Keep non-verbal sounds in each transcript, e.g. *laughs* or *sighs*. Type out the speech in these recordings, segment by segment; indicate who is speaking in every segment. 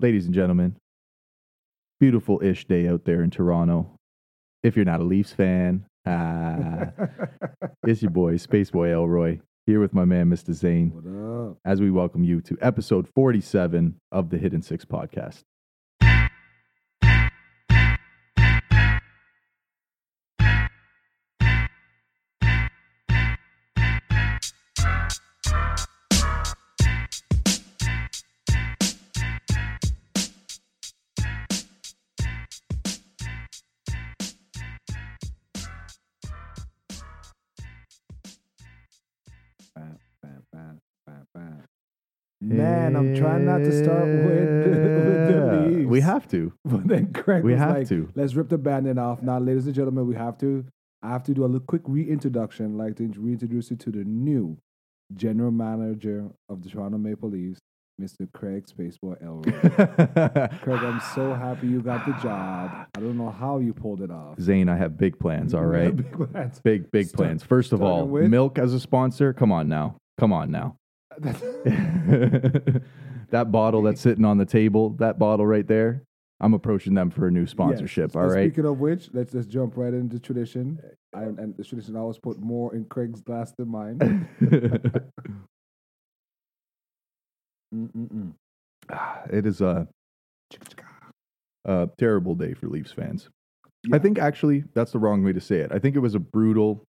Speaker 1: ladies and gentlemen, beautiful ish day out there in Toronto. If you're not a Leafs fan, *laughs* ah, it's your boy, Space Boy Elroy, here with my man, Mr. Zane,
Speaker 2: What up?
Speaker 1: as we welcome you to episode 47 of the Hidden Six podcast.
Speaker 2: Bam, bam, bam, bam, bam. Man, I'm trying not to start with *laughs* the, with the
Speaker 1: Yeah.
Speaker 2: leaves.
Speaker 1: We have to.
Speaker 2: *laughs* but then Craig
Speaker 1: We
Speaker 2: was
Speaker 1: have
Speaker 2: like,
Speaker 1: to.
Speaker 2: Let's rip the bandit off now, ladies and gentlemen. We have to. I have to do a little quick reintroduction, like to reintroduce you to the new general manager of the Toronto Maple Leafs, Mr. Craig
Speaker 1: *laughs*
Speaker 2: Spaceboy Elroy. Craig, I'm so happy you got the job. I don't know how you pulled it off.
Speaker 1: Zane, I have big plans, all
Speaker 2: *laughs*
Speaker 1: right?
Speaker 2: Big plans.
Speaker 1: Big, big
Speaker 2: Start-
Speaker 1: plans. First of
Speaker 2: starting
Speaker 1: all,
Speaker 2: with-
Speaker 1: milk as a sponsor. Come on now. Come on now. *laughs* that bottle that's sitting on the table, that bottle right there, I'm approaching them for a new sponsorship.
Speaker 2: Yes.
Speaker 1: All
Speaker 2: And
Speaker 1: right.
Speaker 2: Speaking of which, let's just jump right into tradition. I, and the tradition always put more in Craig's glass than
Speaker 1: *laughs*
Speaker 2: mine. Mm-mm-mm.
Speaker 1: it is a, a terrible day for Leafs fans. I
Speaker 2: Yeah.
Speaker 1: think actually that's the wrong way to say it. I think it was a brutal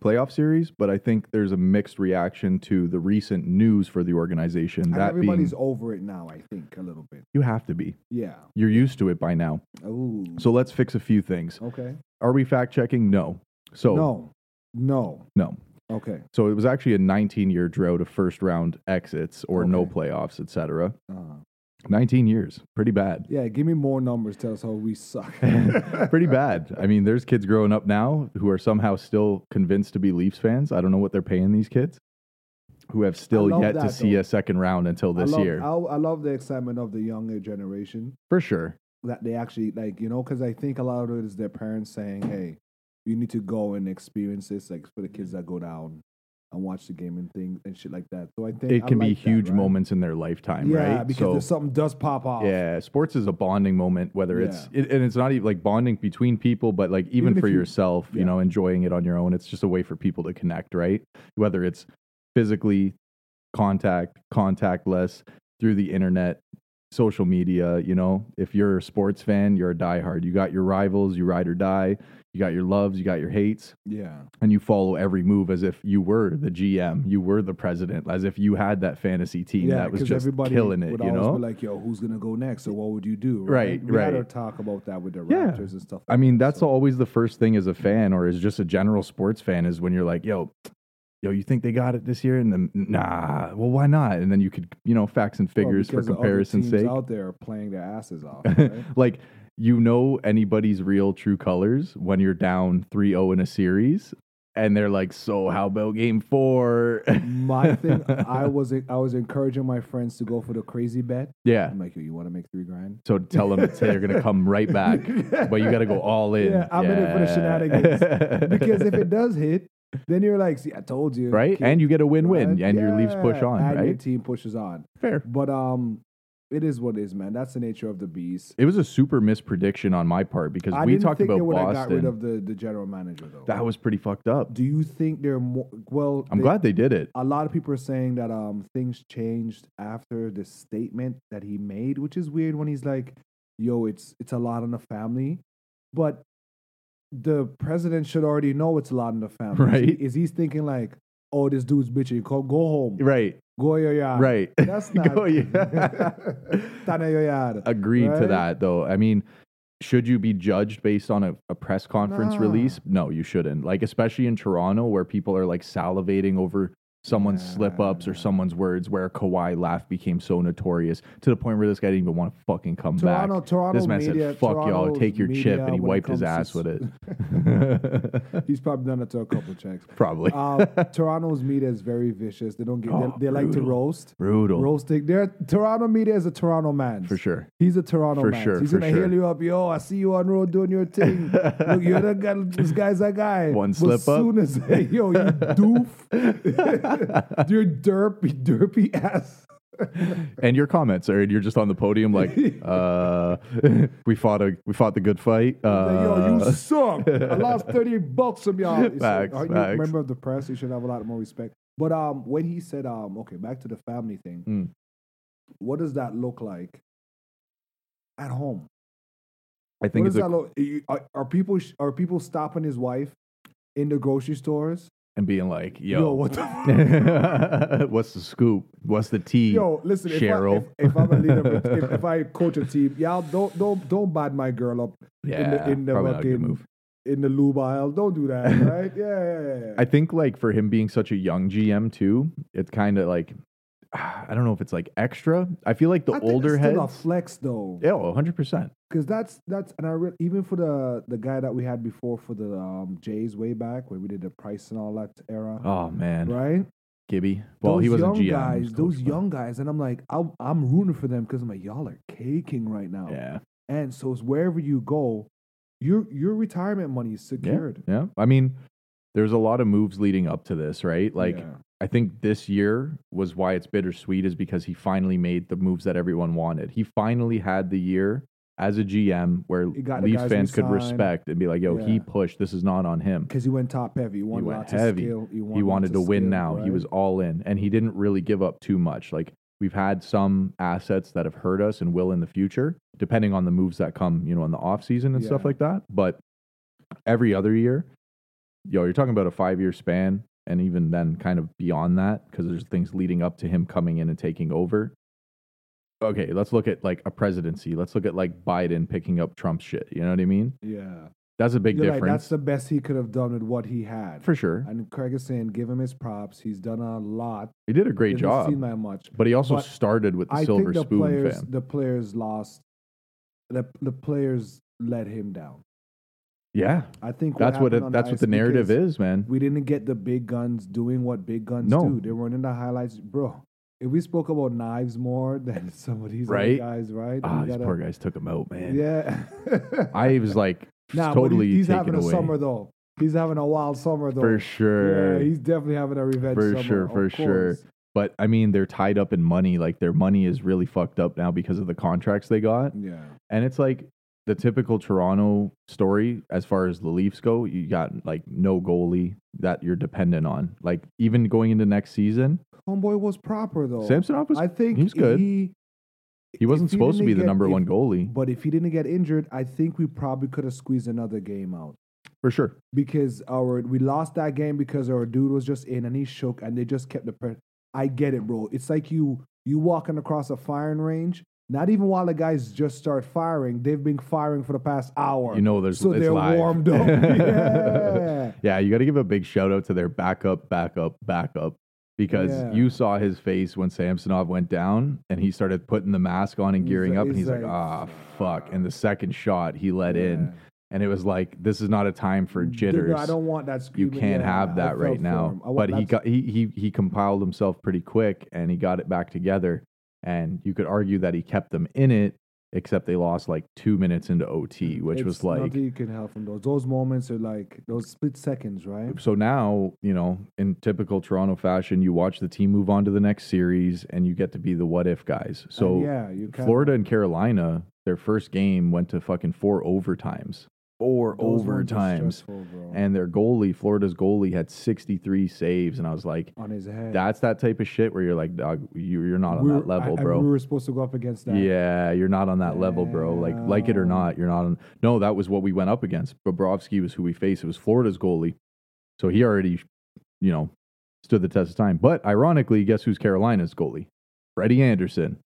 Speaker 1: playoff series, but I think there's a mixed reaction to the recent news for the organization.
Speaker 2: And
Speaker 1: that being,
Speaker 2: everybody's over it now, I think, a little bit.
Speaker 1: you have to be.
Speaker 2: Yeah.
Speaker 1: You're used to it by now.
Speaker 2: Ooh.
Speaker 1: So let's fix a few things.
Speaker 2: okay.
Speaker 1: Are we fact checking? No. So
Speaker 2: No. No.
Speaker 1: no.
Speaker 2: Okay.
Speaker 1: So it was actually a 19 year drought of first round exits or no
Speaker 2: Okay.
Speaker 1: playoffs, etc.
Speaker 2: Uh,
Speaker 1: 19 years, pretty bad. *laughs*
Speaker 2: yeah. Give me more numbers. Tell us how we suck. *laughs*
Speaker 1: pretty bad. I mean, there's kids growing up now who are somehow still convinced to be Leafs fans. I don't know what they're paying these kids who have still
Speaker 2: love
Speaker 1: yet to
Speaker 2: that,
Speaker 1: see
Speaker 2: though.
Speaker 1: a second round until
Speaker 2: I
Speaker 1: this
Speaker 2: love,
Speaker 1: year.
Speaker 2: I, I love the excitement of the younger generation.
Speaker 1: For sure.
Speaker 2: that they actually like, you know, because I think a lot of it is their parents saying, "Hey, you need to go and experience this." Like for the kids
Speaker 1: Mm-hmm.
Speaker 2: that go down and watch the game and things and shit like that. So I think
Speaker 1: It
Speaker 2: I
Speaker 1: can be
Speaker 2: like that,
Speaker 1: huge
Speaker 2: right?
Speaker 1: moments in their lifetime,
Speaker 2: yeah,
Speaker 1: right?
Speaker 2: because
Speaker 1: So-
Speaker 2: if something does pop off,
Speaker 1: Yeah, sports is a bonding moment, whether it's it, and it's not even like bonding between people, but like even,
Speaker 2: Even if
Speaker 1: for
Speaker 2: you-
Speaker 1: yourself, you
Speaker 2: yeah.
Speaker 1: know, enjoying it on your own. It's just a way for people to connect, right? Whether it's physically, contact, contactless, through the internet, social media, you know. If you're a sports fan, you're a diehard. You got your rivals, you ride or die, you got your loves, you got your hates
Speaker 2: yeah,
Speaker 1: and you follow every move as if you were the GM, you were the president, as if you had that fantasy team
Speaker 2: yeah.
Speaker 1: that was
Speaker 2: 'cause
Speaker 1: just
Speaker 2: everybody
Speaker 1: killing it,
Speaker 2: would
Speaker 1: you
Speaker 2: always
Speaker 1: know.
Speaker 2: be like, "Yo, who's gonna go next? Or what would you do?"
Speaker 1: Right,
Speaker 2: we had
Speaker 1: right.
Speaker 2: our talk about that with the
Speaker 1: Yeah.
Speaker 2: Raptors and stuff.
Speaker 1: I
Speaker 2: like
Speaker 1: mean,
Speaker 2: that,
Speaker 1: that's
Speaker 2: so-
Speaker 1: always the first thing as a fan or as just a general sports fan is when you're like, yo, yo, you think they got it this year? And then, nah, well, why not? And then you could, you know, facts and
Speaker 2: Well,
Speaker 1: figures
Speaker 2: because
Speaker 1: for
Speaker 2: the other
Speaker 1: comparison's
Speaker 2: teams
Speaker 1: sake.
Speaker 2: out there are playing their asses
Speaker 1: *laughs*
Speaker 2: off. Right?
Speaker 1: like, you know anybody's real true colors when you're down 3 0 in a series. And they're like, so how about game four? *laughs*
Speaker 2: my thing, I was I was encouraging my friends to go for the crazy bet.
Speaker 1: yeah.
Speaker 2: I'm like, yo, you want to make three grand?
Speaker 1: So tell them that they're going to come right back, but you got to go all in.
Speaker 2: Yeah, I'm in it for the shenanigans. *laughs* because if it does hit, then you're like, see, I told
Speaker 1: *laughs*
Speaker 2: you,
Speaker 1: right?
Speaker 2: kid,
Speaker 1: And you get a win win,
Speaker 2: right?
Speaker 1: and your Leafs push
Speaker 2: Yeah,
Speaker 1: on,
Speaker 2: and Your
Speaker 1: right?
Speaker 2: team pushes on,
Speaker 1: Fair.
Speaker 2: but um, it is what it is, man. That's the nature of the beast.
Speaker 1: It was a super misprediction on my part because
Speaker 2: I
Speaker 1: we
Speaker 2: didn't
Speaker 1: talked
Speaker 2: think
Speaker 1: about
Speaker 2: they would have got rid
Speaker 1: Boston.
Speaker 2: of the, the general manager though.
Speaker 1: that was pretty fucked up.
Speaker 2: Do you think they're more? Well,
Speaker 1: I'm
Speaker 2: they-
Speaker 1: glad they did
Speaker 2: *laughs*
Speaker 1: it.
Speaker 2: a lot of people are saying that um things changed after the statement that he made, which is weird when he's like, "Yo, it's it's a lot on the family," but the president should already know it's a lot on the family. Is he-
Speaker 1: Right.
Speaker 2: Is he's thinking like, "Oh, this dude's bitching. Go, go home.
Speaker 1: Right,
Speaker 2: Go to your yard.
Speaker 1: right.
Speaker 2: That's *laughs* not.
Speaker 1: Go, yeah.
Speaker 2: Stand in your yard.
Speaker 1: *laughs* Agreed to
Speaker 2: Right?
Speaker 1: that, though. I mean, should you be judged based on a, a press conference
Speaker 2: Nah.
Speaker 1: release? No, you shouldn't. Like, especially in Toronto, where people are like salivating over someone's slip ups or
Speaker 2: Yeah.
Speaker 1: someone's words, where Kawhi laugh became so notorious to the point where this guy didn't even want to fucking come back.
Speaker 2: Toronto, Toronto
Speaker 1: this man
Speaker 2: media,
Speaker 1: said, "Fuck y'all,
Speaker 2: Toronto's
Speaker 1: take your chip,"
Speaker 2: media
Speaker 1: and he
Speaker 2: when
Speaker 1: wiped
Speaker 2: it
Speaker 1: his
Speaker 2: comes to
Speaker 1: ass with
Speaker 2: s-
Speaker 1: it.
Speaker 2: He's probably done it to a couple checks. *laughs*
Speaker 1: Probably
Speaker 2: um,
Speaker 1: *laughs*
Speaker 2: Toronto's media is very vicious. They don't get.
Speaker 1: Oh,
Speaker 2: they, they like to
Speaker 1: brutal.
Speaker 2: roast.
Speaker 1: brutal
Speaker 2: Roasting. They're Toronto media is a Toronto man.
Speaker 1: for sure.
Speaker 2: He's a Toronto
Speaker 1: For
Speaker 2: man.
Speaker 1: sure,
Speaker 2: He's
Speaker 1: for
Speaker 2: gonna
Speaker 1: sure.
Speaker 2: hail you up. Yo, I see you on road doing your thing. Look, you're the guy. This guy's that guy.
Speaker 1: One
Speaker 2: But
Speaker 1: slip up. *laughs*
Speaker 2: soon *laughs* as yo, you doof, you're derpy, derpy ass.
Speaker 1: and your comments are, and you're just on the podium like,
Speaker 2: *laughs*
Speaker 1: uh, *laughs* we fought a we fought the good fight.
Speaker 2: Yo,
Speaker 1: Uh,
Speaker 2: you
Speaker 1: *laughs*
Speaker 2: suck. I lost 38 bucks from y'all. It's like,
Speaker 1: Facts,
Speaker 2: are you a
Speaker 1: facts.
Speaker 2: member of the press? You should have a lot more respect. But um, when he said, um, okay, back to the family thing,
Speaker 1: Mm.
Speaker 2: what does that look like at
Speaker 1: I
Speaker 2: home? What
Speaker 1: think
Speaker 2: does
Speaker 1: it's a,
Speaker 2: that look you- are, are people sh- Are people stopping his wife in the grocery stores?
Speaker 1: and being like, yo,
Speaker 2: what the
Speaker 1: *laughs* what's the scoop? What's the tea?
Speaker 2: Yo, listen, if, I,
Speaker 1: Cheryl.
Speaker 2: if, if I'm a leader, of a- if,
Speaker 1: *laughs*
Speaker 2: if I coach a team, y'all don't don't don't bad my girl up
Speaker 1: yeah,
Speaker 2: in the in the
Speaker 1: probably not a good
Speaker 2: fucking
Speaker 1: move.
Speaker 2: in the lube aisle. Don't
Speaker 1: *laughs*
Speaker 2: do that, right? Yeah, yeah, yeah. yeah.
Speaker 1: I think like for him being such a young GM too, it's kind of like *sighs* I don't know if it's like extra. I feel like the
Speaker 2: I think
Speaker 1: older
Speaker 2: it's
Speaker 1: heads,
Speaker 2: still a flex though,
Speaker 1: yeah, one hundred percent.
Speaker 2: because that's that's and I re- even for the the guy that we had before for the um, Jays way back when we did the price and all that era,
Speaker 1: Oh man,
Speaker 2: right?
Speaker 1: Gibby. Well, he
Speaker 2: Those
Speaker 1: wasn't GM.
Speaker 2: young
Speaker 1: he
Speaker 2: guys,
Speaker 1: was
Speaker 2: those
Speaker 1: coach, but-
Speaker 2: young guys, and I'm like, I'm, I'm rooting for them because I'm like, y'all are caking right now,
Speaker 1: Yeah,
Speaker 2: and so it's wherever you go, your your retirement money is
Speaker 1: yeah,
Speaker 2: secured.
Speaker 1: yeah. I mean, there's a lot of moves leading up to this, right? Like,
Speaker 2: Yeah.
Speaker 1: I think this year was why it's bittersweet, is because he finally made the moves that everyone wanted. He finally had the year as a GM where
Speaker 2: He got the
Speaker 1: Leafs
Speaker 2: guys
Speaker 1: fans
Speaker 2: we
Speaker 1: could
Speaker 2: signed.
Speaker 1: respect and be like, "Yo, he
Speaker 2: Yeah.
Speaker 1: pushed. This is not on him."
Speaker 2: Because he went top heavy. He, won
Speaker 1: went
Speaker 2: lots
Speaker 1: heavy.
Speaker 2: Of skill. won
Speaker 1: he wanted
Speaker 2: lots
Speaker 1: to
Speaker 2: of
Speaker 1: win
Speaker 2: skill,
Speaker 1: now. He
Speaker 2: right?
Speaker 1: was all in, and he didn't really give up too much. Like we've had some assets that have hurt us and will in the future, depending on the moves that come, you know, in the off season and stuff
Speaker 2: Yeah.
Speaker 1: like that. But every other year, yo, you're talking about a five year span, and even then, kind of beyond that, because there's things leading up to him coming in and taking over. Okay, let's look at like a presidency. Let's look at like Biden picking up Trump's shit. You know what I mean?
Speaker 2: yeah.
Speaker 1: That's a big
Speaker 2: You're like, that's
Speaker 1: difference
Speaker 2: the best he could have done with what he had.
Speaker 1: for sure.
Speaker 2: And Craig is saying, give him his props. He's done a lot.
Speaker 1: He did a great
Speaker 2: Didn't
Speaker 1: job.
Speaker 2: Seen that much.
Speaker 1: But he also
Speaker 2: But
Speaker 1: started with the
Speaker 2: I
Speaker 1: Silver
Speaker 2: think the
Speaker 1: Spoon
Speaker 2: players,
Speaker 1: fam.
Speaker 2: the players lost. The the players let him down.
Speaker 1: Yeah,
Speaker 2: I think
Speaker 1: that's what
Speaker 2: happened
Speaker 1: it,
Speaker 2: on
Speaker 1: that's
Speaker 2: ice
Speaker 1: what the narrative
Speaker 2: because
Speaker 1: is, man.
Speaker 2: We didn't get the big guns doing what big guns
Speaker 1: No.
Speaker 2: do. They weren't in the highlights, bro. If we spoke about knives more *laughs* than some of these other
Speaker 1: Right?
Speaker 2: guys, right?
Speaker 1: Ah,
Speaker 2: We
Speaker 1: these
Speaker 2: gotta-
Speaker 1: poor guys took him out, man.
Speaker 2: Yeah. *laughs*
Speaker 1: I was like
Speaker 2: Nah, but he-
Speaker 1: totally
Speaker 2: he's
Speaker 1: taken
Speaker 2: having
Speaker 1: away
Speaker 2: a summer though. He's having a wild summer though.
Speaker 1: for sure.
Speaker 2: Yeah, he's definitely having a revenge
Speaker 1: For
Speaker 2: summer,
Speaker 1: sure,
Speaker 2: of
Speaker 1: for sure.
Speaker 2: course.
Speaker 1: but I mean, they're tied up in money. Like their money is really fucked up now because of the contracts they got.
Speaker 2: Yeah,
Speaker 1: And it's like the typical Toronto story as far as the Leafs go. You got like no goalie that you're dependent on. Like even going into next season,
Speaker 2: homeboy was proper though.
Speaker 1: Samsonov was
Speaker 2: I think
Speaker 1: he was good.
Speaker 2: He,
Speaker 1: he wasn't
Speaker 2: if he
Speaker 1: supposed to
Speaker 2: didn't
Speaker 1: be the
Speaker 2: get-
Speaker 1: number
Speaker 2: if-
Speaker 1: one goalie
Speaker 2: but if he didn't get injured, I think we probably could have squeezed another game out
Speaker 1: for sure.
Speaker 2: because our we lost that game because our dude was just in and he shook and they just kept the. Per- I get it, bro. It's like you you walking across a firing range. Not even while the guys just start firing, they've been firing for the past hour.
Speaker 1: You know, there's
Speaker 2: so
Speaker 1: it's
Speaker 2: they're
Speaker 1: live. *laughs*
Speaker 2: warmed up. yeah.
Speaker 1: Yeah, you got to give a big shout out to their backup, backup, backup, because
Speaker 2: Yeah.
Speaker 1: you saw his face when Samsonov went down and he started putting the mask on and
Speaker 2: He's
Speaker 1: gearing
Speaker 2: like-
Speaker 1: up, and he's
Speaker 2: he's
Speaker 1: like,
Speaker 2: like,
Speaker 1: ah, fuck. And the second shot he let in, and it was like, this is not a time for
Speaker 2: Dude, no,
Speaker 1: jitters.
Speaker 2: I don't want that.
Speaker 1: you
Speaker 2: Screaming.
Speaker 1: can't
Speaker 2: Yeah, I
Speaker 1: have that
Speaker 2: felt
Speaker 1: right
Speaker 2: for
Speaker 1: now.
Speaker 2: him. I want-
Speaker 1: But he
Speaker 2: that's-
Speaker 1: got he, he he compiled himself pretty quick and he got it back together. And you could argue that he kept them in it, except they lost like two minutes into OT, which was
Speaker 2: it's
Speaker 1: like
Speaker 2: nothing you can help from those. Those moments are like those split seconds, right?
Speaker 1: so now you know in typical toronto fashion you watch the team move on to the next series and you get to be the what if guys so
Speaker 2: And Uh, yeah, you can.
Speaker 1: florida and carolina their first game went to fucking four overtimes four
Speaker 2: Those ones are
Speaker 1: overtimes
Speaker 2: stressful, bro.
Speaker 1: and their goalie florida's goalie had 63 saves and i was like
Speaker 2: on his head.
Speaker 1: that's that type of shit where you're like dog you, you're not on
Speaker 2: We were-
Speaker 1: that level
Speaker 2: I- and
Speaker 1: bro
Speaker 2: we were supposed to go up against that.
Speaker 1: yeah, you're not on that level, bro. Like, like it or not, you're not on. No, that was what we went up against. Bobrovsky was who we faced. It was Florida's goalie, so he already, you know, stood the test of time. But ironically, guess who's Carolina's goalie? Freddie Anderson,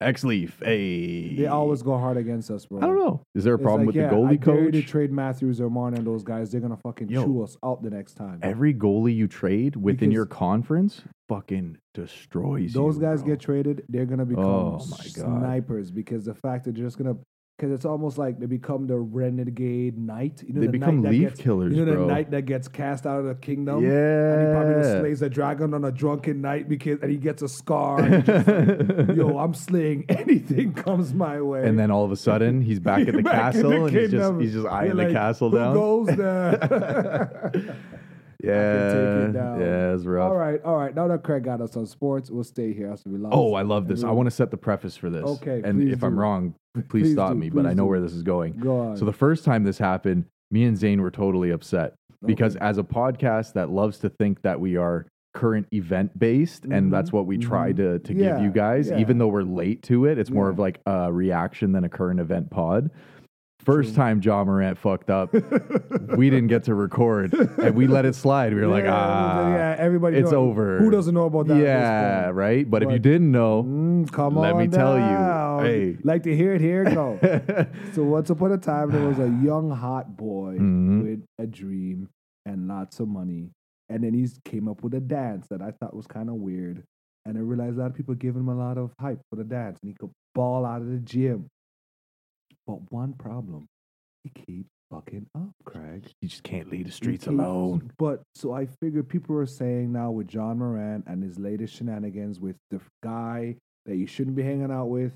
Speaker 1: ex-Leaf. Hey,
Speaker 2: they always go hard against us, bro.
Speaker 1: I don't know. Is there a
Speaker 2: It's
Speaker 1: problem
Speaker 2: like,
Speaker 1: with
Speaker 2: yeah,
Speaker 1: the
Speaker 2: I
Speaker 1: goalie
Speaker 2: dare you to
Speaker 1: coach?
Speaker 2: trade Matthews or Martin and those guys. They're gonna fucking
Speaker 1: Yo.
Speaker 2: chew us out the next time.
Speaker 1: Every goalie you trade within
Speaker 2: Because-
Speaker 1: your conference fucking destroys
Speaker 2: those
Speaker 1: you,
Speaker 2: guys
Speaker 1: bro. *laughs*
Speaker 2: get traded, they're gonna become
Speaker 1: Oh, my God.
Speaker 2: snipers because the fact that they're just gonna because it's almost like they become the renegade knight. You know,
Speaker 1: they
Speaker 2: the
Speaker 1: become
Speaker 2: knight that
Speaker 1: leaf
Speaker 2: gets-
Speaker 1: killers,
Speaker 2: You know,
Speaker 1: bro.
Speaker 2: the knight that gets cast out of the kingdom. And he probably just
Speaker 1: yeah.
Speaker 2: slays a dragon on a drunken night because and he gets a scar. and he's
Speaker 1: *laughs*
Speaker 2: just, Yo, I'm slaying anything comes my way.
Speaker 1: And then all of a sudden, he's
Speaker 2: *laughs*
Speaker 1: back at the
Speaker 2: Back in
Speaker 1: castle, and he's just
Speaker 2: kingdom.
Speaker 1: he's just *laughs*
Speaker 2: You're
Speaker 1: eyeing the
Speaker 2: like,
Speaker 1: castle
Speaker 2: Who
Speaker 1: down.
Speaker 2: goes there? *laughs*
Speaker 1: Yeah,
Speaker 2: take it down.
Speaker 1: yeah, it's rough.
Speaker 2: All right, all right. Now that Craig got us on sports, we'll stay here as we lost.
Speaker 1: Oh, I love this.
Speaker 2: Yeah.
Speaker 1: I want to set the preface for this.
Speaker 2: Okay,
Speaker 1: and
Speaker 2: please
Speaker 1: if I'm
Speaker 2: do.
Speaker 1: wrong, please,
Speaker 2: Please
Speaker 1: stop
Speaker 2: do,
Speaker 1: me. But I
Speaker 2: please
Speaker 1: know
Speaker 2: do.
Speaker 1: where this is going.
Speaker 2: go on.
Speaker 1: So the first time this happened, me and Zane were totally upset because
Speaker 2: Okay.
Speaker 1: as a podcast that loves to think that we are current event based
Speaker 2: Mhm,
Speaker 1: and that's what we try
Speaker 2: mhm.
Speaker 1: to to give
Speaker 2: Yeah,
Speaker 1: you guys
Speaker 2: yeah.
Speaker 1: even though we're late to it it's more
Speaker 2: Yeah.
Speaker 1: of like a reaction than a current event pod first
Speaker 2: True.
Speaker 1: time John Morant fucked up
Speaker 2: *laughs*
Speaker 1: we didn't get to record and we let it slide we were like
Speaker 2: Yeah,
Speaker 1: ah
Speaker 2: yeah, everybody.
Speaker 1: it's
Speaker 2: know-
Speaker 1: over
Speaker 2: Who doesn't know about that? at this
Speaker 1: yeah
Speaker 2: point?
Speaker 1: right but, if you
Speaker 2: But-
Speaker 1: didn't *laughs* know
Speaker 2: Mm, come
Speaker 1: Let
Speaker 2: on.
Speaker 1: me tell you,
Speaker 2: down.
Speaker 1: hey.
Speaker 2: Like to hear it? Here
Speaker 1: *laughs*
Speaker 2: it go. So once upon a time, there was a young hot boy
Speaker 1: Mhm.
Speaker 2: with a dream and lots of money, and then he came up with a dance that I thought was kind of weird, and I realized a lot of people give him a lot of hype for the dance, and he could ball out of the gym. But one problem, he keeps fucking up, Craig.
Speaker 1: you just can't leave the
Speaker 2: He keeps- Mm-hmm. But so I figure people are saying now with John Moran and his latest shenanigans with the f- guy that you shouldn't be hanging out with,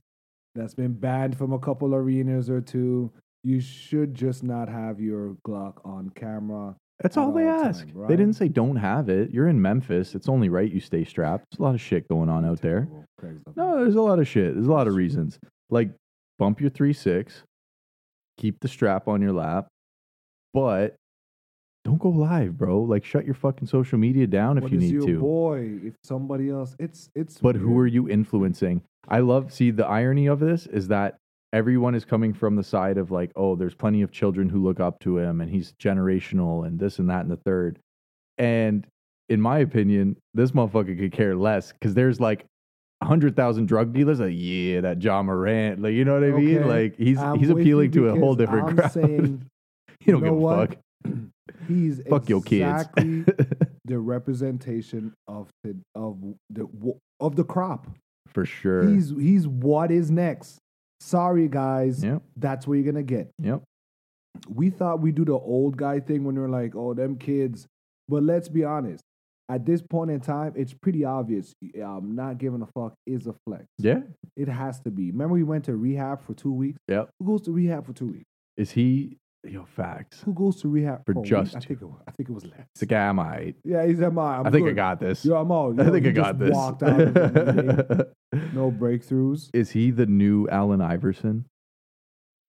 Speaker 2: that's been banned from a couple arenas or two. You should just not have your Glock on camera.
Speaker 1: That's
Speaker 2: at
Speaker 1: all they
Speaker 2: all time,
Speaker 1: ask.
Speaker 2: right?
Speaker 1: They didn't say don't have it. You're in Memphis. It's only right you stay strapped. There's a lot of shit going on out there.
Speaker 2: Terrible. Craig's up
Speaker 1: No, there's a lot of shit. There's a lot of reasons. Like bump your three six, keep the strap on your lap, but don't go live, bro. Like shut your fucking social media down if
Speaker 2: But
Speaker 1: you
Speaker 2: it's
Speaker 1: need
Speaker 2: your
Speaker 1: to.
Speaker 2: boy, if somebody else, it's it's.
Speaker 1: But who are you influencing? I love see the irony of this is that everyone is coming from the side of like, oh, there's plenty of children who look up to him and he's generational and this and that and the third. And in my opinion, this motherfucker could care less because there's like hundred thousand drug dealers. Like, yeah, that John Morant. Like, you know what I mean?
Speaker 2: Okay.
Speaker 1: Like, he's
Speaker 2: I'm
Speaker 1: he's
Speaker 2: with
Speaker 1: appealing
Speaker 2: you
Speaker 1: to a whole
Speaker 2: because
Speaker 1: different
Speaker 2: I'm
Speaker 1: crowd. *laughs*
Speaker 2: saying
Speaker 1: you don't
Speaker 2: know
Speaker 1: give a
Speaker 2: what?
Speaker 1: fuck.
Speaker 2: he's
Speaker 1: *laughs* Fuck your kids. *laughs*
Speaker 2: exactly the representation of the of the of the crop.
Speaker 1: For sure.
Speaker 2: He's he's what is next. Sorry guys,
Speaker 1: Yep.
Speaker 2: that's what you're gonna get.
Speaker 1: Yep.
Speaker 2: We thought we do the old guy thing when we're like, oh, them kids. But let's be honest. At this point in time, it's pretty obvious. Um, not giving a fuck is a flex.
Speaker 1: Yeah.
Speaker 2: It has to be. Remember, we went to rehab for two weeks.
Speaker 1: Yep.
Speaker 2: Who goes to rehab for two weeks?
Speaker 1: Is he yo facts?
Speaker 2: Who goes to rehab
Speaker 1: For
Speaker 2: a week?
Speaker 1: just
Speaker 2: I
Speaker 1: two.
Speaker 2: think it, wa- I think it was less.
Speaker 1: It's a guy I might.
Speaker 2: Yeah, he's MI. I'm
Speaker 1: I think I
Speaker 2: good.
Speaker 1: got this.
Speaker 2: Yeah, I'm out.
Speaker 1: I
Speaker 2: Yo,
Speaker 1: think
Speaker 2: you
Speaker 1: I got
Speaker 2: just
Speaker 1: this.
Speaker 2: Walked out of the meeting.
Speaker 1: *laughs*
Speaker 2: no breakthroughs.
Speaker 1: Is he the new Allen Iverson?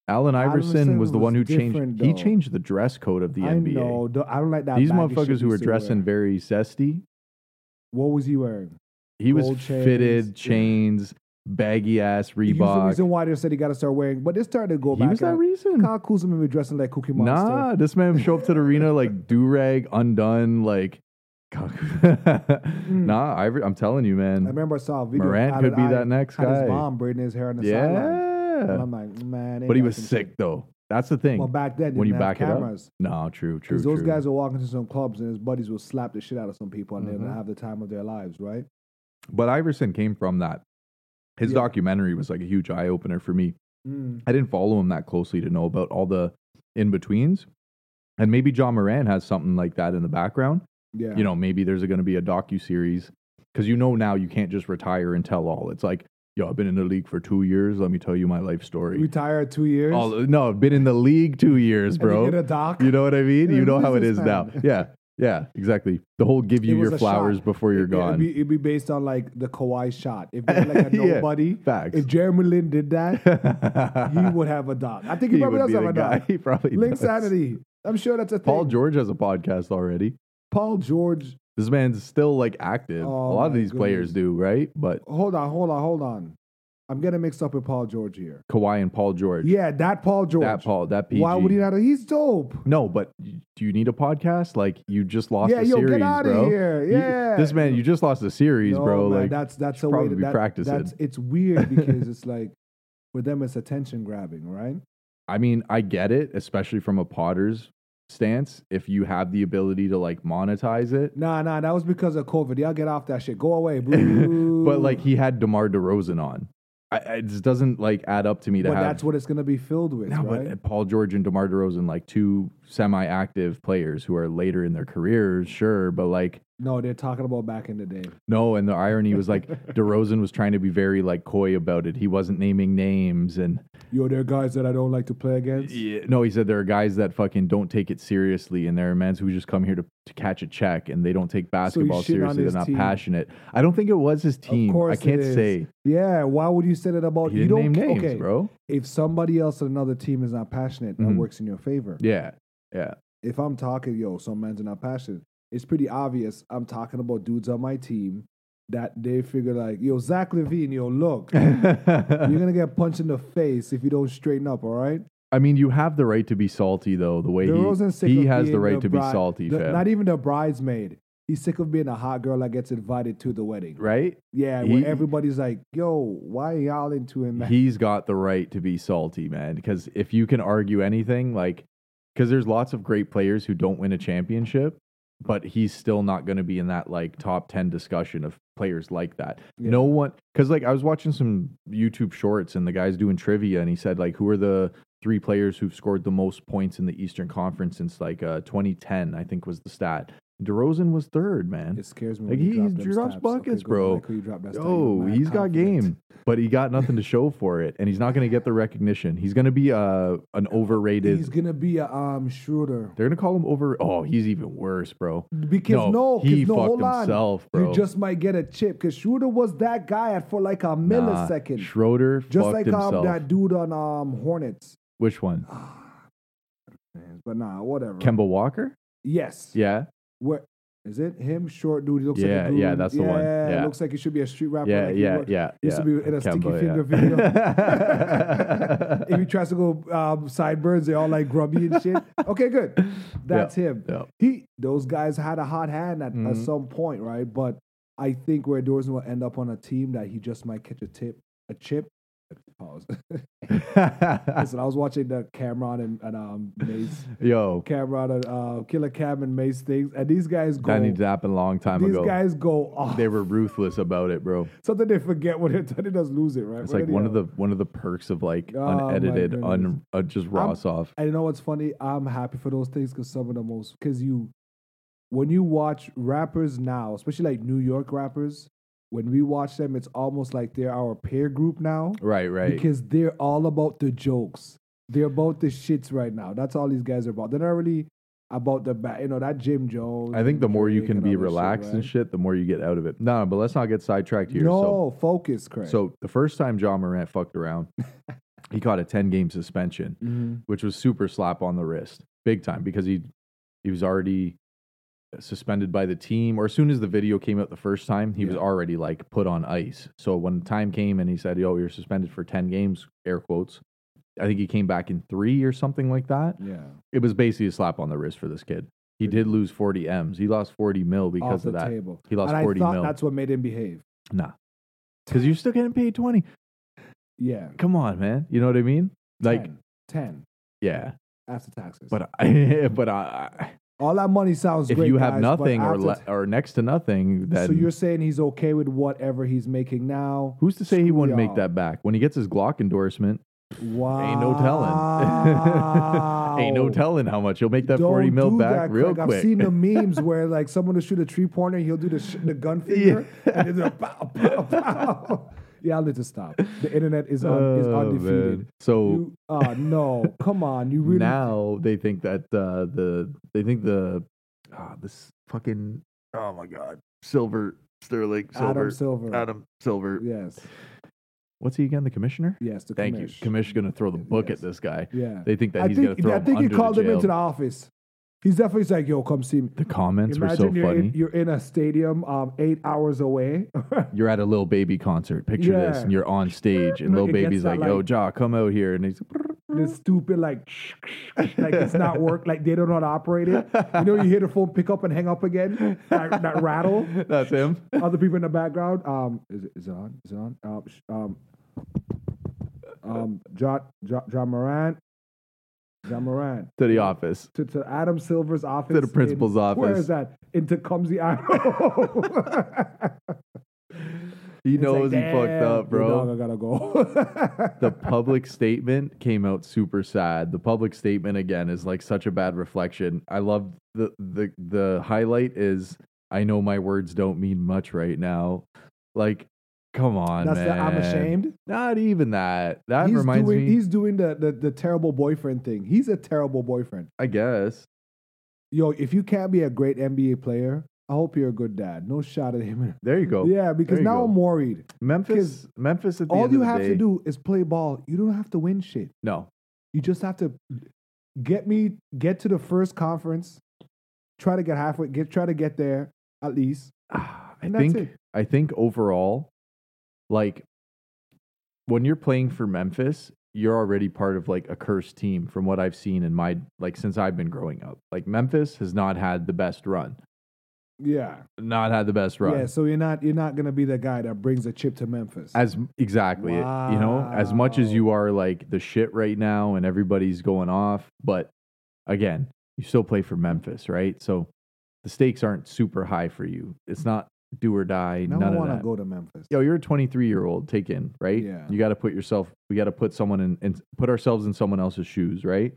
Speaker 1: Allen Iverson was
Speaker 2: Iverson
Speaker 1: the one who
Speaker 2: was
Speaker 1: changed.
Speaker 2: different,
Speaker 1: He
Speaker 2: though.
Speaker 1: changed the dress code of the
Speaker 2: I
Speaker 1: NBA.
Speaker 2: know. don't- I don't like that.
Speaker 1: These
Speaker 2: baggy shit
Speaker 1: motherfuckers
Speaker 2: he
Speaker 1: who were
Speaker 2: used to wear.
Speaker 1: dressing very zesty.
Speaker 2: What was he wearing?
Speaker 1: He was
Speaker 2: Gold chains, yeah.
Speaker 1: fitted chains, baggy ass
Speaker 2: He's the
Speaker 1: Reebok.
Speaker 2: reason why they said he got to start wearing. But they started to go
Speaker 1: He
Speaker 2: back.
Speaker 1: was that
Speaker 2: and-
Speaker 1: reason.
Speaker 2: Kyle Kuzma be dressing like Cookie Monster.
Speaker 1: Nah, this man show up to the arena
Speaker 2: *laughs*
Speaker 1: like do rag undone, like. *laughs* nah, Iver- I'm telling you,
Speaker 2: Mm. I
Speaker 1: man.
Speaker 2: remember I saw a video. of
Speaker 1: Morant
Speaker 2: Allen
Speaker 1: could be
Speaker 2: Iverson
Speaker 1: that next
Speaker 2: had
Speaker 1: guy.
Speaker 2: His mom braiding his hair on the sideline. And
Speaker 1: yeah,
Speaker 2: I'm like, man. they
Speaker 1: but he
Speaker 2: got
Speaker 1: was
Speaker 2: some
Speaker 1: sick
Speaker 2: shit.
Speaker 1: though. That's the thing.
Speaker 2: Well, back then,
Speaker 1: When
Speaker 2: when
Speaker 1: you
Speaker 2: you have
Speaker 1: back it up,
Speaker 2: cameras.
Speaker 1: No, true, true.
Speaker 2: Because those
Speaker 1: true.
Speaker 2: guys will walk into some clubs and his buddies will slap the shit out of some people and
Speaker 1: Mhm.
Speaker 2: they'll have the time of their lives, right?
Speaker 1: But Iverson came from that. His
Speaker 2: Yeah.
Speaker 1: documentary was like a huge eye opener for me.
Speaker 2: Mm.
Speaker 1: I didn't follow him that closely to know about all the in betweens. And maybe John Moran has something like that in the background.
Speaker 2: Yeah.
Speaker 1: You know, maybe there's going to be a docu series because you know now you can't just retire and tell all. It's like, yo, I've been in the league for two years. Let me tell you my life story.
Speaker 2: retire at two years.
Speaker 1: All, no, I've been in the league two
Speaker 2: *laughs*
Speaker 1: years,
Speaker 2: and you
Speaker 1: bro.
Speaker 2: get a doc.
Speaker 1: You know what I mean?
Speaker 2: You're
Speaker 1: You
Speaker 2: a
Speaker 1: know how it is now.
Speaker 2: businessman.
Speaker 1: Yeah, yeah, exactly. The whole give you
Speaker 2: It was
Speaker 1: your
Speaker 2: a shot.
Speaker 1: flowers before you're
Speaker 2: It-
Speaker 1: gone.
Speaker 2: It'd be, it'd be based on like the Kawhi shot.
Speaker 1: *laughs*
Speaker 2: If it was like a
Speaker 1: Yeah.
Speaker 2: nobody,
Speaker 1: Facts. *laughs*
Speaker 2: if Jeremy Lin did that, he
Speaker 1: he
Speaker 2: would have a doc. I think he, probably
Speaker 1: would
Speaker 2: does
Speaker 1: be
Speaker 2: have
Speaker 1: the
Speaker 2: a
Speaker 1: guy. *laughs*
Speaker 2: doc.
Speaker 1: He probably
Speaker 2: Link
Speaker 1: does.
Speaker 2: Sanity. I'm sure that's a
Speaker 1: Paul
Speaker 2: thing.
Speaker 1: George has a podcast already.
Speaker 2: Paul George.
Speaker 1: This man's still like active. a
Speaker 2: Oh
Speaker 1: lot of
Speaker 2: my
Speaker 1: these players
Speaker 2: goodness.
Speaker 1: do, right? But
Speaker 2: Hold on, hold on, hold on. I'm getting mixed up with Paul George here.
Speaker 1: Kawhi and Paul George.
Speaker 2: Yeah, that Paul George.
Speaker 1: that Paul, that PG.
Speaker 2: Why would he not? He's dope.
Speaker 1: No, but y- do you need a podcast? Like you just lost
Speaker 2: yeah,
Speaker 1: a
Speaker 2: yo,
Speaker 1: series,
Speaker 2: get out
Speaker 1: bro.
Speaker 2: of here.
Speaker 1: You-
Speaker 2: Yeah,
Speaker 1: this man, you just lost a series,
Speaker 2: No,
Speaker 1: bro.
Speaker 2: man,
Speaker 1: like
Speaker 2: that's that's
Speaker 1: should
Speaker 2: a way
Speaker 1: probably
Speaker 2: to
Speaker 1: be
Speaker 2: that,
Speaker 1: practicing.
Speaker 2: That's
Speaker 1: *laughs*
Speaker 2: it's weird because it's like for them it's attention grabbing, right?
Speaker 1: I mean, I get it, especially from a Potter's stance. If you have the ability to like monetize it,
Speaker 2: Nah, nah, that was because of COVID. Y'all get off that shit. Go
Speaker 1: *laughs*
Speaker 2: away.
Speaker 1: but
Speaker 2: boo.
Speaker 1: like he had DeMar DeRozan on. I, I- it just doesn't like add up to me to
Speaker 2: but
Speaker 1: have.
Speaker 2: that's what it's gonna be filled with,
Speaker 1: No,
Speaker 2: right?
Speaker 1: but Paul George and DeMar DeRozan, like two semi-active players who are later in their careers, sure, but like
Speaker 2: No, they're talking about back in the day.
Speaker 1: No, and the irony was
Speaker 2: *laughs*
Speaker 1: like DeRozan was trying to be very like coy about it. He wasn't naming names, and
Speaker 2: Yo, there are guys that I don't like to play against.
Speaker 1: Yeah, no, he said there are guys that fucking don't take it seriously, and there are men who just come here to, to catch a check, and they don't take basketball
Speaker 2: shitting
Speaker 1: seriously.
Speaker 2: on
Speaker 1: They're
Speaker 2: his
Speaker 1: not
Speaker 2: team.
Speaker 1: passionate. I don't think it was his team.
Speaker 2: course
Speaker 1: I
Speaker 2: it
Speaker 1: can't
Speaker 2: is.
Speaker 1: say
Speaker 2: Yeah, why would you say that about
Speaker 1: he
Speaker 2: you?
Speaker 1: didn't
Speaker 2: Don't
Speaker 1: name
Speaker 2: ca-
Speaker 1: names,
Speaker 2: okay.
Speaker 1: bro.
Speaker 2: If somebody else on another team is not passionate, that
Speaker 1: Mhm.
Speaker 2: works in your favor.
Speaker 1: Yeah, yeah,
Speaker 2: If I'm talking, yo, some men's are not passionate. It's pretty obvious. I'm talking about dudes on my team that they figure like, yo, Zach Levine,
Speaker 1: *laughs*
Speaker 2: yo, look, you're gonna get punched in the face if you don't straighten up. All right.
Speaker 1: I mean, you have the right to be salty though. The way
Speaker 2: DeRozan's
Speaker 1: he
Speaker 2: sick
Speaker 1: he
Speaker 2: of
Speaker 1: has the
Speaker 2: being
Speaker 1: right
Speaker 2: the
Speaker 1: to be
Speaker 2: bride-
Speaker 1: salty,
Speaker 2: the-
Speaker 1: fam.
Speaker 2: not even the bridesmaid. He's sick of being a hot girl that gets invited to the wedding.
Speaker 1: right?
Speaker 2: Yeah,
Speaker 1: He-
Speaker 2: where everybody's like, yo, why y'all into him? man?"
Speaker 1: He's got the right to be salty, man. Because if you can argue anything, like, because there's lots of great players who don't win a championship, but he's still not going to be in that like top 10 discussion of players like that.
Speaker 2: Yeah.
Speaker 1: No one, because like I was watching some YouTube shorts and the guy's doing trivia and he said, like, who are the three players who've scored the most points in the Eastern Conference since like uh, 2010, I think was the stat. DeRozan was third, man.
Speaker 2: It scares me.
Speaker 1: Like,
Speaker 2: when you
Speaker 1: he
Speaker 2: drop them
Speaker 1: drops
Speaker 2: stats.
Speaker 1: buckets,
Speaker 2: Okay, go
Speaker 1: bro.
Speaker 2: back where you drop that stat,
Speaker 1: Oh,
Speaker 2: you're mad
Speaker 1: he's got
Speaker 2: confident.
Speaker 1: game, but he got nothing to show for it, and he's not going to get the recognition. He's going to be uh, an overrated.
Speaker 2: He's gonna be a um Schroeder
Speaker 1: they're going to call him over. Oh, he's even worse, bro.
Speaker 2: because no,
Speaker 1: he
Speaker 2: because no,
Speaker 1: fucked
Speaker 2: hold on.
Speaker 1: himself, bro.
Speaker 2: You just might get a chip because Schroeder was that guy at for like a
Speaker 1: Nah,
Speaker 2: millisecond,
Speaker 1: Schroeder
Speaker 2: just
Speaker 1: fucked
Speaker 2: like
Speaker 1: himself.
Speaker 2: um that dude on um Hornets. Ah,
Speaker 1: Which one?
Speaker 2: But nah, whatever.
Speaker 1: Kemba Walker?
Speaker 2: yes.
Speaker 1: Yeah,
Speaker 2: Where is it? Him, short dude. He looks like
Speaker 1: Yeah,
Speaker 2: a dude.
Speaker 1: yeah, that's the one. Yeah.
Speaker 2: looks like he should be a street rapper.
Speaker 1: yeah,
Speaker 2: like he
Speaker 1: yeah,
Speaker 2: was.
Speaker 1: yeah.
Speaker 2: used
Speaker 1: yeah.
Speaker 2: to be in a sticky finger
Speaker 1: yeah. *laughs*
Speaker 2: If he tries to go um, sideburns, they all like grubby and shit. Okay, good. That's him.
Speaker 1: Yeah.
Speaker 2: He, those guys had a hot hand at, at
Speaker 1: Mhm.
Speaker 2: some point, right? But I think where Dorsey will end up on a team that he just might catch a tip, a chip. Pause. *laughs* Listen, I was watching the Cameron and, and um
Speaker 1: *laughs*
Speaker 2: Mace,
Speaker 1: Yo,
Speaker 2: Cameron and uh, Killer Cam and Mace things, and these guys go.
Speaker 1: that needs to happen a long time
Speaker 2: these
Speaker 1: ago.
Speaker 2: guys go off.
Speaker 1: they were ruthless about it, bro.
Speaker 2: *laughs* Something they forget when they're done. It *laughs* does lose it, right?
Speaker 1: It's
Speaker 2: What
Speaker 1: like
Speaker 2: did he uh,
Speaker 1: one of
Speaker 2: have?
Speaker 1: the one of the perks of like
Speaker 2: Oh, my
Speaker 1: unedited, un uh, just raw
Speaker 2: I'm-
Speaker 1: soft.
Speaker 2: And you know what's funny? I'm happy for those things because some of the most because you when you watch rappers now, especially like New York rappers, when we watch them, it's almost like they're our peer group now
Speaker 1: Right, right.
Speaker 2: because they're all about the jokes. They're about the shits right now. That's all these guys are about. They're not really about the ba- you know that Jim Jones.
Speaker 1: I think the
Speaker 2: and
Speaker 1: more you
Speaker 2: Drake
Speaker 1: can
Speaker 2: and
Speaker 1: be
Speaker 2: all that shit,
Speaker 1: relaxed and
Speaker 2: right?
Speaker 1: shit, the more you get out of it. No, but let's not get sidetracked here.
Speaker 2: No, focus,
Speaker 1: So,
Speaker 2: Craig.
Speaker 1: so the first time John Morant fucked
Speaker 2: *laughs*
Speaker 1: around, he caught a ten game suspension,
Speaker 2: Mhm.
Speaker 1: which was super slap on the wrist, big time, because he he was already suspended by the team. Or as soon as the video came out the first time, he was
Speaker 2: Yeah.
Speaker 1: already like put on ice. So when the time came and he said, "Yo, you're suspended for ten games," air quotes. I think he came back in three or something like that.
Speaker 2: yeah,
Speaker 1: it was basically a slap on the wrist for this kid. He
Speaker 2: Good.
Speaker 1: did lose 40 M's. He lost 40 mil
Speaker 2: off
Speaker 1: because
Speaker 2: the
Speaker 1: of that.
Speaker 2: table.
Speaker 1: He lost
Speaker 2: and I
Speaker 1: 40
Speaker 2: thought
Speaker 1: mil.
Speaker 2: that's what made him behave.
Speaker 1: Nah. Because you're still getting paid 20.
Speaker 2: Yeah,
Speaker 1: Come on, man. You know what I mean? Like,
Speaker 2: 10, ten
Speaker 1: yeah.
Speaker 2: after taxes.
Speaker 1: But I, *laughs* but I,
Speaker 2: All that money sounds
Speaker 1: if
Speaker 2: great.
Speaker 1: you have
Speaker 2: guys, but
Speaker 1: nothing or, le-
Speaker 2: after-
Speaker 1: or next to nothing, then
Speaker 2: so you're saying he's okay with whatever he's making now?
Speaker 1: who's to say he
Speaker 2: Screw
Speaker 1: wouldn't
Speaker 2: y'all.
Speaker 1: make that back? When he gets his Glock endorsement, *laughs*
Speaker 2: Wow,
Speaker 1: ain't no telling. ain't no telling how much. He'll make that 40
Speaker 2: Don't
Speaker 1: mil
Speaker 2: do
Speaker 1: back
Speaker 2: that,
Speaker 1: real
Speaker 2: Craig.
Speaker 1: quick.
Speaker 2: I've
Speaker 1: *laughs*
Speaker 2: seen the memes where like someone will shoot a three pointer, he'll do the sh- the gun finger, and then they'll pow pow pow. Yeah, I'll need to stop. The internet is un- is
Speaker 1: Oh,
Speaker 2: undefeated.
Speaker 1: man. So
Speaker 2: You, oh no, come on, you really
Speaker 1: now they think that uh, the they think the ah, this fucking oh my god silver Sterling silver
Speaker 2: Adam
Speaker 1: Adam,
Speaker 2: Silver.
Speaker 1: Silver
Speaker 2: Yes,
Speaker 1: what's he again the commissioner
Speaker 2: yes. The
Speaker 1: thank you
Speaker 2: commish.
Speaker 1: commissioner's gonna throw the book
Speaker 2: Yes.
Speaker 1: at this guy
Speaker 2: Yeah,
Speaker 1: they think that
Speaker 2: I
Speaker 1: he's
Speaker 2: think
Speaker 1: gonna throw
Speaker 2: I
Speaker 1: him
Speaker 2: think he
Speaker 1: under
Speaker 2: called
Speaker 1: the
Speaker 2: him into the
Speaker 1: jail.
Speaker 2: office. He's definitely he's like, yo, come see me.
Speaker 1: the comments were so
Speaker 2: you're,
Speaker 1: funny
Speaker 2: In, you're in a stadium um, eight hours away. *laughs*
Speaker 1: you're at a little baby concert picture this
Speaker 2: Yeah.
Speaker 1: and you're on stage and
Speaker 2: No,
Speaker 1: little
Speaker 2: it gets
Speaker 1: baby's
Speaker 2: that,
Speaker 1: like yo
Speaker 2: like-
Speaker 1: Ja come out here and he's
Speaker 2: this stupid, like, *laughs* like it's not work. Like they don't know how to operate it. You know, you hear the phone pick up and hang up again. That, that rattle.
Speaker 1: *laughs* that's him
Speaker 2: Other people in the background. Um, is it, is it on? Is it on? Um, sh- um, um, John, John, John Moran, John Moran.
Speaker 1: to the office
Speaker 2: To, to Adam Silver's office.
Speaker 1: the principal's
Speaker 2: in- Where
Speaker 1: office.
Speaker 2: is that? In
Speaker 1: *laughs*
Speaker 2: Tecumseh, Idaho.
Speaker 1: he
Speaker 2: It's like,
Speaker 1: knows he fucked
Speaker 2: "Damn,
Speaker 1: up bro
Speaker 2: Dog, I gotta go. *laughs*
Speaker 1: the public statement came out super sad. The public statement again is like such a bad reflection. I love the the the highlight is I know my words don't mean much right now. Like, come on,
Speaker 2: That's the
Speaker 1: man.
Speaker 2: I'm ashamed.
Speaker 1: Not even that. That
Speaker 2: he's
Speaker 1: reminds
Speaker 2: doing,
Speaker 1: me.
Speaker 2: He's doing the, the the terrible boyfriend thing. He's a terrible boyfriend.
Speaker 1: I guess.
Speaker 2: Yo, if you can't be a great NBA player, I hope you're a good dad. No shot at him.
Speaker 1: There you go.
Speaker 2: Yeah,
Speaker 1: Oh, There
Speaker 2: because
Speaker 1: you
Speaker 2: now
Speaker 1: go.
Speaker 2: I'm worried.
Speaker 1: Memphis. Memphis. At the
Speaker 2: All
Speaker 1: end
Speaker 2: you
Speaker 1: of the
Speaker 2: have to
Speaker 1: day-
Speaker 2: do is play ball. You don't have to win shit.
Speaker 1: No,
Speaker 2: You just have to get me get to the first conference. Try to get halfway. Get try to get there at least.
Speaker 1: Ah, I
Speaker 2: And that's
Speaker 1: think
Speaker 2: it.
Speaker 1: I think overall, like when you're playing for Memphis, you're already part of like a cursed team from what I've seen in my like since I've been growing up. Like Memphis has not had the best run.
Speaker 2: Yeah.
Speaker 1: Not had the best run.
Speaker 2: Yeah. So you're not you're not gonna be the guy that brings a chip to Memphis.
Speaker 1: As exactly, you know, as much as
Speaker 2: Wow.
Speaker 1: you are like the shit right now and everybody's going off, but again, you still play for Memphis, right? So the stakes aren't super high for you. It's not do or die.
Speaker 2: Now I
Speaker 1: none of
Speaker 2: want
Speaker 1: that.
Speaker 2: to go to Memphis.
Speaker 1: yo, you're a 23 year old, take in, right?
Speaker 2: Yeah.
Speaker 1: You got to put yourself, we got to put someone in and put ourselves in someone else's shoes, right?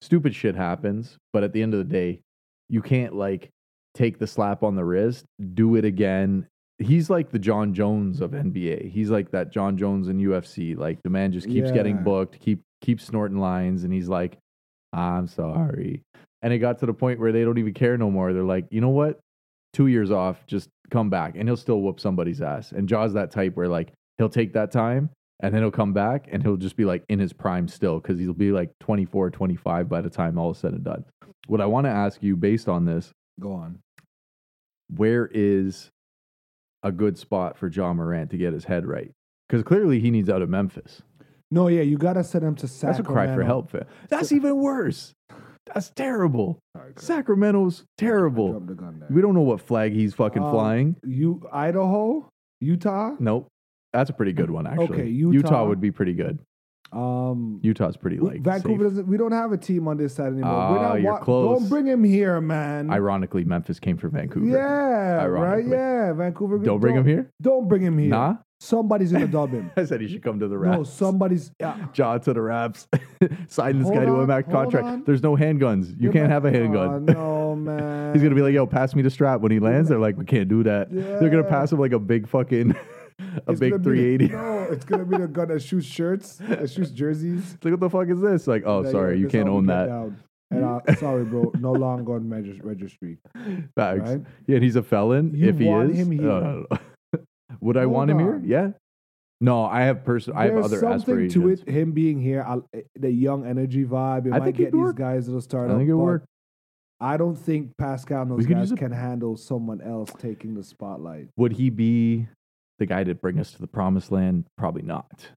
Speaker 1: Stupid shit happens, but at the end of the day, you can't like take the slap on the wrist, do it again. He's like the John Jones of NBA. He's like that John Jones in UFC. Like the man just keeps getting
Speaker 2: Yeah.
Speaker 1: booked, keep keep snorting lines, and he's like, "I'm sorry." And it got to the point where they don't even care no more. They're like, "You know what? two years off, just come back, and he'll still whoop somebody's ass. And Jaw's that type where like he'll take that time and then he'll come back and he'll just be like in his prime still because he'll be like 24, 25 by the time all is said and done. What I want to ask you based on this,
Speaker 2: Go on.
Speaker 1: where is a good spot for John Morant to get his head right? Because clearly he needs out of Memphis.
Speaker 2: No, yeah, you gotta send him to
Speaker 1: That's a
Speaker 2: Sacramento.
Speaker 1: cry for help. Fa- That's even worse. That's terrible. Sacramento's terrible.
Speaker 2: Drop the gun there.
Speaker 1: We don't know what flag he's fucking
Speaker 2: Um,
Speaker 1: flying.
Speaker 2: You Idaho, Utah.
Speaker 1: Nope. That's a pretty good one, actually.
Speaker 2: Okay,
Speaker 1: Utah.
Speaker 2: Utah.
Speaker 1: would be pretty good.
Speaker 2: Um,
Speaker 1: Utah's pretty
Speaker 2: we-
Speaker 1: like
Speaker 2: Vancouver
Speaker 1: safe.
Speaker 2: doesn't. We don't have a team on this side anymore. We're
Speaker 1: Ah,
Speaker 2: not
Speaker 1: you're
Speaker 2: wa-
Speaker 1: close.
Speaker 2: Don't bring him here, man.
Speaker 1: Ironically, Memphis came from Vancouver.
Speaker 2: Yeah, right.
Speaker 1: Ironically.
Speaker 2: Yeah, Vancouver.
Speaker 1: Don't bring him here.
Speaker 2: Don't bring him here.
Speaker 1: Nah.
Speaker 2: Somebody's gonna
Speaker 1: *laughs*
Speaker 2: dub him.
Speaker 1: I said he should come to the Raps.
Speaker 2: no, somebody's. Yeah.
Speaker 1: Jaw to the Raps. *laughs* Sign this
Speaker 2: Hold
Speaker 1: guy to a
Speaker 2: on,
Speaker 1: max
Speaker 2: hold
Speaker 1: contract.
Speaker 2: on.
Speaker 1: There's no handguns. You
Speaker 2: You're
Speaker 1: can't
Speaker 2: not-
Speaker 1: have a handgun.
Speaker 2: Aw, no, man.
Speaker 1: He's gonna be like, "Yo, pass me the strap." When he lands, they're like, "We can't do that." They're gonna
Speaker 2: Yeah.
Speaker 1: pass him like a big fucking, *laughs* a
Speaker 2: It's gonna
Speaker 1: big
Speaker 2: be the-
Speaker 1: 380. *laughs*
Speaker 2: No, it's gonna be the gun that shoots shirts, that shoots jerseys.
Speaker 1: It's like, what the fuck is this? Like, oh,
Speaker 2: Yeah,
Speaker 1: sorry,
Speaker 2: yeah,
Speaker 1: you
Speaker 2: that's
Speaker 1: can't
Speaker 2: how we
Speaker 1: own
Speaker 2: get
Speaker 1: that.
Speaker 2: down.
Speaker 1: *laughs*
Speaker 2: And uh, sorry, bro, no longer on regis- registry.
Speaker 1: Facts.
Speaker 2: Right?
Speaker 1: Yeah, and he's a felon.
Speaker 2: You
Speaker 1: if he
Speaker 2: want
Speaker 1: is,
Speaker 2: him here.
Speaker 1: No, no, no. *laughs* would I
Speaker 2: Hold
Speaker 1: want him here?
Speaker 2: on.
Speaker 1: Yeah. No, I have person. I have
Speaker 2: There's
Speaker 1: other
Speaker 2: something
Speaker 1: aspirations.
Speaker 2: to it. Him being here, I'll, eh, the young energy vibe. It
Speaker 1: I
Speaker 2: might
Speaker 1: think
Speaker 2: get
Speaker 1: it'd
Speaker 2: these
Speaker 1: work.
Speaker 2: guys that'll start.
Speaker 1: I think
Speaker 2: up,
Speaker 1: it
Speaker 2: but
Speaker 1: work.
Speaker 2: I don't think Pascal and
Speaker 1: We
Speaker 2: those
Speaker 1: could
Speaker 2: guys
Speaker 1: use a-
Speaker 2: can handle someone else taking the spotlight.
Speaker 1: Would he be the guy to bring us to the promised land? Probably not.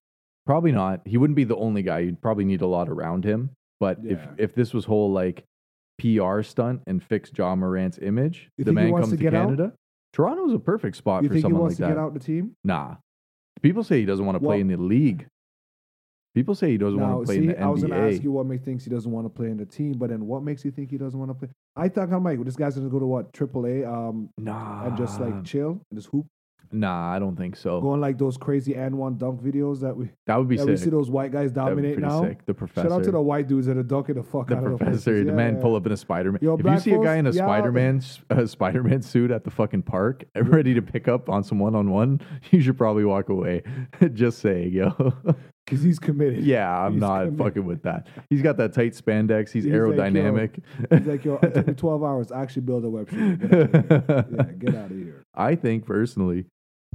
Speaker 1: Probably not. He wouldn't be the only guy. You'd probably need a lot around him. But
Speaker 2: Yeah.
Speaker 1: if if this was whole like PR stunt and fix John Morant's image,
Speaker 2: You
Speaker 1: the
Speaker 2: think he
Speaker 1: man
Speaker 2: wants
Speaker 1: comes
Speaker 2: to
Speaker 1: to,
Speaker 2: get out?
Speaker 1: Canada. Toronto's a perfect spot
Speaker 2: you
Speaker 1: for
Speaker 2: think he
Speaker 1: someone
Speaker 2: wants
Speaker 1: like that.
Speaker 2: to get out the team?
Speaker 1: Nah. People say he doesn't want to
Speaker 2: Well-
Speaker 1: play in the league. People say he doesn't want
Speaker 2: Now,
Speaker 1: to play in
Speaker 2: see,
Speaker 1: the NBA.
Speaker 2: I was going to ask you what makes thinks he doesn't want to play in the team, but then what makes you think he doesn't want to play? I thought I'm like, this guy's going to go to what AAA um,
Speaker 1: Nah,
Speaker 2: and just like chill and just hoop,
Speaker 1: nah, I don't think so.
Speaker 2: going like those crazy and one dunk videos that we
Speaker 1: that would be
Speaker 2: that
Speaker 1: sick.
Speaker 2: we see those white guys
Speaker 1: that would be
Speaker 2: dominate
Speaker 1: pretty
Speaker 2: now.
Speaker 1: sick. The professor,
Speaker 2: Shout out to the white dudes that are dunking the fuck
Speaker 1: the
Speaker 2: out of the
Speaker 1: professor,
Speaker 2: places.
Speaker 1: the
Speaker 2: Yeah,
Speaker 1: man
Speaker 2: yeah.
Speaker 1: pull up in a Spider Man.
Speaker 2: Yo,
Speaker 1: If you
Speaker 2: Black
Speaker 1: see a guy
Speaker 2: folks,
Speaker 1: in a
Speaker 2: yeah.
Speaker 1: Spider Man *laughs* uh, Spider Man suit at the fucking park, *laughs* ready to pick up on some one on one, *laughs* you should probably walk away. *laughs* just saying, yo, *laughs*
Speaker 2: because he's committed.
Speaker 1: yeah, I'm
Speaker 2: He's
Speaker 1: not
Speaker 2: coming.
Speaker 1: fucking with that. He's got that tight spandex. He's,
Speaker 2: *laughs* He's like, yo,
Speaker 1: aerodynamic.
Speaker 2: He's like, yo, it
Speaker 1: *laughs*
Speaker 2: took me 12 hours to actually build a web stream. Get out of here. Yeah, get
Speaker 1: *laughs*
Speaker 2: out of here.
Speaker 1: I think personally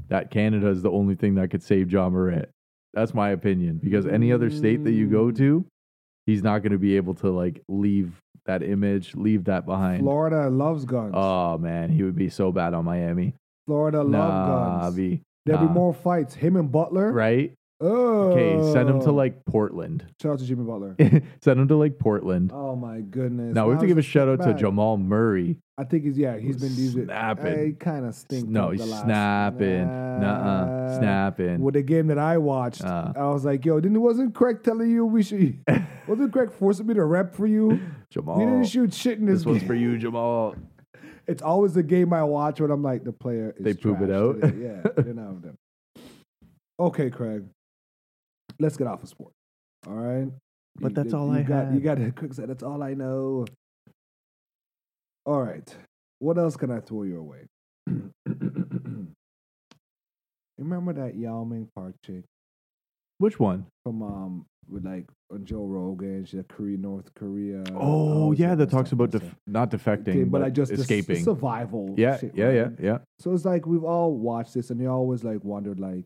Speaker 1: that Canada is the only thing that could save John Morant. That's my opinion because any other state that you go
Speaker 2: Mm.
Speaker 1: to, he's not going to be able to like leave that image, leave that behind.
Speaker 2: Florida loves guns.
Speaker 1: Oh man, he would be so bad on Miami.
Speaker 2: Florida
Speaker 1: nah,
Speaker 2: love guns.
Speaker 1: be-
Speaker 2: There'll
Speaker 1: nah.
Speaker 2: be more fights. Him and Butler.
Speaker 1: right?
Speaker 2: Oh.
Speaker 1: Okay, send him to like Portland. *laughs*
Speaker 2: Shout out to Jimmy Butler.
Speaker 1: send him to like Portland.
Speaker 2: Oh my goodness.
Speaker 1: now we have to
Speaker 2: How's-
Speaker 1: give a shout out to
Speaker 2: back.
Speaker 1: Jamal Murray.
Speaker 2: I think he's yeah. He's been using.
Speaker 1: Snapping.
Speaker 2: He kind of stinks.
Speaker 1: No, he's snapping. Nuh-uh. Snapping.
Speaker 2: With the game that I watched,
Speaker 1: Uh.
Speaker 2: I was like, "Yo, didn't wasn't Craig telling you
Speaker 1: *laughs*
Speaker 2: we should? wasn't Craig forcing me to rep for you?
Speaker 1: Jamal.
Speaker 2: We didn't shoot shit in this,
Speaker 1: Oh. this one's
Speaker 2: game.
Speaker 1: for you, Jamal.
Speaker 2: It's always the game I watch when I'm like, the player is
Speaker 1: They poop it
Speaker 2: trash
Speaker 1: out.
Speaker 2: today. Yeah, they're
Speaker 1: *laughs*
Speaker 2: not with them. Okay, Craig. Let's get off of sport. All right.
Speaker 1: But
Speaker 2: You-
Speaker 1: that's
Speaker 2: you
Speaker 1: all I
Speaker 2: got, You
Speaker 1: had.
Speaker 2: got to quick say, that's all I know. All right. What else can I throw your way? *clears throat* Remember that Yao Ming Park chick
Speaker 1: Which one?
Speaker 2: from um with like on Joe Rogan? She's a Korea, North Korea.
Speaker 1: Oh, yeah, that talks about
Speaker 2: the
Speaker 1: def- not defecting, but,
Speaker 2: but I just the s-
Speaker 1: escaping.
Speaker 2: survival.
Speaker 1: yeah,
Speaker 2: shit,
Speaker 1: yeah, yeah,
Speaker 2: right?
Speaker 1: yeah.
Speaker 2: So it's like we've all watched this and you always like wondered like,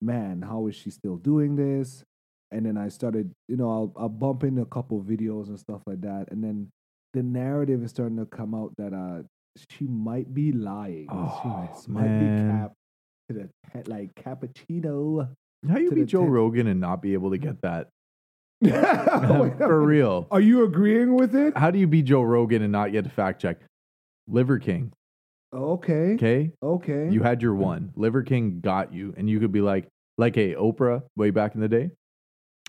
Speaker 2: man, how is she still doing this? And then I started, you know, I'll, I'll bump into a couple videos and stuff like that. And then the narrative is starting to come out that uh she might be lying. she
Speaker 1: Oh,
Speaker 2: might- might
Speaker 1: man.
Speaker 2: be cap to the pet
Speaker 1: *laughs*
Speaker 2: like cappuccino. *laughs*
Speaker 1: How you
Speaker 2: to
Speaker 1: be
Speaker 2: the
Speaker 1: Joe
Speaker 2: tent.
Speaker 1: Rogan and not be able to get
Speaker 2: *laughs*
Speaker 1: that
Speaker 2: Wait,
Speaker 1: for real?
Speaker 2: Are you agreeing with it?
Speaker 1: How do you be Joe Rogan and not get a fact check? Liver King,
Speaker 2: Okay. Okay.
Speaker 1: okay? You had
Speaker 2: Mm-hmm.
Speaker 1: your one. Liver King got you, and you could be like, like a Oprah way back in the day.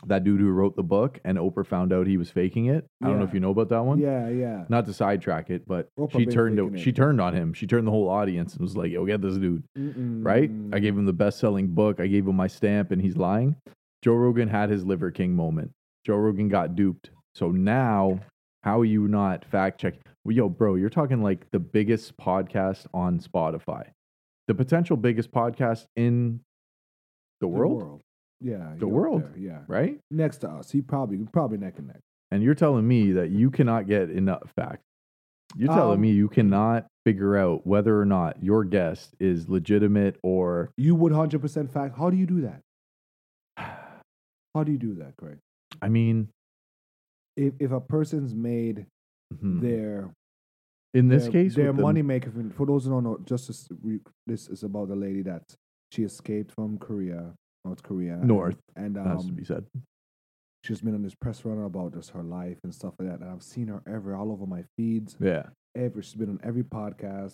Speaker 1: That dude who wrote the book and Oprah found out he was faking it. I don't know
Speaker 2: Yeah.
Speaker 1: if you know about that one.
Speaker 2: yeah, yeah.
Speaker 1: Not to sidetrack it, but
Speaker 2: Oprah
Speaker 1: she
Speaker 2: been
Speaker 1: turned
Speaker 2: faking it.
Speaker 1: she turned on him. She turned the whole audience and was like, "Yo, get this dude."
Speaker 2: Mm-mm.
Speaker 1: right? I gave him the best selling book. I gave him my stamp and he's lying. Joe Rogan had his Liver King moment. Joe Rogan got duped. So now, how are you not fact checking? Well, yo, bro, you're talking like the biggest podcast on Spotify, the potential biggest podcast in the world,
Speaker 2: Yeah.
Speaker 1: The
Speaker 2: you're up
Speaker 1: world.
Speaker 2: there, Yeah.
Speaker 1: right?
Speaker 2: Next to us. He probably probably neck and neck.
Speaker 1: And you're telling me that you cannot get enough facts. You're telling
Speaker 2: Um,
Speaker 1: me you cannot figure out whether or not your guest is legitimate or
Speaker 2: You would hundred percent fact. How do you do that? How do you do that, Craig?
Speaker 1: I mean,
Speaker 2: If if a person's made
Speaker 1: mhm.
Speaker 2: their
Speaker 1: in this
Speaker 2: their,
Speaker 1: case,
Speaker 2: their
Speaker 1: with the-
Speaker 2: money maker for- for those who don't know, just as we, this is about the lady that she escaped from Korea, North Korea, and-
Speaker 1: North.
Speaker 2: and
Speaker 1: That has to
Speaker 2: um,
Speaker 1: be said.
Speaker 2: she's been on this press run about just her life and stuff like that. And I've seen her ever all over my feeds.
Speaker 1: Yeah.
Speaker 2: Ever she's been on every podcast,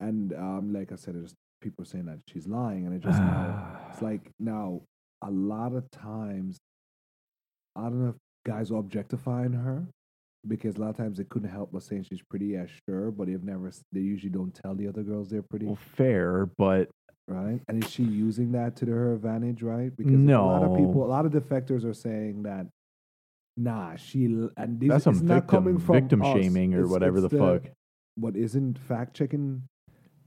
Speaker 2: and um, like I said, there's people saying that she's lying, and it *sighs* just now It's like now a lot of times I don't know if guys are objectifying her because a lot of times they couldn't help but saying she's pretty, yeah, sure, but they've never s- they usually don't tell the other girls they're pretty,
Speaker 1: well, fair, but
Speaker 2: right? And is she using that to her advantage, right? Because a lot of
Speaker 1: No.
Speaker 2: people, a lot of defectors are saying that nah, she l- and these,
Speaker 1: that's some
Speaker 2: it's not coming
Speaker 1: victim
Speaker 2: from
Speaker 1: victim
Speaker 2: us.
Speaker 1: shaming or
Speaker 2: It's-
Speaker 1: whatever
Speaker 2: it's
Speaker 1: the fuck.
Speaker 2: What isn't fact checking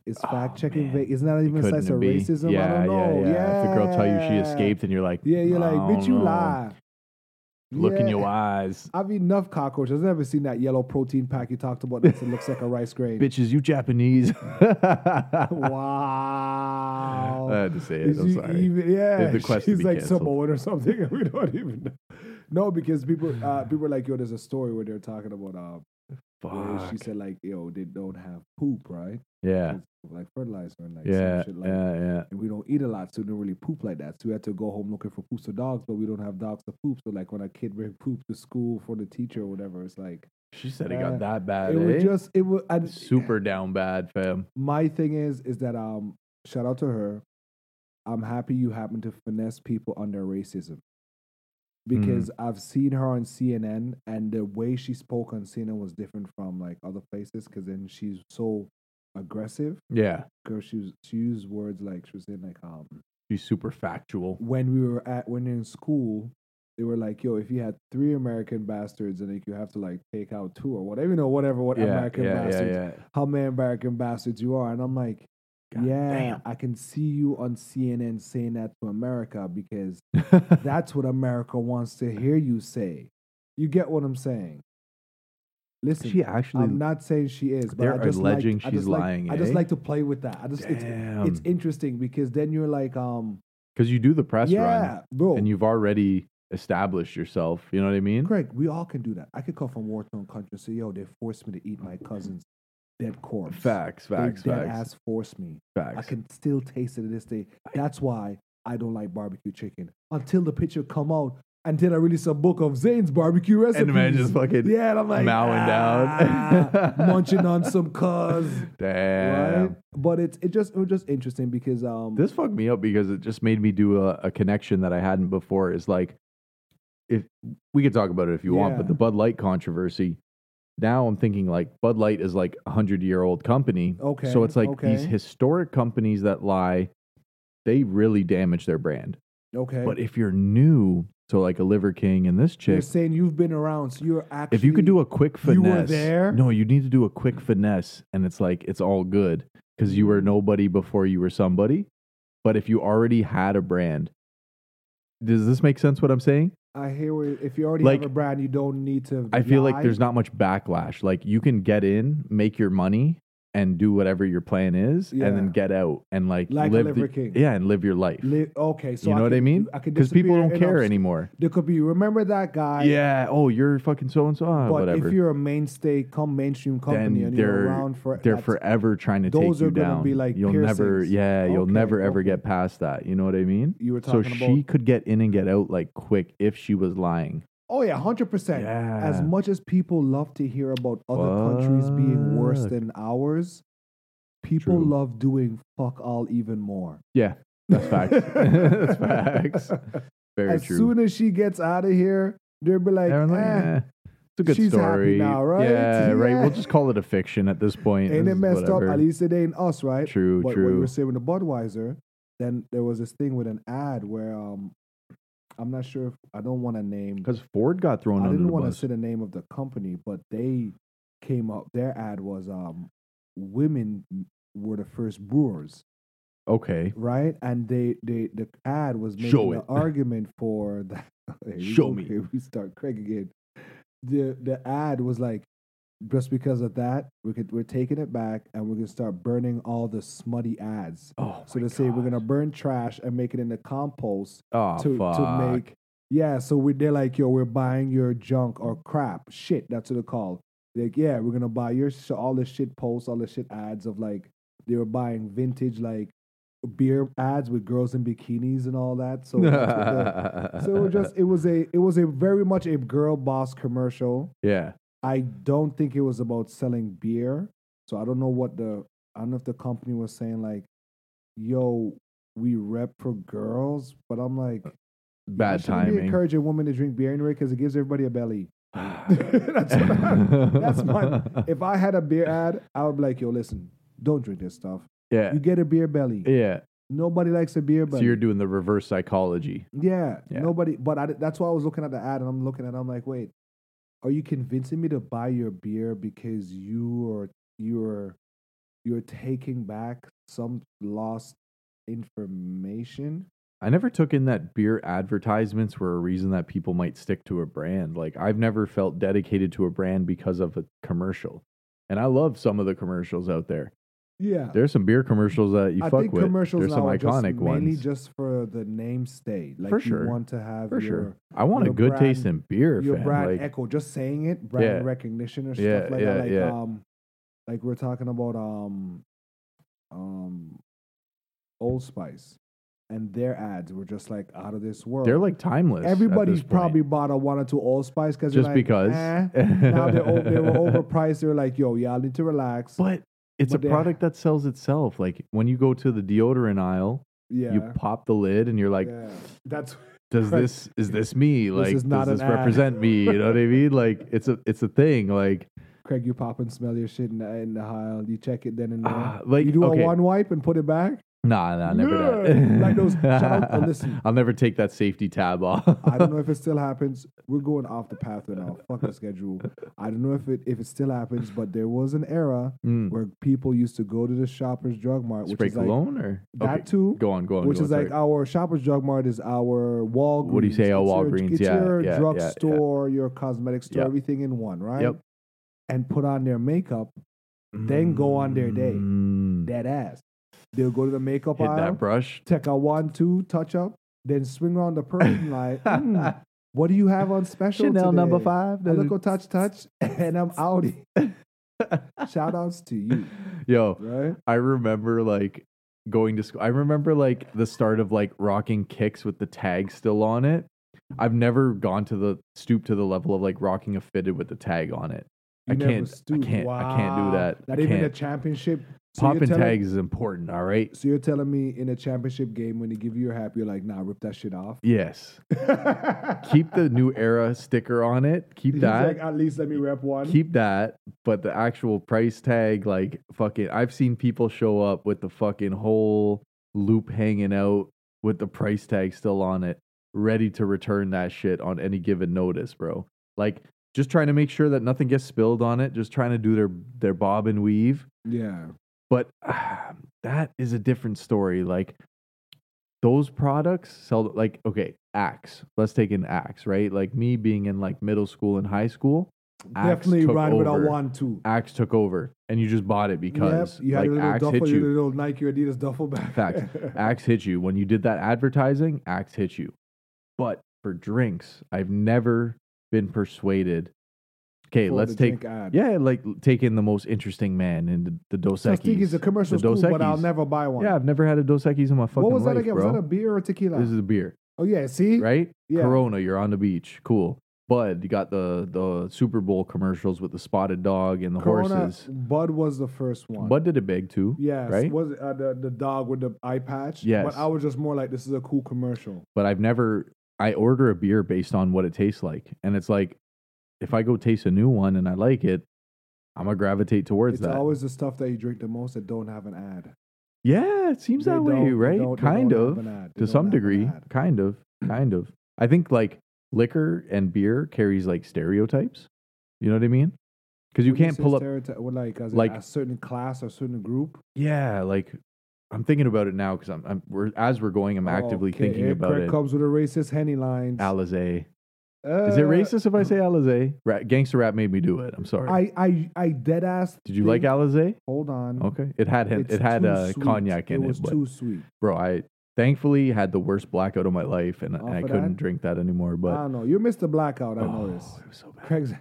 Speaker 2: is
Speaker 1: Oh,
Speaker 2: fact checking
Speaker 1: man.
Speaker 2: va- isn't that even a
Speaker 1: Couldn't
Speaker 2: slice
Speaker 1: it
Speaker 2: of
Speaker 1: be?
Speaker 2: racism?
Speaker 1: Yeah,
Speaker 2: I don't know.
Speaker 1: yeah, yeah. If the girl tell you she
Speaker 2: Yeah.
Speaker 1: escaped, and you're like,
Speaker 2: Yeah, you're
Speaker 1: "I
Speaker 2: like, bitch,
Speaker 1: don't
Speaker 2: you
Speaker 1: know."
Speaker 2: lie.
Speaker 1: Look in your
Speaker 2: Yeah. *laughs*
Speaker 1: eyes,
Speaker 2: I've eaten enough cockroaches. I've never seen that yellow protein pack you talked about that looks like a rice grain.
Speaker 1: bitches. You Japanese.
Speaker 2: *laughs*
Speaker 1: *laughs*
Speaker 2: Wow.
Speaker 1: I had to say it.
Speaker 2: Is
Speaker 1: Uh, I'm
Speaker 2: she
Speaker 1: sorry.
Speaker 2: even- yeah,
Speaker 1: The quest to
Speaker 2: she's
Speaker 1: be
Speaker 2: like
Speaker 1: canceled.
Speaker 2: Samoan or something. *laughs* We don't even know. No, because people,
Speaker 1: *sighs*
Speaker 2: uh, people are like, yo, there's a story where they're talking about, uh, where
Speaker 1: Fuck.
Speaker 2: Oh, she said like, yo, they don't have poop, right?
Speaker 1: Yeah,
Speaker 2: 'Cause of, Like fertilizer and like
Speaker 1: yeah,
Speaker 2: some shit like
Speaker 1: yeah, yeah.
Speaker 2: and we don't eat a lot, so we don't really poop like that. So we had to go home looking for poops for dogs, but we don't have dogs to poop. So like when a kid brings poop to school for the teacher or whatever, it's like
Speaker 1: She said it
Speaker 2: Uh,
Speaker 1: got that bad.
Speaker 2: it was
Speaker 1: eh?
Speaker 2: just it was. I,
Speaker 1: super down bad, fam.
Speaker 2: my thing is is that um shout out to her. I'm happy you happen to finesse people under racism
Speaker 1: Hmm.
Speaker 2: because I've seen her on CNN and the way she spoke on CNN was different from like other places because then she's so aggressive.
Speaker 1: Yeah,
Speaker 2: Girl, she was, she used words like she was saying like um
Speaker 1: she's super factual.
Speaker 2: when we were at when in school, they were like, "Yo, if you had three American bastards and like you have to like take out two or whatever, you know, whatever, what
Speaker 1: Yeah,
Speaker 2: American
Speaker 1: yeah, yeah,
Speaker 2: bastards,
Speaker 1: yeah.
Speaker 2: how many American bastards you are," and I'm like.
Speaker 1: God
Speaker 2: yeah,
Speaker 1: damn.
Speaker 2: I can see you on CNN saying that to America because that's what America wants to hear you say. You get what I'm saying? Listen,
Speaker 1: she actually.
Speaker 2: I'm not saying she is, but
Speaker 1: They're
Speaker 2: I just
Speaker 1: alleging
Speaker 2: like, I
Speaker 1: she's
Speaker 2: just like-
Speaker 1: lying,
Speaker 2: I just
Speaker 1: eh?
Speaker 2: like to play with that. I just it's,
Speaker 1: damn.
Speaker 2: it's interesting because then you're like, um,
Speaker 1: because you do the press run.
Speaker 2: yeah, Oh. bro,
Speaker 1: and you've already established yourself. You know what I mean?
Speaker 2: Craig, we all can do that. I could come from war torn country and say, yo, they forced me to eat my cousin's dead corpse.
Speaker 1: Facts,
Speaker 2: They
Speaker 1: facts,
Speaker 2: dead
Speaker 1: facts,
Speaker 2: ass forced me. I
Speaker 1: facts.
Speaker 2: can still taste it to this day. That's why I don't like barbecue chicken. Until the picture come out, and then I release a book of Zane's barbecue recipes.
Speaker 1: and the man just fucking
Speaker 2: yeah, and I'm like
Speaker 1: mowing
Speaker 2: "Ah,"
Speaker 1: down, *laughs*
Speaker 2: munching on some cuz.
Speaker 1: Damn,
Speaker 2: Right? But it's it just it was just interesting because um
Speaker 1: this fucked me up because it just made me do a, a connection that I hadn't before. Is like, if we could talk about it if you want,
Speaker 2: Yeah.
Speaker 1: but the Bud Light controversy. Now I'm thinking like Bud Light is like a hundred year old company.
Speaker 2: okay
Speaker 1: So it's like
Speaker 2: okay,
Speaker 1: these historic companies that lie, they really damage their brand.
Speaker 2: okay
Speaker 1: But if you're new, So like a Liver King and this
Speaker 2: You're
Speaker 1: chick.
Speaker 2: saying you've been around, so you're actually.
Speaker 1: If you could do a quick finesse,
Speaker 2: you were there?
Speaker 1: no, you need to do a quick finesse, and it's like it's all good because you
Speaker 2: Mm.
Speaker 1: were nobody before you were somebody. But if you already had a brand, does this make sense? What I'm saying?
Speaker 2: I hear where, if you already
Speaker 1: Like,
Speaker 2: have a brand, you don't need to.
Speaker 1: I feel like
Speaker 2: lie.
Speaker 1: there's not much backlash. Like you can get in, make your money, and do whatever your plan is, and then
Speaker 2: Yeah.
Speaker 1: get out and like,
Speaker 2: Like a
Speaker 1: live
Speaker 2: Liver
Speaker 1: the-
Speaker 2: King.
Speaker 1: yeah, and live your life.
Speaker 2: Li- okay, so
Speaker 1: you know what I
Speaker 2: can-
Speaker 1: mean?
Speaker 2: I could
Speaker 1: Because people
Speaker 2: disappear
Speaker 1: don't
Speaker 2: and I'll
Speaker 1: care
Speaker 2: s-
Speaker 1: anymore.
Speaker 2: There could be remember that guy.
Speaker 1: yeah. Oh, you're fucking so and so.
Speaker 2: But
Speaker 1: Whatever.
Speaker 2: if you're a mainstay, come mainstream company,
Speaker 1: Then
Speaker 2: and you're
Speaker 1: they're-
Speaker 2: around for
Speaker 1: they're
Speaker 2: that's-
Speaker 1: forever trying to
Speaker 2: those
Speaker 1: take you
Speaker 2: are gonna
Speaker 1: down.
Speaker 2: be like
Speaker 1: you'll never,
Speaker 2: piercings.
Speaker 1: yeah, you'll
Speaker 2: Okay,
Speaker 1: never ever
Speaker 2: okay.
Speaker 1: get past that. You know what I mean?
Speaker 2: You were
Speaker 1: So
Speaker 2: talking about.
Speaker 1: she could get in and get out like quick if she was lying.
Speaker 2: oh yeah, hundred percent.
Speaker 1: Yeah.
Speaker 2: As much as people love to hear about other countries being worse
Speaker 1: Fuck.
Speaker 2: than ours, people
Speaker 1: True.
Speaker 2: love doing fuck all even more.
Speaker 1: yeah, that's
Speaker 2: *laughs*
Speaker 1: facts. *laughs* that's facts. Very
Speaker 2: as
Speaker 1: true.
Speaker 2: soon as she gets out of here, they'll be like,
Speaker 1: Everyone's like,
Speaker 2: eh,
Speaker 1: "Eh, it's a good
Speaker 2: she's happy
Speaker 1: story.
Speaker 2: now, right?
Speaker 1: Yeah, right.
Speaker 2: Yeah.
Speaker 1: We'll just call it a fiction at this point.
Speaker 2: ain't
Speaker 1: This
Speaker 2: it
Speaker 1: is
Speaker 2: messed
Speaker 1: whatever.
Speaker 2: up? At least it ain't us, right?
Speaker 1: True,
Speaker 2: But what you
Speaker 1: true.
Speaker 2: were saying with the Budweiser, then there was this thing with an ad where um, I'm not sure if I don't want to name.
Speaker 1: Because Ford got thrown
Speaker 2: I
Speaker 1: under
Speaker 2: didn't
Speaker 1: the
Speaker 2: want to
Speaker 1: bus.
Speaker 2: say the name of the company, but they came up. Their ad was um, women were the first brewers,
Speaker 1: okay,
Speaker 2: right? And they they the ad was making
Speaker 1: Show
Speaker 2: the
Speaker 1: it. *laughs*
Speaker 2: argument for the. *laughs* Here we
Speaker 1: Show
Speaker 2: go,
Speaker 1: me.
Speaker 2: Here we start Craig again. The the ad was like. Just because of that, we could, we're taking it back and we're gonna start burning all the smutty ads.
Speaker 1: oh,
Speaker 2: So
Speaker 1: my
Speaker 2: they say we're
Speaker 1: God.
Speaker 2: gonna burn trash and make it into compost
Speaker 1: oh,
Speaker 2: to,
Speaker 1: fuck.
Speaker 2: to make yeah. So we they're like, yo, we're buying your junk or crap, shit. That's what they call. Like, yeah, we're gonna buy your sh- all the shit posts, all the shit ads of like they were buying vintage like beer ads with girls in bikinis and all that. So that's
Speaker 1: *laughs*
Speaker 2: what the- so it was just it was a it was a very much a girl boss commercial.
Speaker 1: yeah,
Speaker 2: I don't think it was about selling beer. So I don't know what the I don't know if the company was saying like, "Yo, we rep for girls," but I'm like, I
Speaker 1: bad
Speaker 2: shouldn't Be
Speaker 1: timing. *sighs*
Speaker 2: encouraging women to drink beer anyway because it gives everybody a belly. *laughs* that's, what I- that's my. If I had a beer ad, I would be like, "Yo, listen, don't drink this stuff.
Speaker 1: *laughs* yeah
Speaker 2: You get a beer belly.
Speaker 1: yeah.
Speaker 2: Nobody likes a beer
Speaker 1: So
Speaker 2: belly."
Speaker 1: you're doing the reverse psychology.
Speaker 2: Yeah,
Speaker 1: Yeah.
Speaker 2: nobody. But I, that's why I was looking at the ad, and I'm looking at. it, I'm like, wait, are you convincing me to buy your beer because you are you're you're taking back some lost information?
Speaker 1: I never took in that beer advertisements were a reason that people might stick to a brand. Like I've never felt dedicated to a brand because of a commercial. And I love some of the commercials out there.
Speaker 2: Yeah,
Speaker 1: There's some beer commercials that you
Speaker 2: I
Speaker 1: fuck
Speaker 2: think
Speaker 1: with.
Speaker 2: commercials
Speaker 1: There's
Speaker 2: now
Speaker 1: some
Speaker 2: are just
Speaker 1: iconic
Speaker 2: mainly
Speaker 1: ones.
Speaker 2: just for the name stay. Like
Speaker 1: For
Speaker 2: you
Speaker 1: sure.
Speaker 2: want to have
Speaker 1: For
Speaker 2: your
Speaker 1: sure. I want a
Speaker 2: your
Speaker 1: good
Speaker 2: brand-
Speaker 1: taste in beer,
Speaker 2: your
Speaker 1: fam.
Speaker 2: brand
Speaker 1: Like,
Speaker 2: echo, just saying it, brand
Speaker 1: Yeah.
Speaker 2: recognition or
Speaker 1: Yeah,
Speaker 2: stuff like
Speaker 1: yeah,
Speaker 2: that. Like
Speaker 1: yeah.
Speaker 2: um like we're talking about um um Old Spice. And their ads were just like out of this world.
Speaker 1: they're like timeless. at
Speaker 2: everybody's
Speaker 1: this point.
Speaker 2: probably bought a one or two Old Spice because
Speaker 1: just because.
Speaker 2: "Eh."
Speaker 1: *laughs*
Speaker 2: now they're o- they were overpriced. They're like, yo, y'all need to relax.
Speaker 1: But it's
Speaker 2: But
Speaker 1: a
Speaker 2: they-
Speaker 1: product that sells itself. Like when you go to the deodorant aisle,
Speaker 2: yeah,
Speaker 1: you pop the lid and you're like,
Speaker 2: yeah. that's *laughs*
Speaker 1: does
Speaker 2: Right.
Speaker 1: this is this me? Like
Speaker 2: is not
Speaker 1: does
Speaker 2: an
Speaker 1: this
Speaker 2: ad.
Speaker 1: represent me? You know what I mean? Like it's a it's a thing. Like
Speaker 2: Craig. You pop and smell your shit in the, in the aisle. You check it then and there.
Speaker 1: ah, like
Speaker 2: you do
Speaker 1: okay.
Speaker 2: a one wipe and put it back.
Speaker 1: Nah, nah, never
Speaker 2: Yeah,
Speaker 1: that.
Speaker 2: like those- shout out- oh, listen.
Speaker 1: *laughs* I'll never take that safety tab off.
Speaker 2: I don't know if it still happens. We're going off the path right now. Fuck the schedule. I don't know if it if it still happens, but there was an era
Speaker 1: *laughs* Mm.
Speaker 2: where people used to go to the Shoppers Drug Mart, which
Speaker 1: Spray
Speaker 2: is like
Speaker 1: cologne or
Speaker 2: that
Speaker 1: okay,
Speaker 2: too,
Speaker 1: Go on, go on.
Speaker 2: which
Speaker 1: go
Speaker 2: is
Speaker 1: on,
Speaker 2: like uh,
Speaker 1: sorry.
Speaker 2: our Shoppers Drug Mart is our Walgreens.
Speaker 1: What do you say, our
Speaker 2: It's your-
Speaker 1: Walgreens?
Speaker 2: it's
Speaker 1: Yeah,
Speaker 2: your
Speaker 1: yeah, yeah,
Speaker 2: drug
Speaker 1: yeah.
Speaker 2: store, your cosmetic store,
Speaker 1: Yep.
Speaker 2: everything in one, right?
Speaker 1: Yep. Hmm.
Speaker 2: And put on their makeup, then go on their day.
Speaker 1: Mm.
Speaker 2: dead ass. They'll go to the makeup
Speaker 1: Hit
Speaker 2: aisle,
Speaker 1: that
Speaker 2: *laughs*
Speaker 1: brush.
Speaker 2: take a one two touch up, then swing
Speaker 1: *laughs*
Speaker 2: around the person like. "Mm, What do you have on special? today?
Speaker 1: five.
Speaker 2: I look on touch touch, *laughs* and
Speaker 1: *laughs*
Speaker 2: I'm outie. Shout outs to you,
Speaker 1: Yo,
Speaker 2: right?
Speaker 1: I remember like going to school. I remember like the start of like rocking kicks with the tag still on it. I've never gone to the stoop to the level of like rocking a fitted with the tag on it.
Speaker 2: You
Speaker 1: I
Speaker 2: never
Speaker 1: can't.
Speaker 2: stoop.
Speaker 1: I can't. I can't do
Speaker 2: Wow.
Speaker 1: that.
Speaker 2: Not
Speaker 1: I
Speaker 2: even a
Speaker 1: can't.
Speaker 2: championship. So you're
Speaker 1: Popping
Speaker 2: telling-
Speaker 1: tags is important. All right.
Speaker 2: So you're telling me in a championship game when they give you your hat, you're like, nah, rip that
Speaker 1: *laughs*
Speaker 2: shit off.
Speaker 1: Yes. Keep the new era sticker on it. Keep
Speaker 2: *laughs* He's
Speaker 1: that.
Speaker 2: like, at least let me rep one.
Speaker 1: keep that, but the actual price tag, like fucking, I've seen people show up with the fucking whole loop hanging out with the price tag still on it. ready to return that shit on any given notice, bro. Like just trying to make sure that nothing gets spilled on it, just trying to do their their bob and weave.
Speaker 2: Yeah.
Speaker 1: But *sighs* ah, that is a different story. Like those products sell like okay, axe. Let's take an axe, right? Like me being in like middle school and high school, Axe
Speaker 2: Definitely
Speaker 1: took
Speaker 2: ride without
Speaker 1: over.
Speaker 2: one too.
Speaker 1: axe took over and you just bought it because
Speaker 2: yep, you had
Speaker 1: like
Speaker 2: a little
Speaker 1: axe
Speaker 2: duffel,
Speaker 1: hit
Speaker 2: your
Speaker 1: you.
Speaker 2: little Nike or Adidas duffel bag. *laughs*
Speaker 1: Facts. Axe hit you. When you did that advertising, Axe hit you. But for drinks, I've never been persuaded. Okay,
Speaker 2: For
Speaker 1: let's
Speaker 2: the
Speaker 1: take
Speaker 2: drink ad.
Speaker 1: yeah, like take in the most interesting man and the, the Dos
Speaker 2: Tostiki's,
Speaker 1: Equis.
Speaker 2: the commercial's
Speaker 1: The Dos
Speaker 2: cool, but I'll
Speaker 1: Equis.
Speaker 2: never buy one.
Speaker 1: yeah, I've never had a Dos Equis in my fucking
Speaker 2: What was that
Speaker 1: life,
Speaker 2: again?
Speaker 1: bro.
Speaker 2: Was that a beer or a tequila?
Speaker 1: this is a beer,
Speaker 2: oh yeah, see,
Speaker 1: right?
Speaker 2: Yeah.
Speaker 1: Corona, you're on the beach, cool. Bud, you got the the Super Bowl commercials with the spotted dog and the
Speaker 2: Corona,
Speaker 1: horses.
Speaker 2: Bud was the first one.
Speaker 1: Bud did it big too.
Speaker 2: yes,
Speaker 1: right?
Speaker 2: was uh, the the dog with the eye patch.
Speaker 1: Yes.
Speaker 2: but I was just more like, this is a cool commercial.
Speaker 1: but I've never I order a beer based on what it tastes like. And it's like if I go taste a new one and I like it, I'm gonna gravitate towards
Speaker 2: it's
Speaker 1: that.
Speaker 2: always the stuff that you drink the most that don't have an ad.
Speaker 1: yeah, it seems
Speaker 2: They
Speaker 1: that
Speaker 2: don't-
Speaker 1: way,
Speaker 2: they
Speaker 1: right?
Speaker 2: don't- they
Speaker 1: Kind
Speaker 2: don't have an
Speaker 1: of.
Speaker 2: ad.
Speaker 1: To
Speaker 2: They don't
Speaker 1: some
Speaker 2: have an
Speaker 1: degree.
Speaker 2: ad.
Speaker 1: Kind of. Kind of. I think like liquor and beer carries like stereotypes. You know what I mean? Because you
Speaker 2: When
Speaker 1: can't
Speaker 2: say
Speaker 1: pull up
Speaker 2: stereotype, well, like as
Speaker 1: like-
Speaker 2: in a certain class or certain group.
Speaker 1: Yeah, like I'm thinking about it now because I'm, I'm we're as we're going, I'm actively
Speaker 2: Okay,
Speaker 1: thinking
Speaker 2: Eric
Speaker 1: about
Speaker 2: Craig
Speaker 1: it.
Speaker 2: comes with a racist henny Uh, line.
Speaker 1: Alizé. Is it racist if I
Speaker 2: mm.
Speaker 1: say Alizé? Ra- gangster rap made me do it. I'm sorry.
Speaker 2: I I I dead ass.
Speaker 1: Did you like Alizé?
Speaker 2: Hold on.
Speaker 1: Okay, it had hen-
Speaker 2: It's
Speaker 1: it had
Speaker 2: too
Speaker 1: uh,
Speaker 2: sweet.
Speaker 1: cognac in
Speaker 2: It
Speaker 1: it,
Speaker 2: was
Speaker 1: but
Speaker 2: too sweet.
Speaker 1: bro, I thankfully had the worst blackout of my life, and, and
Speaker 2: Off
Speaker 1: I
Speaker 2: of
Speaker 1: couldn't
Speaker 2: that?
Speaker 1: drink that anymore.
Speaker 2: I
Speaker 1: But
Speaker 2: don't know. You're Mr. Blackout. I
Speaker 1: oh,
Speaker 2: noticed.
Speaker 1: it was so bad.
Speaker 2: Craig's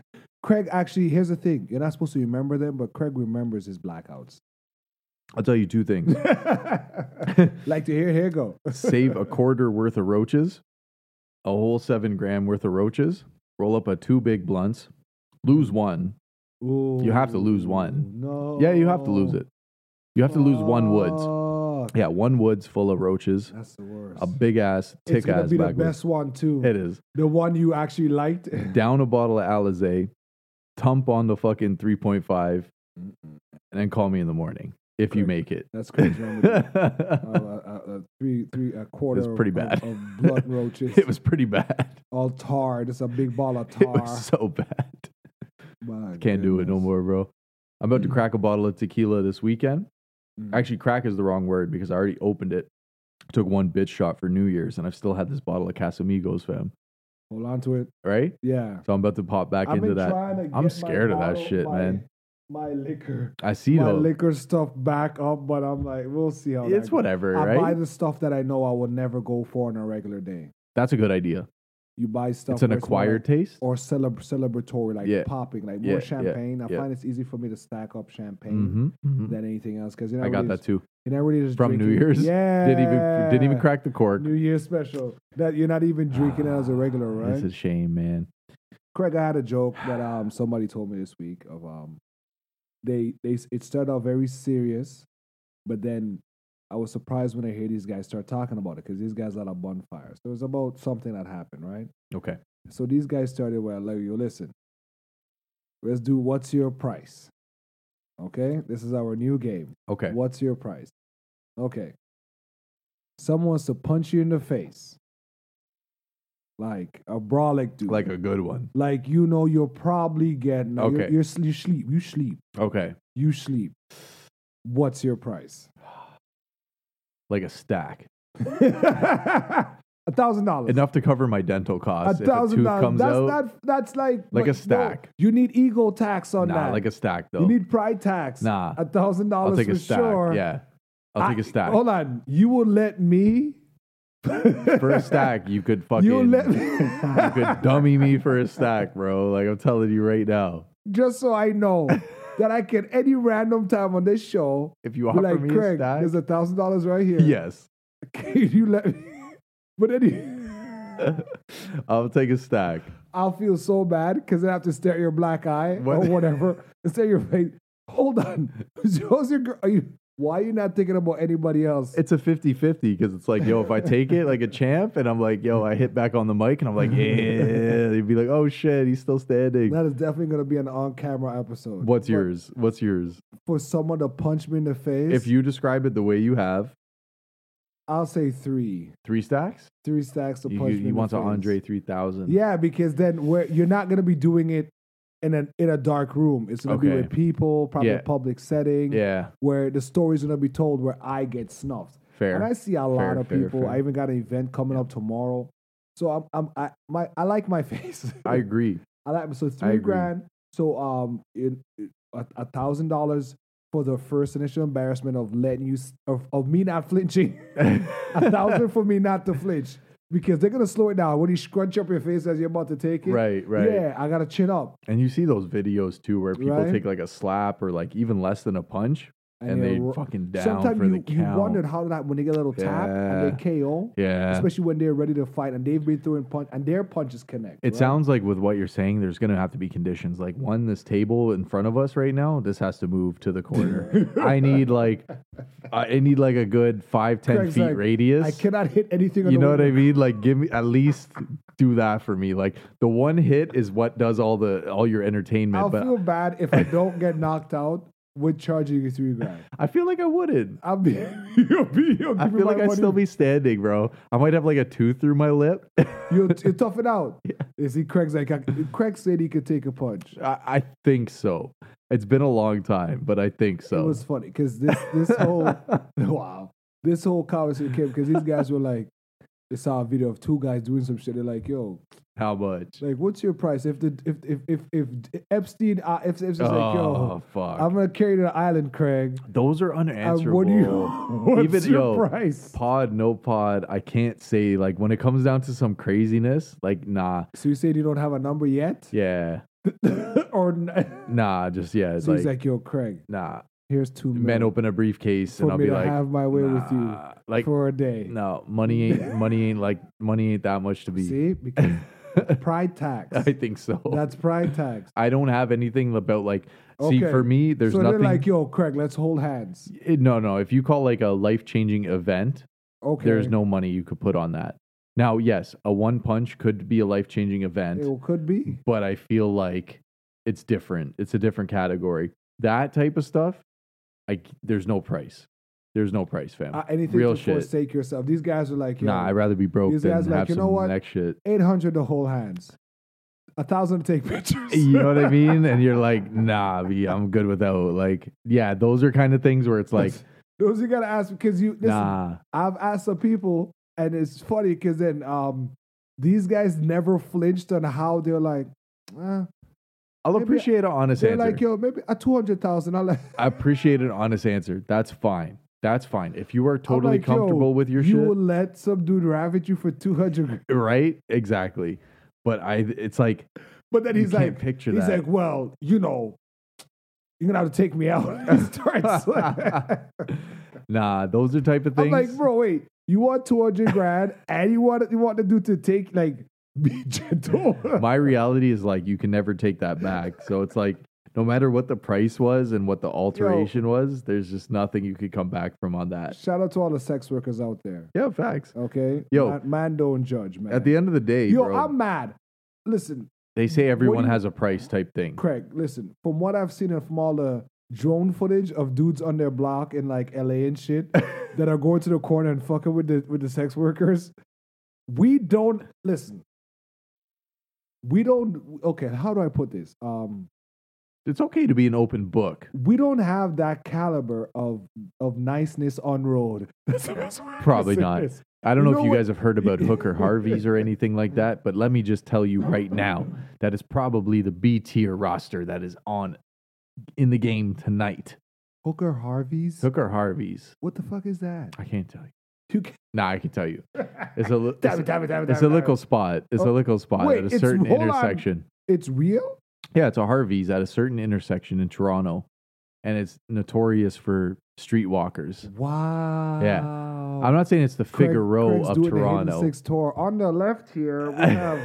Speaker 2: Craig actually. Here's the thing. You're not supposed to remember them, but Craig remembers his blackouts. *laughs*
Speaker 1: I'll tell you two things:
Speaker 2: like to hear. Here you go.
Speaker 1: save a quarter worth of roaches, a whole seven gram worth of roaches, roll up a two big blunts, lose one. You have to lose one.
Speaker 2: Ooh, No.
Speaker 1: Yeah, you have to lose it. You have to lose one woods.
Speaker 2: Fuck.
Speaker 1: Yeah, one woods full of roaches,
Speaker 2: That's the worst.
Speaker 1: a big ass
Speaker 2: Oh. it's
Speaker 1: tick
Speaker 2: gonna
Speaker 1: ass
Speaker 2: be the
Speaker 1: black.
Speaker 2: best one too.
Speaker 1: It is.
Speaker 2: The one you actually liked.
Speaker 1: down a bottle of Alizé, tump on the fucking 3.5, and then call me in the morning if you
Speaker 2: Correct.
Speaker 1: make it.
Speaker 2: *laughs* That's
Speaker 1: *laughs*
Speaker 2: crazy. uh, uh, uh, three, three, a quarter.
Speaker 1: It's pretty
Speaker 2: of-
Speaker 1: bad.
Speaker 2: Of,
Speaker 1: *laughs*
Speaker 2: blood roaches.
Speaker 1: it was pretty bad. *laughs*
Speaker 2: all tarred. It's a big ball of
Speaker 1: It
Speaker 2: tar.
Speaker 1: was so bad.
Speaker 2: My
Speaker 1: Can't do it no
Speaker 2: goodness.
Speaker 1: more, bro. I'm about to
Speaker 2: Mm.
Speaker 1: crack a bottle of tequila this weekend.
Speaker 2: Mm.
Speaker 1: Actually, crack is the wrong word because I already opened it. Took one bitch shot for New Year's, and I've still had this bottle of Casamigos, fam.
Speaker 2: Hold on to it.
Speaker 1: Right?
Speaker 2: Yeah.
Speaker 1: So I'm about to pop back into that.
Speaker 2: trying to
Speaker 1: I'm
Speaker 2: my
Speaker 1: scared of that
Speaker 2: bottle-
Speaker 1: shit,
Speaker 2: my-
Speaker 1: man.
Speaker 2: My liquor,
Speaker 1: I see
Speaker 2: my
Speaker 1: though.
Speaker 2: liquor stuff back up, but I'm like, we'll see how. that
Speaker 1: it's
Speaker 2: goes.
Speaker 1: whatever,
Speaker 2: I
Speaker 1: right?
Speaker 2: buy the stuff that I know I will never go for on a regular day.
Speaker 1: That's a good idea.
Speaker 2: You buy stuff.
Speaker 1: It's an
Speaker 2: where more
Speaker 1: acquired
Speaker 2: like-
Speaker 1: taste.
Speaker 2: or celeb- celebratory, like
Speaker 1: Yeah.
Speaker 2: popping, like
Speaker 1: Yeah, yeah,
Speaker 2: more champagne. I
Speaker 1: yeah.
Speaker 2: find it's easy for me to stack up champagne
Speaker 1: hmm
Speaker 2: than anything else because you know
Speaker 1: I got that too.
Speaker 2: You're not really just
Speaker 1: From New
Speaker 2: drinking-
Speaker 1: Year's? *laughs*
Speaker 2: Yeah,
Speaker 1: Didn't even didn't even crack the cork.
Speaker 2: New Year's special that you're not even Eh. drinking it as a regular,
Speaker 1: *sighs*
Speaker 2: right?
Speaker 1: It's a shame, man.
Speaker 2: Craig, I had a joke
Speaker 1: *sighs*
Speaker 2: that um somebody told me this week of um they they it started out very serious, but then I was surprised when I hear these guys start talking about it because these guys are at a bonfire. So it's about something that happened, right?
Speaker 1: Okay.
Speaker 2: So these guys started where I like you listen. Let's do what's your price? Okay, this is our new game.
Speaker 1: Okay.
Speaker 2: What's your price? Okay. Someone wants to punch you in the face. Like a brolic dude.
Speaker 1: Like a good one.
Speaker 2: Like you know, you're probably getting. no, You're,
Speaker 1: Okay.
Speaker 2: you're sl- you sleep. You sleep.
Speaker 1: Okay.
Speaker 2: You sleep. What's your price? *laughs*
Speaker 1: Like a stack.
Speaker 2: A thousand dollars.
Speaker 1: Enough to cover my dental
Speaker 2: A
Speaker 1: costs. if a
Speaker 2: thousand
Speaker 1: tooth
Speaker 2: dollars.
Speaker 1: comes
Speaker 2: That's
Speaker 1: out.
Speaker 2: not. That's like
Speaker 1: Like a
Speaker 2: but no,
Speaker 1: stack.
Speaker 2: you need ego tax on
Speaker 1: nah,
Speaker 2: that.
Speaker 1: like a stack though.
Speaker 2: you need pride tax.
Speaker 1: Nah.
Speaker 2: A thousand
Speaker 1: I'll
Speaker 2: dollars
Speaker 1: take
Speaker 2: for
Speaker 1: a stack.
Speaker 2: sure.
Speaker 1: Yeah. I'll take a
Speaker 2: I- *laughs*
Speaker 1: stack.
Speaker 2: Hold on. You will let me.
Speaker 1: For a stack, you could fucking
Speaker 2: *laughs* You let me. *laughs*
Speaker 1: you could dummy me for a stack, bro. Like I'm telling you right now.
Speaker 2: Just so
Speaker 1: *laughs*
Speaker 2: I know that I can any random time on this show
Speaker 1: If you
Speaker 2: be
Speaker 1: offer
Speaker 2: like,
Speaker 1: me a
Speaker 2: Craig,
Speaker 1: stack,
Speaker 2: there's a thousand dollars right here.
Speaker 1: yes. *laughs*
Speaker 2: *laughs* Can you let me? But then
Speaker 1: I'll take a stack.
Speaker 2: I'll feel so bad because I have to stare at your black eye
Speaker 1: What?
Speaker 2: or whatever. *laughs* and stare at your face. Hold on. *laughs* How's your girl? Are you, why are you not thinking about anybody else?
Speaker 1: it's a 50 50 because it's like, yo, if I take it like a champ and I'm like, yo, I hit back on the mic and I'm
Speaker 2: *laughs*
Speaker 1: like, yeah, they'd be like, oh shit, he's still standing.
Speaker 2: that is definitely going to be an on camera episode.
Speaker 1: What's
Speaker 2: But
Speaker 1: yours? What's yours?
Speaker 2: For someone to punch me in the face,
Speaker 1: If you describe it the way you have,
Speaker 2: I'll say three.
Speaker 1: Three stacks?
Speaker 2: Three stacks of
Speaker 1: You,
Speaker 2: punch.
Speaker 1: you,
Speaker 2: me
Speaker 1: you
Speaker 2: in
Speaker 1: want
Speaker 2: the
Speaker 1: to
Speaker 2: face.
Speaker 1: Andre 3000.
Speaker 2: Yeah, because then where you're not gonna be doing it in an in a dark room. It's gonna be
Speaker 1: Okay.
Speaker 2: with people, probably
Speaker 1: Yeah.
Speaker 2: a public setting
Speaker 1: Yeah.
Speaker 2: where the story's gonna be told where I get snuffed. And I
Speaker 1: Fair.
Speaker 2: see a lot
Speaker 1: Fair,
Speaker 2: of
Speaker 1: fair,
Speaker 2: people.
Speaker 1: fair.
Speaker 2: I even got an event coming up tomorrow. So I'm, I'm I my I like my *laughs* face.
Speaker 1: I
Speaker 2: *laughs*
Speaker 1: agree.
Speaker 2: I like so three
Speaker 1: agree.
Speaker 2: grand. So um, in, in- a a thousand dollars for the first initial embarrassment of letting you s- of, of me not flinching. *laughs*
Speaker 1: *laughs*
Speaker 2: a thousand for me not to flinch because they're gonna slow it down when you scrunch up your face as you're about to take it.
Speaker 1: Right, right.
Speaker 2: Yeah, I gotta chin up.
Speaker 1: And you see those videos too where people
Speaker 2: Right?
Speaker 1: take like a slap or like even less than a punch and,
Speaker 2: you're
Speaker 1: they
Speaker 2: ro-
Speaker 1: fucking down
Speaker 2: sometimes
Speaker 1: for
Speaker 2: you,
Speaker 1: the
Speaker 2: you
Speaker 1: count.
Speaker 2: wondered how that when they get a little tap and they KO.
Speaker 1: yeah.
Speaker 2: Especially when they're ready to fight and they've been throwing punch and their punches connect.
Speaker 1: it
Speaker 2: right?
Speaker 1: sounds like with what you're saying, there's going to have to be conditions. Like one, this table in front of us right now, this has to move to the
Speaker 2: *laughs*
Speaker 1: corner. I need like, I need like a good five, ten
Speaker 2: Craig's
Speaker 1: feet
Speaker 2: like,
Speaker 1: radius.
Speaker 2: I cannot hit anything. on
Speaker 1: You
Speaker 2: the
Speaker 1: know what
Speaker 2: wall."
Speaker 1: I mean? Like, give me at least do that for me. Like, the one hit is what does all the all your entertainment.
Speaker 2: I'll
Speaker 1: but
Speaker 2: feel bad if I don't get knocked out with charging you three
Speaker 1: *laughs*
Speaker 2: grand.
Speaker 1: I feel like I wouldn't.
Speaker 2: I'll be, *laughs* you'll be, you'll
Speaker 1: I feel like I'd still be standing, bro. I might have like a tooth through my lip. *laughs*
Speaker 2: You'll, you'll tough it out. You see, Craig's like, I, Craig said he could take a punch.
Speaker 1: I, I think so. It's been a long time, but I think so.
Speaker 2: It was funny because this
Speaker 1: *laughs*
Speaker 2: this whole wow, this whole conversation came because these guys were like, they saw a video of two guys doing some shit. They're like, yo,
Speaker 1: How much?
Speaker 2: like, what's your price if the if if if, if Epstein uh, if Epstein's like, yo,
Speaker 1: oh fuck!
Speaker 2: I'm gonna carry you to the island, Craig.
Speaker 1: Those are
Speaker 2: Uh,
Speaker 1: unanswerable.
Speaker 2: what do you? *laughs* What's
Speaker 1: Even-
Speaker 2: your
Speaker 1: yo,
Speaker 2: price?
Speaker 1: pod, no pod? I can't say. Like when it comes down to some craziness, like nah,
Speaker 2: So you said you don't have a number yet,
Speaker 1: yeah,
Speaker 2: *laughs*
Speaker 1: *laughs*
Speaker 2: or n-
Speaker 1: nah, just yeah. It's
Speaker 2: so
Speaker 1: like,
Speaker 2: he's like, yo, Craig,
Speaker 1: nah.
Speaker 2: here's two
Speaker 1: Men
Speaker 2: men
Speaker 1: open a briefcase
Speaker 2: for
Speaker 1: and I'll
Speaker 2: me
Speaker 1: be
Speaker 2: to
Speaker 1: like,
Speaker 2: have my way with you
Speaker 1: nah, Like
Speaker 2: for a day.
Speaker 1: no, money
Speaker 2: *laughs*
Speaker 1: ain't money ain't like money ain't that much to be.
Speaker 2: See, because pride
Speaker 1: *laughs*
Speaker 2: tax.
Speaker 1: I think so.
Speaker 2: That's pride tax.
Speaker 1: I don't have anything about like. See,
Speaker 2: Okay.
Speaker 1: for me, there's
Speaker 2: so
Speaker 1: nothing.
Speaker 2: they're like, yo, Craig, let's hold hands.
Speaker 1: it- no, no. If you call like a life changing event,
Speaker 2: Okay.
Speaker 1: there's no money you could put on that. Now, yes, a one punch could be a life changing event,
Speaker 2: It could be.
Speaker 1: but I feel like it's different. It's a different category. That type of stuff, I c- there's no price. There's no price, fam.
Speaker 2: Uh, anything
Speaker 1: Real
Speaker 2: to
Speaker 1: shit.
Speaker 2: forsake yourself. These guys are like, yo,
Speaker 1: nah, I'd rather be broke
Speaker 2: These
Speaker 1: than
Speaker 2: guys
Speaker 1: have
Speaker 2: like, you
Speaker 1: some
Speaker 2: know what?
Speaker 1: next shit.
Speaker 2: 800 to hold hands, a thousand to take *laughs* pictures.
Speaker 1: You know what I mean? And you're like, nah, B, I'm good without. Like, yeah, those are kind of things where it's like,
Speaker 2: Those you gotta ask because you. Listen,
Speaker 1: nah.
Speaker 2: I've asked some people, and it's funny because then um, these guys never flinched on how they're like, eh.
Speaker 1: I'll
Speaker 2: Maybe-
Speaker 1: appreciate an honest
Speaker 2: they're
Speaker 1: answer.
Speaker 2: like, yo, maybe a two hundred thousand. I'm like,
Speaker 1: I appreciate an honest answer. That's fine. That's fine. If you are totally
Speaker 2: like, yo,
Speaker 1: comfortable with your
Speaker 2: *laughs* you
Speaker 1: shit,
Speaker 2: will let some dude ravage you for two hundred,
Speaker 1: right? Exactly. But I, it's like
Speaker 2: but then
Speaker 1: You
Speaker 2: he's
Speaker 1: can't
Speaker 2: like,
Speaker 1: picture
Speaker 2: he's
Speaker 1: that.
Speaker 2: like, well, you know, you're gonna have to take me out. *laughs* He
Speaker 1: *laughs*
Speaker 2: starts like-
Speaker 1: nah, those are type of
Speaker 2: I'm
Speaker 1: things.
Speaker 2: like, bro, wait, you want two
Speaker 1: *laughs*
Speaker 2: hundred grand, and you want you want the dude to take like *laughs* be gentle.
Speaker 1: My reality is like you can never take that back. So it's like no matter what the price was and what the alteration was, there's just nothing you could come back from on that.
Speaker 2: *laughs* Shout out to all the sex workers out there.
Speaker 1: Yeah, facts.
Speaker 2: Okay,
Speaker 1: Yo.
Speaker 2: man, man don't judge, man.
Speaker 1: At the end of the day,
Speaker 2: Yo,
Speaker 1: bro,
Speaker 2: I'm mad. Listen,
Speaker 1: they say everyone
Speaker 2: you-
Speaker 1: has a price type thing.
Speaker 2: Craig, listen, from what I've seen and from all the drone footage of dudes on their block in like LA and
Speaker 1: *laughs*
Speaker 2: shit that are going to the corner and fucking with the with the sex workers, we don't listen. We don't okay, how do I put this? Um
Speaker 1: It's okay to be an open book.
Speaker 2: we don't have that caliber of of niceness on road. *laughs* That's the best way to
Speaker 1: Probably
Speaker 2: say
Speaker 1: not.
Speaker 2: this.
Speaker 1: I don't
Speaker 2: You
Speaker 1: know,
Speaker 2: know
Speaker 1: if you
Speaker 2: what-
Speaker 1: guys have heard
Speaker 2: *laughs*
Speaker 1: about Hooker Harveys or anything like that, but let me just tell you right now that is probably the B tier roster that is on in the game tonight.
Speaker 2: Hooker Harvey's?
Speaker 1: Hooker Harveys.
Speaker 2: What the fuck is that?
Speaker 1: I can't tell you.
Speaker 2: You can-
Speaker 1: Nah, I can tell you. It's a
Speaker 2: *laughs*
Speaker 1: li-
Speaker 2: Damn
Speaker 1: it's,
Speaker 2: it, damn it, damn it,
Speaker 1: it's a
Speaker 2: damn it, damn
Speaker 1: local
Speaker 2: it.
Speaker 1: spot. It's a
Speaker 2: Oh,
Speaker 1: local spot
Speaker 2: wait,
Speaker 1: at a
Speaker 2: it's-
Speaker 1: certain
Speaker 2: hold on.
Speaker 1: intersection.
Speaker 2: It's real?
Speaker 1: Yeah, it's a Harveys at a certain intersection in Toronto, and it's notorious for streetwalkers.
Speaker 2: Wow.
Speaker 1: I'm not saying it's the
Speaker 2: Oh, Craig-
Speaker 1: Figaro
Speaker 2: Craig's
Speaker 1: of
Speaker 2: doing the
Speaker 1: *laughs*
Speaker 2: Hidden
Speaker 1: Toronto.
Speaker 2: Six tour. On the left
Speaker 1: *laughs*
Speaker 2: here, we have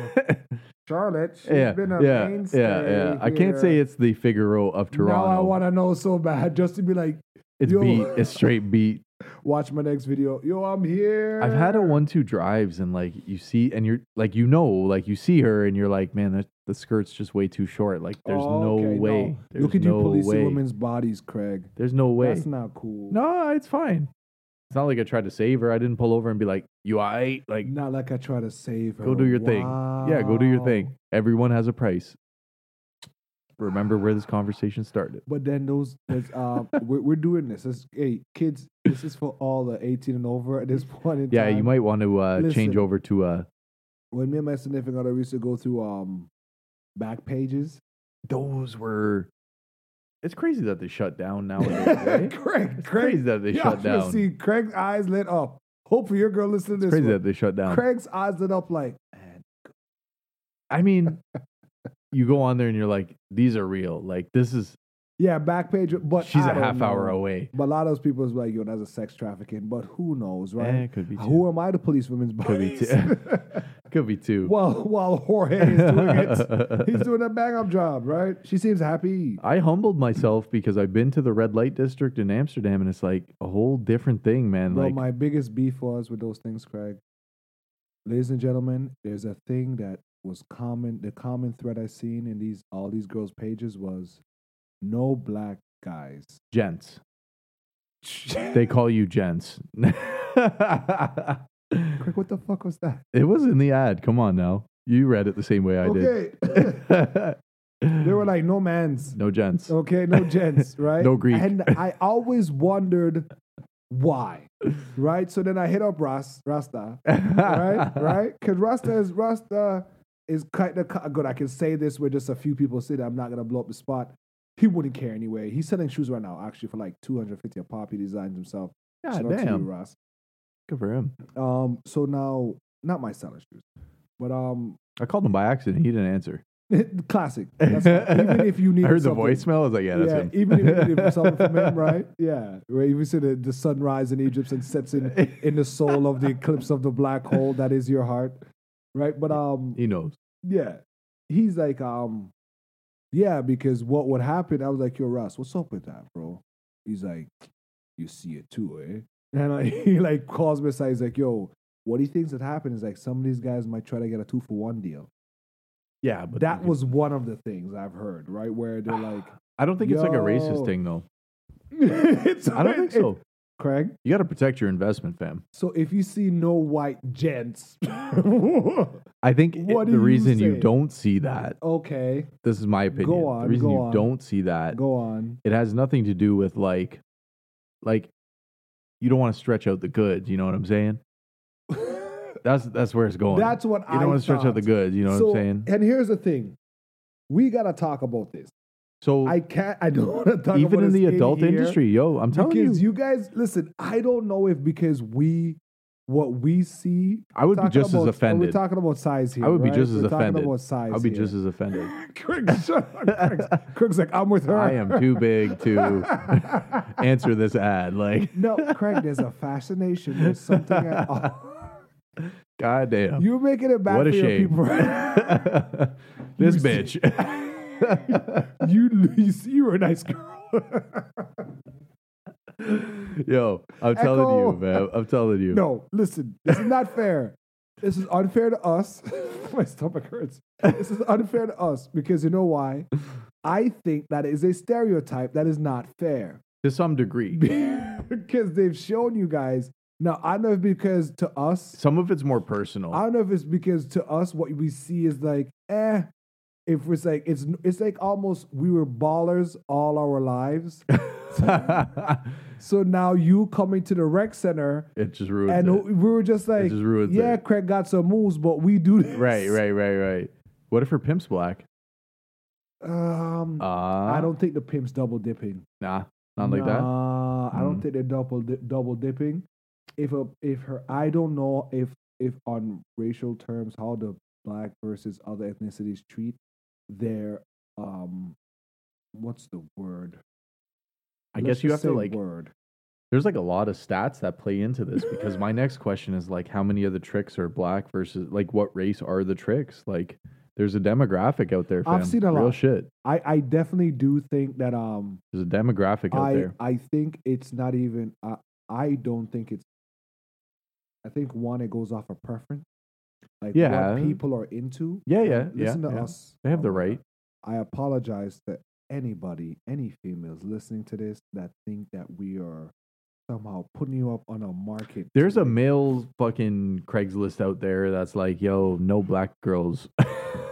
Speaker 2: Charlotte. She's
Speaker 1: yeah,
Speaker 2: been a
Speaker 1: yeah,
Speaker 2: mainstay.
Speaker 1: yeah, yeah. I can't
Speaker 2: here.
Speaker 1: say it's the Figaro of Toronto.
Speaker 2: Now I want to know so bad just to be like,
Speaker 1: it's
Speaker 2: yo.
Speaker 1: beat. It's straight beat.
Speaker 2: watch my next video. Yo, I'm here.
Speaker 1: I've had a one-two drives, and like you see, and you're like you know, like you see her, and you're like, man, that, the skirt's just way too short. Like there's
Speaker 2: Oh,
Speaker 1: no
Speaker 2: okay,
Speaker 1: way. There's
Speaker 2: Look at
Speaker 1: no
Speaker 2: you policing
Speaker 1: way.
Speaker 2: women's bodies, Craig.
Speaker 1: There's no way.
Speaker 2: That's not cool.
Speaker 1: No, it's fine. It's not like I tried to save her. I didn't pull over and be like, "You all right? Like,
Speaker 2: Not like I try to save her.
Speaker 1: Go do your thing. yeah, go do your
Speaker 2: Wow.
Speaker 1: thing. Everyone has a price." Remember where this conversation started.
Speaker 2: But then those, that's, um, we're, we're doing this. This- hey, kids, this is for all the 18 and over at this *laughs* point in
Speaker 1: Yeah,
Speaker 2: time.
Speaker 1: you might want to uh, change
Speaker 2: Listen.
Speaker 1: over to uh,
Speaker 2: When me and my significant other used to go through um, back pages.
Speaker 1: those were. It's crazy that they shut
Speaker 2: *laughs*
Speaker 1: down nowadays. Right?
Speaker 2: Craig,
Speaker 1: It's crazy that they
Speaker 2: yeah,
Speaker 1: shut
Speaker 2: you
Speaker 1: down.
Speaker 2: see Craig's eyes lit up. Hopefully your girl listened to
Speaker 1: It's
Speaker 2: this.
Speaker 1: crazy
Speaker 2: one.
Speaker 1: that they shut down.
Speaker 2: Craig's eyes lit up like, man,
Speaker 1: I
Speaker 2: *laughs*
Speaker 1: mean, you go on there and you're like, "These are real. Like, this is
Speaker 2: yeah, back page. But
Speaker 1: she's
Speaker 2: a
Speaker 1: a half hour away."
Speaker 2: But a lot of those people is like, yo, that's a sex trafficking. But who knows,
Speaker 1: Eh,
Speaker 2: right?
Speaker 1: could be two.
Speaker 2: who am I to police women's
Speaker 1: Could be
Speaker 2: bodies?
Speaker 1: two. could be two.
Speaker 2: *laughs* while while Jorge is doing it.
Speaker 1: *laughs*
Speaker 2: He's doing a bang up job, right? She seems happy.
Speaker 1: I humbled myself because I've been to the red light district in Amsterdam, and it's like a whole different thing, man.
Speaker 2: Bro,
Speaker 1: like,
Speaker 2: my biggest beef was with those things, Craig. Ladies and gentlemen, there's a thing that was common. The common thread I seen in these all these girls' pages was no black guys.
Speaker 1: gents, they call you gents. *laughs*
Speaker 2: Craig,
Speaker 1: it
Speaker 2: what the fuck was that?
Speaker 1: was in the ad. Come on now, you read it the same way I
Speaker 2: okay,
Speaker 1: *laughs*
Speaker 2: *laughs*
Speaker 1: did.
Speaker 2: they were like "Oh, no man's.
Speaker 1: no gents.
Speaker 2: Okay,
Speaker 1: *laughs*
Speaker 2: no gents, right?
Speaker 1: No Greek.
Speaker 2: And I always wondered why, right? So then I hit up Ras Rasta.
Speaker 1: *laughs*
Speaker 2: right? Right? Because Rasta is Rasta is kind of good. I can say this where just a few people say that I'm not gonna blow up the spot. He wouldn't care anyway. He's selling shoes right now, actually, for like 250 a pop. He designs himself.
Speaker 1: God
Speaker 2: Shout out to you,
Speaker 1: damn.
Speaker 2: Ross.
Speaker 1: Good for him.
Speaker 2: Um, so now, not my selling shoes, but um, *laughs*
Speaker 1: I called him by accident. He didn't answer. *laughs*
Speaker 2: classic. That's right. Even if you need
Speaker 1: I heard
Speaker 2: something,
Speaker 1: the voicemail. I was like, yeah, that's
Speaker 2: yeah,
Speaker 1: him.
Speaker 2: even if you needed something
Speaker 1: *laughs*
Speaker 2: from him, right? Yeah, where you see the, the sunrise in Egypt and sets in in the soul of the eclipse of the black hole that is your heart, right? But um,
Speaker 1: He knows.
Speaker 2: yeah. He's like, um, yeah, because what would happen? I was like, yo, Russ, what's up with that, bro? He's like, you see it too, eh? *laughs* And I, he like calls me aside. He's like, yo, what he thinks that happened is like some of these guys might try to get a two for one deal.
Speaker 1: Yeah, but
Speaker 2: that was one of the things I've heard, right? Where they're like,
Speaker 1: I don't think it's like a
Speaker 2: Yo.
Speaker 1: racist thing though.
Speaker 2: it's,
Speaker 1: *sighs* I
Speaker 2: *laughs*
Speaker 1: don't think
Speaker 2: it-
Speaker 1: so.
Speaker 2: Craig.
Speaker 1: You got to protect your investment, fam.
Speaker 2: So if you see no white gents, *laughs*
Speaker 1: I think it-
Speaker 2: What do
Speaker 1: the
Speaker 2: you
Speaker 1: reason you
Speaker 2: say?
Speaker 1: don't see that,
Speaker 2: okay,
Speaker 1: this is my opinion.
Speaker 2: on,
Speaker 1: the reason
Speaker 2: go
Speaker 1: you
Speaker 2: on.
Speaker 1: don't see that,
Speaker 2: go on.
Speaker 1: it has nothing to do with like, like, you don't want to stretch out the goods. You know what I'm saying? That's that's where it's going.
Speaker 2: That's what
Speaker 1: you
Speaker 2: I
Speaker 1: don't want to stretch out the
Speaker 2: thought.
Speaker 1: goods. You know
Speaker 2: so, eh,
Speaker 1: what I'm saying?
Speaker 2: And here's the thing. We gotta talk about this.
Speaker 1: So
Speaker 2: I can't I don't wanna talk
Speaker 1: even
Speaker 2: about
Speaker 1: in
Speaker 2: this
Speaker 1: the adult
Speaker 2: here
Speaker 1: industry, yo, I'm telling you,
Speaker 2: Because you. guys listen, I don't know if because we what we see
Speaker 1: I would be
Speaker 2: talking
Speaker 1: just
Speaker 2: about-
Speaker 1: as
Speaker 2: we're
Speaker 1: offended.
Speaker 2: talking about size here.
Speaker 1: I would be
Speaker 2: right?
Speaker 1: just as
Speaker 2: We're
Speaker 1: offended.
Speaker 2: Talking about size
Speaker 1: I'll be
Speaker 2: here. *laughs*
Speaker 1: just as offended.
Speaker 2: Craig's, *laughs* shut up, Craig's, Craig's like, I'm with her.
Speaker 1: I am too big to
Speaker 2: *laughs*
Speaker 1: answer this ad. Like, *laughs*
Speaker 2: no, Craig, there's a fascination. There's something at
Speaker 1: *laughs* goddamn.
Speaker 2: You're making it bad
Speaker 1: What
Speaker 2: for
Speaker 1: a
Speaker 2: your
Speaker 1: shame.
Speaker 2: people.
Speaker 1: *laughs* this
Speaker 2: You see-
Speaker 1: bitch.
Speaker 2: *laughs*
Speaker 1: *laughs*
Speaker 2: you, you see you were a nice girl. *laughs*
Speaker 1: Yo, I'm telling
Speaker 2: Echo.
Speaker 1: you, man. I'm telling you.
Speaker 2: No, listen, this is not fair. This is unfair to us. *laughs* My stomach hurts. This is unfair to us because you know why? I think that is a stereotype that is not fair *laughs*
Speaker 1: To some degree.
Speaker 2: because they've shown you guys. Now, I don't know if because to us,
Speaker 1: Some of it's more personal. *laughs*
Speaker 2: I don't know if it's because to us what we see is like, eh. If it's like it's it's like almost we were ballers all our
Speaker 1: *laughs*
Speaker 2: lives, so now you coming to the rec center
Speaker 1: it just ruins
Speaker 2: and
Speaker 1: it.
Speaker 2: we were just like,
Speaker 1: just ruins
Speaker 2: yeah,
Speaker 1: it.
Speaker 2: Craig got some moves, but we do this.
Speaker 1: Right, right, right, right. What if her pimp's black?
Speaker 2: Um,
Speaker 1: Uh,
Speaker 2: I don't think the pimp's double dipping.
Speaker 1: Nah, not like that.
Speaker 2: Nah, I don't
Speaker 1: Mm.
Speaker 2: think they're double di- double dipping. If a if her, I don't know if if on racial terms how the black versus other ethnicities treat their um, what's the word?
Speaker 1: I
Speaker 2: Let's
Speaker 1: guess you have
Speaker 2: just
Speaker 1: to
Speaker 2: say
Speaker 1: like.
Speaker 2: word.
Speaker 1: There's like a lot of stats that play into this because my next question is like, how many of the tricks are black versus like what race are the tricks? Like, there's a demographic out there. Fam.
Speaker 2: I've seen a
Speaker 1: Real
Speaker 2: lot.
Speaker 1: shit.
Speaker 2: I I definitely do think that um
Speaker 1: There's a demographic out
Speaker 2: I
Speaker 1: there.
Speaker 2: I think it's not even I I don't think it's I think one it goes off a preference. Like
Speaker 1: Yeah.
Speaker 2: what people are into.
Speaker 1: Yeah, yeah, yeah,
Speaker 2: Listen to
Speaker 1: yeah.
Speaker 2: us.
Speaker 1: They have the
Speaker 2: Oh my God.
Speaker 1: right.
Speaker 2: I apologize to anybody, any females listening to this that think that we are somehow putting you up on a market.
Speaker 1: There's a male fucking Craigslist out there that's like, yo, no black
Speaker 2: *laughs*
Speaker 1: girls.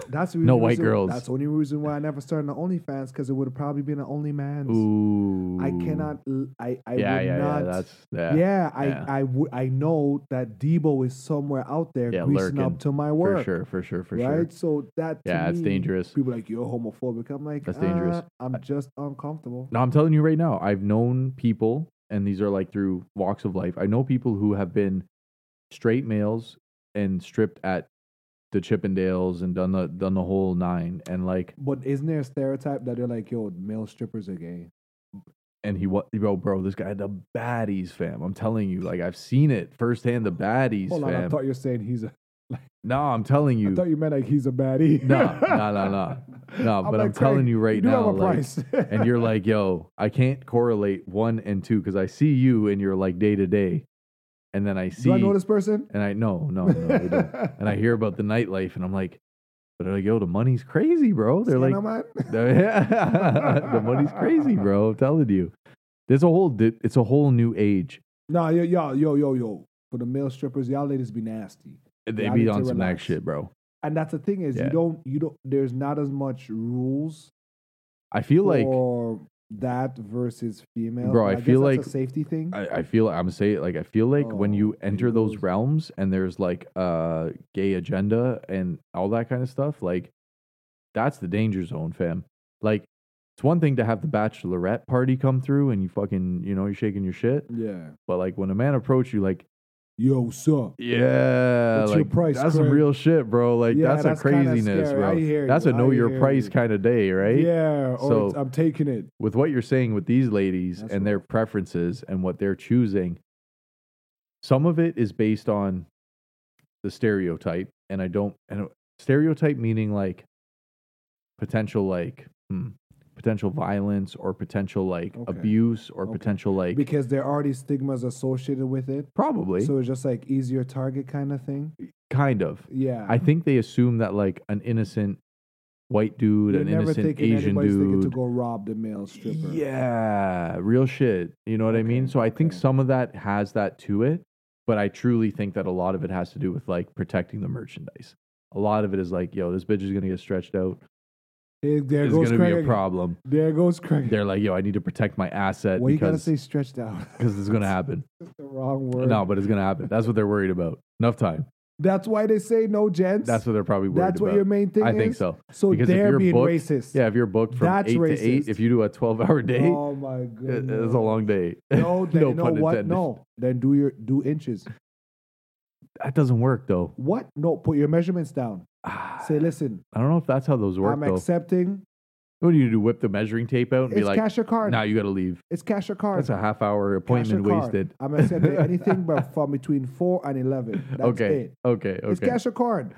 Speaker 2: that's the
Speaker 1: no
Speaker 2: reason-
Speaker 1: white girls.
Speaker 2: That's the only reason why I never started an OnlyFans because it would have probably been an OnlyMans.
Speaker 1: Ooh.
Speaker 2: I cannot. l- I I
Speaker 1: yeah,
Speaker 2: would
Speaker 1: yeah,
Speaker 2: not.
Speaker 1: yeah. That's
Speaker 2: yeah,
Speaker 1: yeah.
Speaker 2: I
Speaker 1: yeah.
Speaker 2: I would. I know that Debo is somewhere out there
Speaker 1: Yeah,
Speaker 2: greasing
Speaker 1: lurking,
Speaker 2: up to my
Speaker 1: for
Speaker 2: work.
Speaker 1: sure, for sure, for
Speaker 2: right?
Speaker 1: sure.
Speaker 2: So that to
Speaker 1: Yeah, it's
Speaker 2: me,
Speaker 1: dangerous.
Speaker 2: People are like you're homophobic. I'm like
Speaker 1: That's dangerous.
Speaker 2: "Uh, I'm just uncomfortable.
Speaker 1: No, I'm telling you right now, I've known people, and these are like through walks of life. I know people who have been straight males and stripped at the Chippendales and done the done the whole nine, and like,
Speaker 2: But isn't there a stereotype that they're like, yo, male strippers are gay?
Speaker 1: and he what, bro, bro, this guy had the baddies, fam. I'm telling you, like, I've seen it firsthand, the baddies,
Speaker 2: Hold on, I
Speaker 1: fam.
Speaker 2: thought you were saying he's a.
Speaker 1: no, I'm telling
Speaker 2: I
Speaker 1: you,
Speaker 2: thought you meant like he's a baddie.
Speaker 1: No,
Speaker 2: *laughs*
Speaker 1: no, no, no. No, but I'm telling
Speaker 2: "Craig,
Speaker 1: you right
Speaker 2: do
Speaker 1: now,
Speaker 2: have a
Speaker 1: like,
Speaker 2: price.
Speaker 1: and you're like, yo, I can't correlate one and two because I see you and you're like day to day, and then I see,
Speaker 2: *laughs* do I know this person?
Speaker 1: and I no, no, no, I don't. and
Speaker 2: *laughs*
Speaker 1: I hear about the nightlife, and I'm like, but they're like, yo, the money's crazy, bro. They're like,
Speaker 2: *laughs*
Speaker 1: *laughs* the money's crazy, bro. I'm telling you, there's a whole, di- it's a whole new age.
Speaker 2: No, yo, yo, yo, yo, yo. For the male strippers, y'all ladies be nasty.
Speaker 1: They
Speaker 2: Yeah, I
Speaker 1: be
Speaker 2: need
Speaker 1: on
Speaker 2: to
Speaker 1: some next
Speaker 2: relax.
Speaker 1: shit, bro.
Speaker 2: And that's the thing is
Speaker 1: Yeah.
Speaker 2: you don't you don't there's not as much rules
Speaker 1: I feel like
Speaker 2: for that versus female.
Speaker 1: Bro, I
Speaker 2: guess
Speaker 1: feel
Speaker 2: that's
Speaker 1: like-
Speaker 2: a safety thing.
Speaker 1: I, I feel I'm gonna say it like I feel like when
Speaker 2: Oh,
Speaker 1: you enter those
Speaker 2: dude.
Speaker 1: realms and there's like uh gay agenda and all that kind of stuff, like that's the danger zone, fam. Like it's one thing to have the bachelorette party come through and you fucking you know you're shaking your shit,
Speaker 2: yeah.
Speaker 1: but like when a man approach you, like
Speaker 2: Yo, sup?
Speaker 1: yeah,
Speaker 2: What's
Speaker 1: like,
Speaker 2: your price,
Speaker 1: that's some
Speaker 2: Craig?
Speaker 1: real shit, bro. Like
Speaker 2: Yeah,
Speaker 1: that's,
Speaker 2: that's
Speaker 1: a
Speaker 2: kinda
Speaker 1: craziness,
Speaker 2: scary.
Speaker 1: bro.
Speaker 2: I hear
Speaker 1: that's
Speaker 2: you.
Speaker 1: a know
Speaker 2: I
Speaker 1: your
Speaker 2: hear
Speaker 1: price
Speaker 2: you.
Speaker 1: kind of day, right?
Speaker 2: Yeah. Or
Speaker 1: So-
Speaker 2: it's- I'm taking it.
Speaker 1: with what you're saying with these ladies
Speaker 2: That's
Speaker 1: and
Speaker 2: what-
Speaker 1: their preferences and what they're choosing, some of it is based on the stereotype. And I don't, and stereotype meaning like potential, like, hmm, potential violence or potential like
Speaker 2: Okay.
Speaker 1: abuse or
Speaker 2: Okay.
Speaker 1: potential like
Speaker 2: Because there are these stigmas associated with it.
Speaker 1: probably
Speaker 2: So it's just like easier target kind of thing.
Speaker 1: kind of.
Speaker 2: Yeah.
Speaker 1: I think they assume that like an innocent white dude,
Speaker 2: You're
Speaker 1: an
Speaker 2: never
Speaker 1: innocent
Speaker 2: thinking
Speaker 1: Asian
Speaker 2: anybody's thinking to
Speaker 1: dude,
Speaker 2: go rob the male stripper.
Speaker 1: Yeah, real shit. You know what I mean?
Speaker 2: Okay,
Speaker 1: So I think
Speaker 2: okay.
Speaker 1: some of that has that to it, but I truly think that a lot of it has to do with like protecting the merchandise. A lot of it is like, yo, this bitch is gonna get stretched out.
Speaker 2: There, there
Speaker 1: There's
Speaker 2: goes
Speaker 1: gonna
Speaker 2: Craig.
Speaker 1: be a problem.
Speaker 2: There goes Craig.
Speaker 1: They're like, yo, I need to protect my asset
Speaker 2: well, you gotta
Speaker 1: because
Speaker 2: say stretched out.
Speaker 1: because it's gonna happen.
Speaker 2: *laughs* That's the wrong word.
Speaker 1: No, but it's gonna happen. That's what they're worried about. Enough time.
Speaker 2: That's why they say no gents.
Speaker 1: That's what they're probably worried
Speaker 2: That's
Speaker 1: about.
Speaker 2: what your main thing
Speaker 1: I
Speaker 2: is.
Speaker 1: think so.
Speaker 2: So
Speaker 1: Because if
Speaker 2: they're
Speaker 1: you're
Speaker 2: being
Speaker 1: booked-
Speaker 2: racist.
Speaker 1: Yeah, if you're booked from
Speaker 2: That's
Speaker 1: eight to eight,
Speaker 2: racist.
Speaker 1: if you do a twelve hour day,
Speaker 2: Oh my
Speaker 1: *laughs* it-
Speaker 2: goodness.
Speaker 1: it's a long day. *laughs*
Speaker 2: No, then,
Speaker 1: No
Speaker 2: you know
Speaker 1: pun
Speaker 2: what?
Speaker 1: intended.
Speaker 2: No. Then do your do inches.
Speaker 1: that doesn't work though. *sighs*
Speaker 2: What? No, put your measurements down.
Speaker 1: Ah,
Speaker 2: Say, listen,
Speaker 1: I don't know if that's how those work
Speaker 2: I'm
Speaker 1: though.
Speaker 2: accepting.
Speaker 1: What do you do? Whip the measuring tape out and be
Speaker 2: It's
Speaker 1: like,
Speaker 2: cash or card.
Speaker 1: now you got to leave.
Speaker 2: It's cash or card.
Speaker 1: That's a half hour
Speaker 2: Cash or
Speaker 1: appointment
Speaker 2: card.
Speaker 1: wasted.
Speaker 2: I'm
Speaker 1: *laughs*
Speaker 2: accepting anything but from between four and eleven. That's
Speaker 1: okay.
Speaker 2: it.
Speaker 1: Okay. Okay.
Speaker 2: It's cash or card.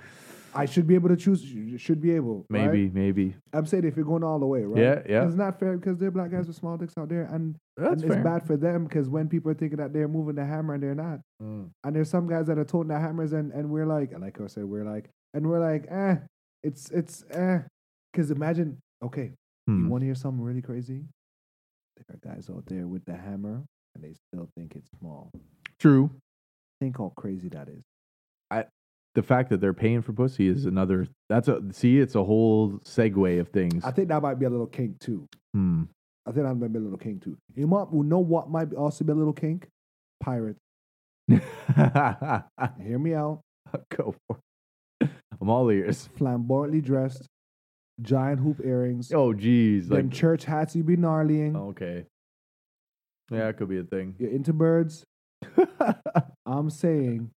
Speaker 2: I should be able to choose. you Should be able. right?
Speaker 1: maybe. Maybe.
Speaker 2: I'm saying if you're going all the way, right?
Speaker 1: Yeah. Yeah.
Speaker 2: It's not fair because there are black guys with small dicks out there, and,
Speaker 1: That's
Speaker 2: and it's
Speaker 1: fair.
Speaker 2: bad for them because when people are thinking that they're moving the hammer and they're not,
Speaker 1: Mm.
Speaker 2: and there's some guys that are toting the hammers, and, and we're like, like I said, we're like, and we're like, eh, it's it's eh, because imagine, okay, you
Speaker 1: Hmm.
Speaker 2: want to hear something really crazy? There are guys out there with the hammer, and they still think it's small.
Speaker 1: True.
Speaker 2: Think how crazy that is.
Speaker 1: The fact that they're paying for pussy is another. That's a see. It's a whole segue of things.
Speaker 2: I think that might be a little kink too.
Speaker 1: Hmm. *laughs*
Speaker 2: I think that might be a little kink too. You might you know what might be- also be a little kink? Pirate. Hear me out.
Speaker 1: Go for it. I'm all ears.
Speaker 2: Flamboyantly dressed, giant hoop earrings,
Speaker 1: Oh, geez.
Speaker 2: them
Speaker 1: Like, Oh.
Speaker 2: church hats you be gnarlying.
Speaker 1: okay. Yeah, it could be a thing.
Speaker 2: You're into birds. *laughs* I'm saying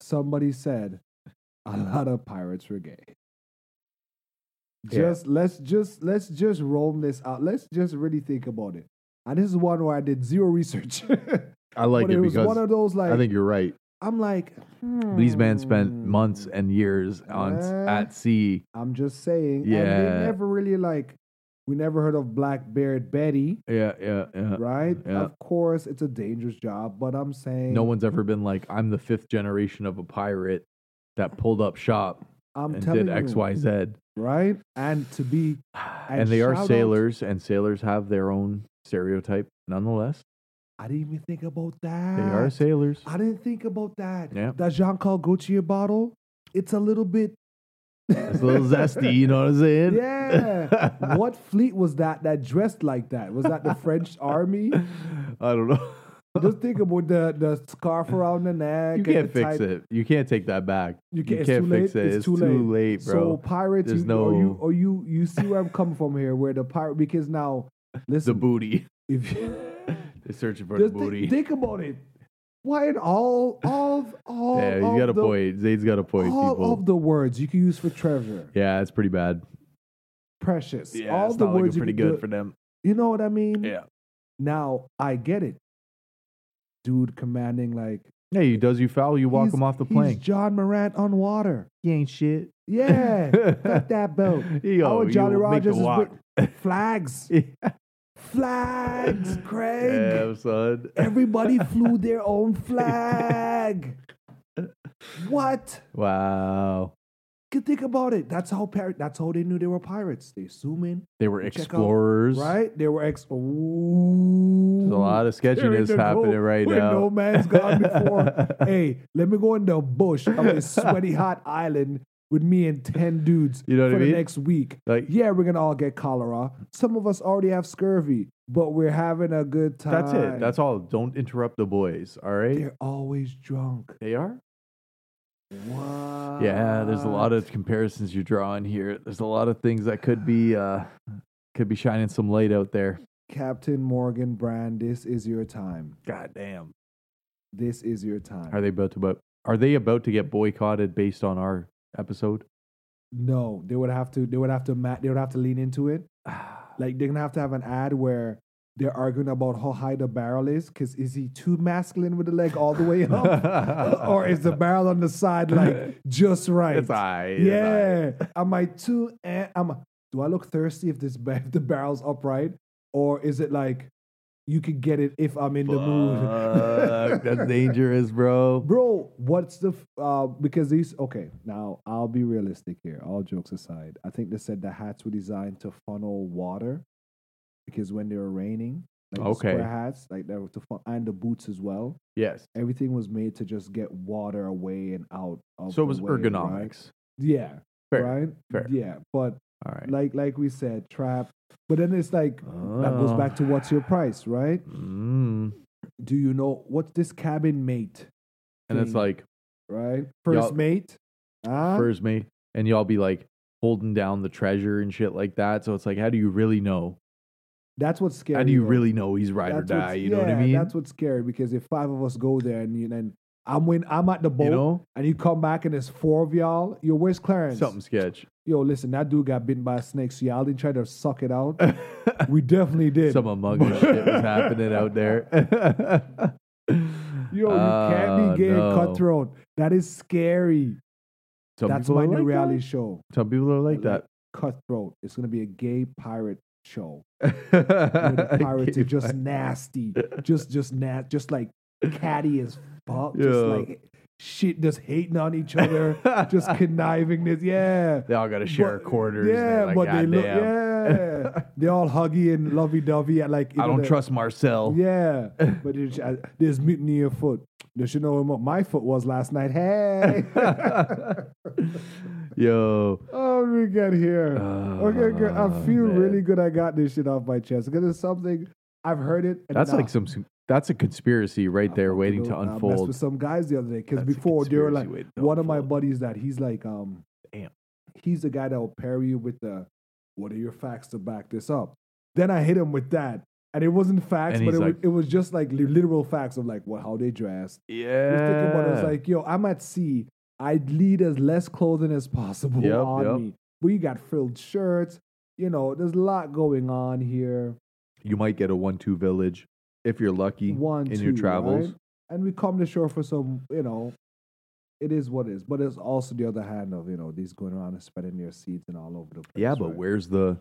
Speaker 2: somebody said a lot of pirates were gay.
Speaker 1: Yeah.
Speaker 2: Just let's just let's just roll this out. Let's just really think about it. And this is one where I did zero research. *laughs*
Speaker 1: I like
Speaker 2: but
Speaker 1: it,
Speaker 2: it was
Speaker 1: because
Speaker 2: one of those like
Speaker 1: I think you're right.
Speaker 2: I'm like
Speaker 1: These men spent
Speaker 2: hmm.
Speaker 1: months and years on s-
Speaker 2: Uh,
Speaker 1: at sea.
Speaker 2: I'm just saying. And
Speaker 1: Yeah.
Speaker 2: they never really like we never heard of Black Beard Betty,
Speaker 1: Yeah, yeah, yeah.
Speaker 2: right?
Speaker 1: Uh, Yeah.
Speaker 2: Of course it's a dangerous job, but I'm saying
Speaker 1: No one's ever been like, I'm the fifth generation of a pirate that pulled up shop
Speaker 2: I'm
Speaker 1: and
Speaker 2: telling
Speaker 1: did X,
Speaker 2: you,
Speaker 1: Y, Z. And,
Speaker 2: right? And to be
Speaker 1: they
Speaker 2: shout
Speaker 1: are
Speaker 2: out-
Speaker 1: sailors, and sailors have their own stereotype nonetheless.
Speaker 2: I didn't even think about that.
Speaker 1: They are
Speaker 2: *laughs*
Speaker 1: sailors.
Speaker 2: I didn't think about that.
Speaker 1: Yeah.
Speaker 2: That Jean Paul Gaultier bottle, it's a little bit.
Speaker 1: It's a little
Speaker 2: *laughs*
Speaker 1: zesty, you know what I'm saying?
Speaker 2: Yeah. what fleet was that that dressed like that? Was that the
Speaker 1: *laughs*
Speaker 2: French army?
Speaker 1: *laughs* I don't know.
Speaker 2: Just think about the, the scarf around the neck.
Speaker 1: You
Speaker 2: and
Speaker 1: can't
Speaker 2: the
Speaker 1: fix
Speaker 2: tight-
Speaker 1: it. You can't take that back.
Speaker 2: You can't, it's too
Speaker 1: fix
Speaker 2: late.
Speaker 1: it. It's, too late,
Speaker 2: So
Speaker 1: bro.
Speaker 2: pirates,
Speaker 1: There's
Speaker 2: you, or you
Speaker 1: no-
Speaker 2: or you you see where I'm coming from here, where the pirate because now
Speaker 1: the
Speaker 2: listen,
Speaker 1: booty. *laughs*
Speaker 2: if you
Speaker 1: They're searching for
Speaker 2: just
Speaker 1: the
Speaker 2: thi-
Speaker 1: booty.
Speaker 2: think about it, why in all all all
Speaker 1: yeah,
Speaker 2: of
Speaker 1: he's got a
Speaker 2: the,
Speaker 1: point. Zayd's got a point,
Speaker 2: all
Speaker 1: people.
Speaker 2: of the words you can use for treasure,
Speaker 1: yeah, it's pretty bad.
Speaker 2: precious,
Speaker 1: Yeah,
Speaker 2: all
Speaker 1: it's
Speaker 2: the
Speaker 1: not looking
Speaker 2: words you
Speaker 1: pretty
Speaker 2: could
Speaker 1: good
Speaker 2: do-
Speaker 1: for them.
Speaker 2: you know what I mean?
Speaker 1: Yeah.
Speaker 2: Now I get it, dude. Commanding like
Speaker 1: Yeah, he does you foul, you walk
Speaker 2: he's-
Speaker 1: him off the
Speaker 2: he's *laughs*
Speaker 1: plank.
Speaker 2: John Morant on
Speaker 1: *laughs*
Speaker 2: water.
Speaker 1: He ain't shit.
Speaker 2: Yeah, fuck that boat.
Speaker 1: Yo,
Speaker 2: Our Jolly
Speaker 1: you make the
Speaker 2: Oh, Rogers is
Speaker 1: walk.
Speaker 2: with flags. flags, Craig.
Speaker 1: *laughs* Yeah, son. *laughs*
Speaker 2: Everybody flew their own flag. what?
Speaker 1: Wow.
Speaker 2: Could think about it. That's how pirate. That's how they knew they were pirates. They zoom in,
Speaker 1: They were
Speaker 2: Check out-
Speaker 1: explorers.
Speaker 2: right? They were ex.
Speaker 1: There's
Speaker 2: Ooh,
Speaker 1: a lot of sketchiness happening right
Speaker 2: where
Speaker 1: now.
Speaker 2: No man's
Speaker 1: *laughs*
Speaker 2: gone before. hey, let me go in the bush on this sweaty hot island with me and ten dudes.
Speaker 1: You know what
Speaker 2: for
Speaker 1: I
Speaker 2: the
Speaker 1: mean?
Speaker 2: next week.
Speaker 1: like
Speaker 2: Yeah, we're gonna all get cholera. Some of us already have scurvy, but we're having a good time.
Speaker 1: that's it. That's all. Don't interrupt the boys. All right.
Speaker 2: They're always drunk.
Speaker 1: They are.
Speaker 2: What?
Speaker 1: Yeah. There's a lot of comparisons you're drawing here. There's a lot of things that could be uh could be shining some light out there.
Speaker 2: Captain Morgan Brand. This is your time.
Speaker 1: God damn.
Speaker 2: This is your time.
Speaker 1: Are they about to? But are they about to get boycotted based on our
Speaker 2: *laughs*
Speaker 1: episode?
Speaker 2: no, they would have to. They would have to. Ma- they would have to lean
Speaker 1: *sighs*
Speaker 2: into it. Like they're gonna have to have an ad where they're arguing about how high the barrel is. Cause is he too masculine with the leg all the
Speaker 1: *laughs*
Speaker 2: way up, Oh, or is the barrel on the side like just right?
Speaker 1: It's I.
Speaker 2: Yeah. Am I too? Eh, am I, do I look thirsty if this *laughs* ba- if the barrel's upright, or is it like you could get it if I'm in the *laughs* mood?
Speaker 1: that's dangerous,
Speaker 2: *laughs*
Speaker 1: bro.
Speaker 2: Bro, what's the f- uh, because these okay now I'll be realistic here. All jokes aside, I think they said the hats were designed to funnel water because when they were raining, like the
Speaker 1: Okay.
Speaker 2: square hats, like they were to fun- and the boots as well.
Speaker 1: Yes.
Speaker 2: Everything was made to just get water away and out. Of
Speaker 1: So it
Speaker 2: the
Speaker 1: was
Speaker 2: way, Oh, right?
Speaker 1: ergonomics.
Speaker 2: Yeah.
Speaker 1: Fair,
Speaker 2: Right.
Speaker 1: fair.
Speaker 2: Yeah, but
Speaker 1: All right.
Speaker 2: like like we said, trap. But then it's like that goes back to what's your price, right?
Speaker 1: Mm.
Speaker 2: Do you know what's this cabin mate,
Speaker 1: And it's
Speaker 2: thing,
Speaker 1: like
Speaker 2: right? 1st
Speaker 1: Y'all-
Speaker 2: mate, huh?
Speaker 1: first mate, and y'all be like holding down the treasure and shit like that. So it's like, how do you really know?
Speaker 2: That's what's scary.
Speaker 1: How do you
Speaker 2: though.
Speaker 1: really know he's ride or
Speaker 2: That's what's-
Speaker 1: die? You know what I
Speaker 2: yeah,
Speaker 1: mean?
Speaker 2: That's what's scary because if five of us go there and you- then I'm when I'm at the boat
Speaker 1: you know,
Speaker 2: and you come back and there's four of y'all, yo, where's Clarence?
Speaker 1: something sketch.
Speaker 2: Yo, listen, that dude got bitten by a snake, so y'all didn't try to suck it out.
Speaker 1: *laughs*
Speaker 2: we definitely *laughs* did.
Speaker 1: Some among us shit was happening out
Speaker 2: *laughs*
Speaker 1: there.
Speaker 2: Yo, you can't be gay
Speaker 1: Ah, no.
Speaker 2: and cutthroat. That is scary.
Speaker 1: Some
Speaker 2: That's
Speaker 1: people
Speaker 2: my
Speaker 1: are
Speaker 2: new
Speaker 1: like
Speaker 2: reality show.
Speaker 1: That. Some people are like that.
Speaker 2: Cutthroat. It's gonna be a gay pirate
Speaker 1: *laughs*
Speaker 2: show. Where the pirates are
Speaker 1: Gay
Speaker 2: just
Speaker 1: pirate. *laughs*
Speaker 2: nasty, just just nat, just like catty as fuck, just
Speaker 1: Yeah.
Speaker 2: like shit, just hating on each other,
Speaker 1: *laughs*
Speaker 2: just conniving. This, yeah.
Speaker 1: they all got to share
Speaker 2: But-
Speaker 1: quarters. and
Speaker 2: Yeah,
Speaker 1: they're like,
Speaker 2: but they look.
Speaker 1: "Goddamn,
Speaker 2: Yeah, they're all huggy and lovey dovey. and Like you
Speaker 1: *laughs* I
Speaker 2: know,
Speaker 1: don't
Speaker 2: the-
Speaker 1: trust Marcel.
Speaker 2: Yeah,
Speaker 1: *laughs*
Speaker 2: but there's, uh, there's mutiny your foot. You should know what my foot was last night. Hey,
Speaker 1: *laughs*
Speaker 2: *laughs*
Speaker 1: Yo.
Speaker 2: oh, we get here.
Speaker 1: Uh,
Speaker 2: okay, good. I
Speaker 1: Oh,
Speaker 2: feel
Speaker 1: man.
Speaker 2: really good. I got this shit off my chest because it's something I've heard it. and
Speaker 1: That's
Speaker 2: then I-
Speaker 1: like some. That's a conspiracy right there, waiting to
Speaker 2: I messed
Speaker 1: unfold.
Speaker 2: with some guys the other day because
Speaker 1: That's a
Speaker 2: before they were
Speaker 1: conspiracy
Speaker 2: like
Speaker 1: waiting to
Speaker 2: one of my
Speaker 1: unfold.
Speaker 2: buddies that he's like um
Speaker 1: Damn.
Speaker 2: he's the guy that will pair you with the what are your facts to back this up. Then I hit him with that. And it wasn't facts,
Speaker 1: And
Speaker 2: but it,
Speaker 1: he's
Speaker 2: was,
Speaker 1: like-
Speaker 2: it was just like li- literal facts of like what how they dressed.
Speaker 1: Yeah.
Speaker 2: Just thinking about it, it's like, yo, I'm at sea. I lead as less clothing as possible
Speaker 1: Yep,
Speaker 2: on
Speaker 1: yep.
Speaker 2: me. But you got frilled shirts. You know, there's a lot going on here.
Speaker 1: you might get a one-two village if you're lucky
Speaker 2: One,
Speaker 1: in
Speaker 2: two,
Speaker 1: your travels.
Speaker 2: right? And we come to shore for some, you know, it is what it is. But it's also the other hand of, you know, these going around and spreading their seeds and all over the place.
Speaker 1: Yeah, but
Speaker 2: right?
Speaker 1: where's the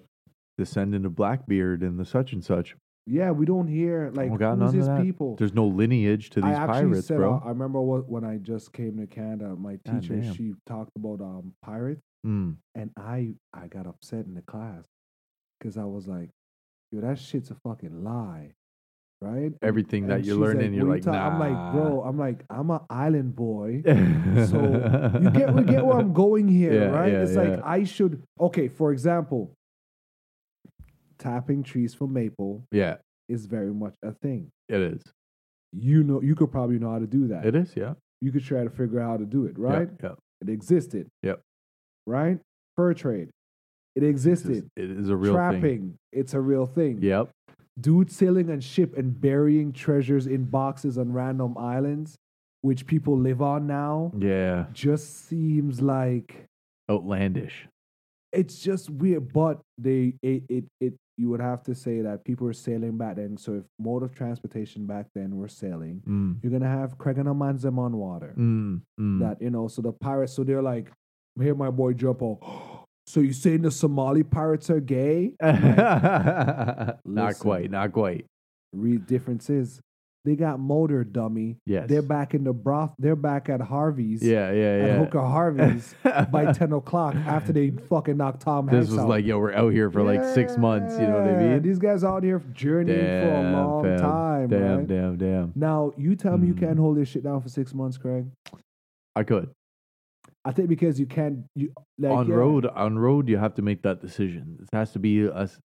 Speaker 1: descendant of Blackbeard and the such and such?
Speaker 2: Yeah, we don't hear, like,
Speaker 1: Oh, God,
Speaker 2: who's
Speaker 1: none of
Speaker 2: his
Speaker 1: that.
Speaker 2: people?
Speaker 1: There's no lineage to these
Speaker 2: I actually
Speaker 1: pirates,
Speaker 2: said,
Speaker 1: bro.
Speaker 2: uh, I remember what, when I just came to Canada, my
Speaker 1: God
Speaker 2: teacher,
Speaker 1: damn.
Speaker 2: she talked about um pirates.
Speaker 1: Mm.
Speaker 2: And I I got upset in the class because I was like, yo, that shit's a fucking lie. right?
Speaker 1: Everything that
Speaker 2: And
Speaker 1: you're
Speaker 2: she's
Speaker 1: learning, you're
Speaker 2: "What
Speaker 1: like,
Speaker 2: are you
Speaker 1: nah.
Speaker 2: ta-" I'm like, bro, I'm like, I'm an
Speaker 1: *laughs*
Speaker 2: island boy.
Speaker 1: so
Speaker 2: So you get, you get where I'm going here,
Speaker 1: Yeah,
Speaker 2: right?
Speaker 1: yeah,
Speaker 2: it's like
Speaker 1: yeah.
Speaker 2: I should. Okay, for example, tapping trees for maple
Speaker 1: *laughs* Yeah,
Speaker 2: is very much a thing.
Speaker 1: it is.
Speaker 2: You know, you could probably know how to do that.
Speaker 1: It is. Yeah.
Speaker 2: You could try to figure out how to do it,
Speaker 1: Yeah,
Speaker 2: right?
Speaker 1: Yeah.
Speaker 2: It existed.
Speaker 1: Yep.
Speaker 2: Right? Fur trade. It
Speaker 1: It's just-
Speaker 2: existed.
Speaker 1: It is a real
Speaker 2: Trapping.
Speaker 1: thing.
Speaker 2: It's a real thing.
Speaker 1: Yep.
Speaker 2: Dude sailing on ship and burying treasures in boxes on random islands, which people live on now,
Speaker 1: Yeah.
Speaker 2: just seems like
Speaker 1: Outlandish.
Speaker 2: it's just weird. But they it it, it you would have to say that people were sailing back then. So if mode of transportation back then were sailing,
Speaker 1: Mm.
Speaker 2: you're gonna have Craig and Amanzam on water.
Speaker 1: Mm. Mm. *laughs*
Speaker 2: that you know so the pirates so they're like here my boy Jumbo *gasps* so you saying the Somali pirates are gay
Speaker 1: not
Speaker 2: Listen.
Speaker 1: quite. Not quite.
Speaker 2: read differences they got motor dummy
Speaker 1: Yes.
Speaker 2: they're back in the broth they're back at Harvey's
Speaker 1: Yeah.
Speaker 2: at
Speaker 1: Yeah.
Speaker 2: Hooker
Speaker 1: Yeah. *laughs*
Speaker 2: Harvey's by 10 o'clock after they fucking knocked Tom
Speaker 1: this
Speaker 2: Hanks
Speaker 1: was
Speaker 2: out.
Speaker 1: like, yo, we're out here for like six months. You know what I
Speaker 2: Yeah,
Speaker 1: mean?
Speaker 2: these guys out here journeying for a long
Speaker 1: fam.
Speaker 2: time
Speaker 1: Damn,
Speaker 2: right?
Speaker 1: damn, damn.
Speaker 2: now you tell me you
Speaker 1: Mm.
Speaker 2: can't hold this shit down for six months Craig
Speaker 1: I could.
Speaker 2: I think because you can't you like
Speaker 1: on
Speaker 2: yeah,
Speaker 1: road, on road, you have to make that decision. It has to be us.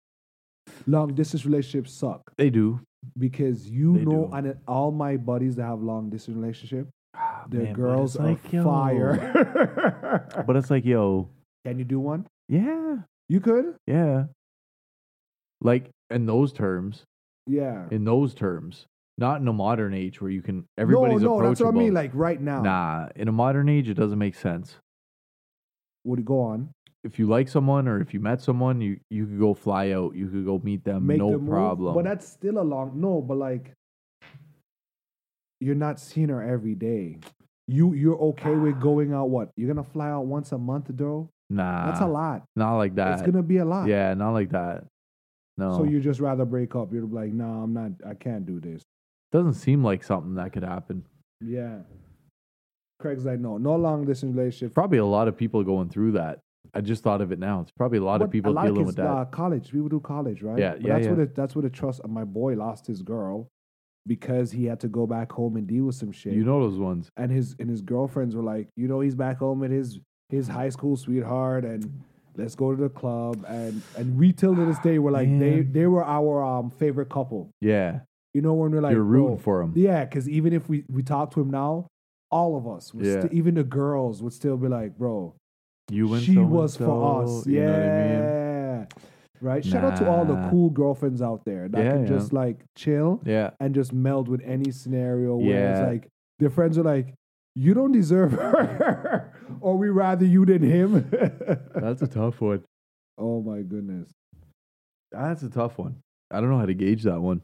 Speaker 2: long distance relationships suck
Speaker 1: They do.
Speaker 2: because you
Speaker 1: They
Speaker 2: know,
Speaker 1: do.
Speaker 2: and it- all my buddies that have long distance relationship,
Speaker 1: Ah,
Speaker 2: their
Speaker 1: man, but
Speaker 2: girls
Speaker 1: it's
Speaker 2: are
Speaker 1: like, yo.
Speaker 2: fire.
Speaker 1: But it's like, yo,
Speaker 2: *laughs* Can you do one?
Speaker 1: yeah,
Speaker 2: You could,
Speaker 1: yeah. Like in those terms,
Speaker 2: yeah.
Speaker 1: in those terms, not in a modern age where you can everybody's
Speaker 2: no, no,
Speaker 1: approachable.
Speaker 2: that's what I mean. Like right now,
Speaker 1: nah, in a modern age, it doesn't make sense.
Speaker 2: would it go on?
Speaker 1: If you like someone or if you met someone, you you could go fly out. You could go meet them.
Speaker 2: Make
Speaker 1: Um, no
Speaker 2: the move,
Speaker 1: problem.
Speaker 2: but that's still a long no. But like, you're not seeing her every day. You you're okay
Speaker 1: Ah.
Speaker 2: with going out? What you're gonna fly out once a month, though?
Speaker 1: nah,
Speaker 2: That's a lot.
Speaker 1: Not like Ah, that.
Speaker 2: It's gonna be a lot.
Speaker 1: Yeah, not like that. No.
Speaker 2: So you just rather break up? You're like, no, I'm not. I can't do this.
Speaker 1: doesn't seem like something that could happen.
Speaker 2: Yeah. Craig's like, no, no long distance relationship.
Speaker 1: Probably a lot of people going through that. I just thought of it now. It's probably a lot of
Speaker 2: But
Speaker 1: people
Speaker 2: lot of
Speaker 1: dealing
Speaker 2: kids,
Speaker 1: with that.
Speaker 2: Uh, college, we would do college, right?
Speaker 1: Yeah,
Speaker 2: But
Speaker 1: yeah,
Speaker 2: That's
Speaker 1: yeah.
Speaker 2: what it, that's what the trust. My boy lost his girl because he had to go back home and deal with some shit.
Speaker 1: you know those ones.
Speaker 2: and his and his girlfriends were like, you know, he's back home with his his high school sweetheart, and let's go to the club, and and we till to this day were like, they
Speaker 1: Man.
Speaker 2: they were our um favorite couple.
Speaker 1: Yeah,
Speaker 2: You know, when we're like,
Speaker 1: you're rooting
Speaker 2: bro,
Speaker 1: for them.
Speaker 2: Yeah, because even if we we talk to him now, all of us, would
Speaker 1: Yeah.
Speaker 2: sti- even the girls, would still be like, bro.
Speaker 1: you and
Speaker 2: she
Speaker 1: so-and-so,
Speaker 2: was for us.
Speaker 1: You
Speaker 2: yeah.
Speaker 1: know what I mean?
Speaker 2: Right? Shout out to all the
Speaker 1: Nah.
Speaker 2: cool girlfriends out there that
Speaker 1: Yeah,
Speaker 2: can
Speaker 1: yeah.
Speaker 2: just like chill *laughs*
Speaker 1: Yeah,
Speaker 2: and just meld with any scenario where
Speaker 1: Yeah.
Speaker 2: it's like their friends are like, you don't deserve *laughs* her, or we rather you than him.
Speaker 1: that's a tough one.
Speaker 2: *laughs* oh my goodness.
Speaker 1: That's a tough one. I don't know how to gauge that one.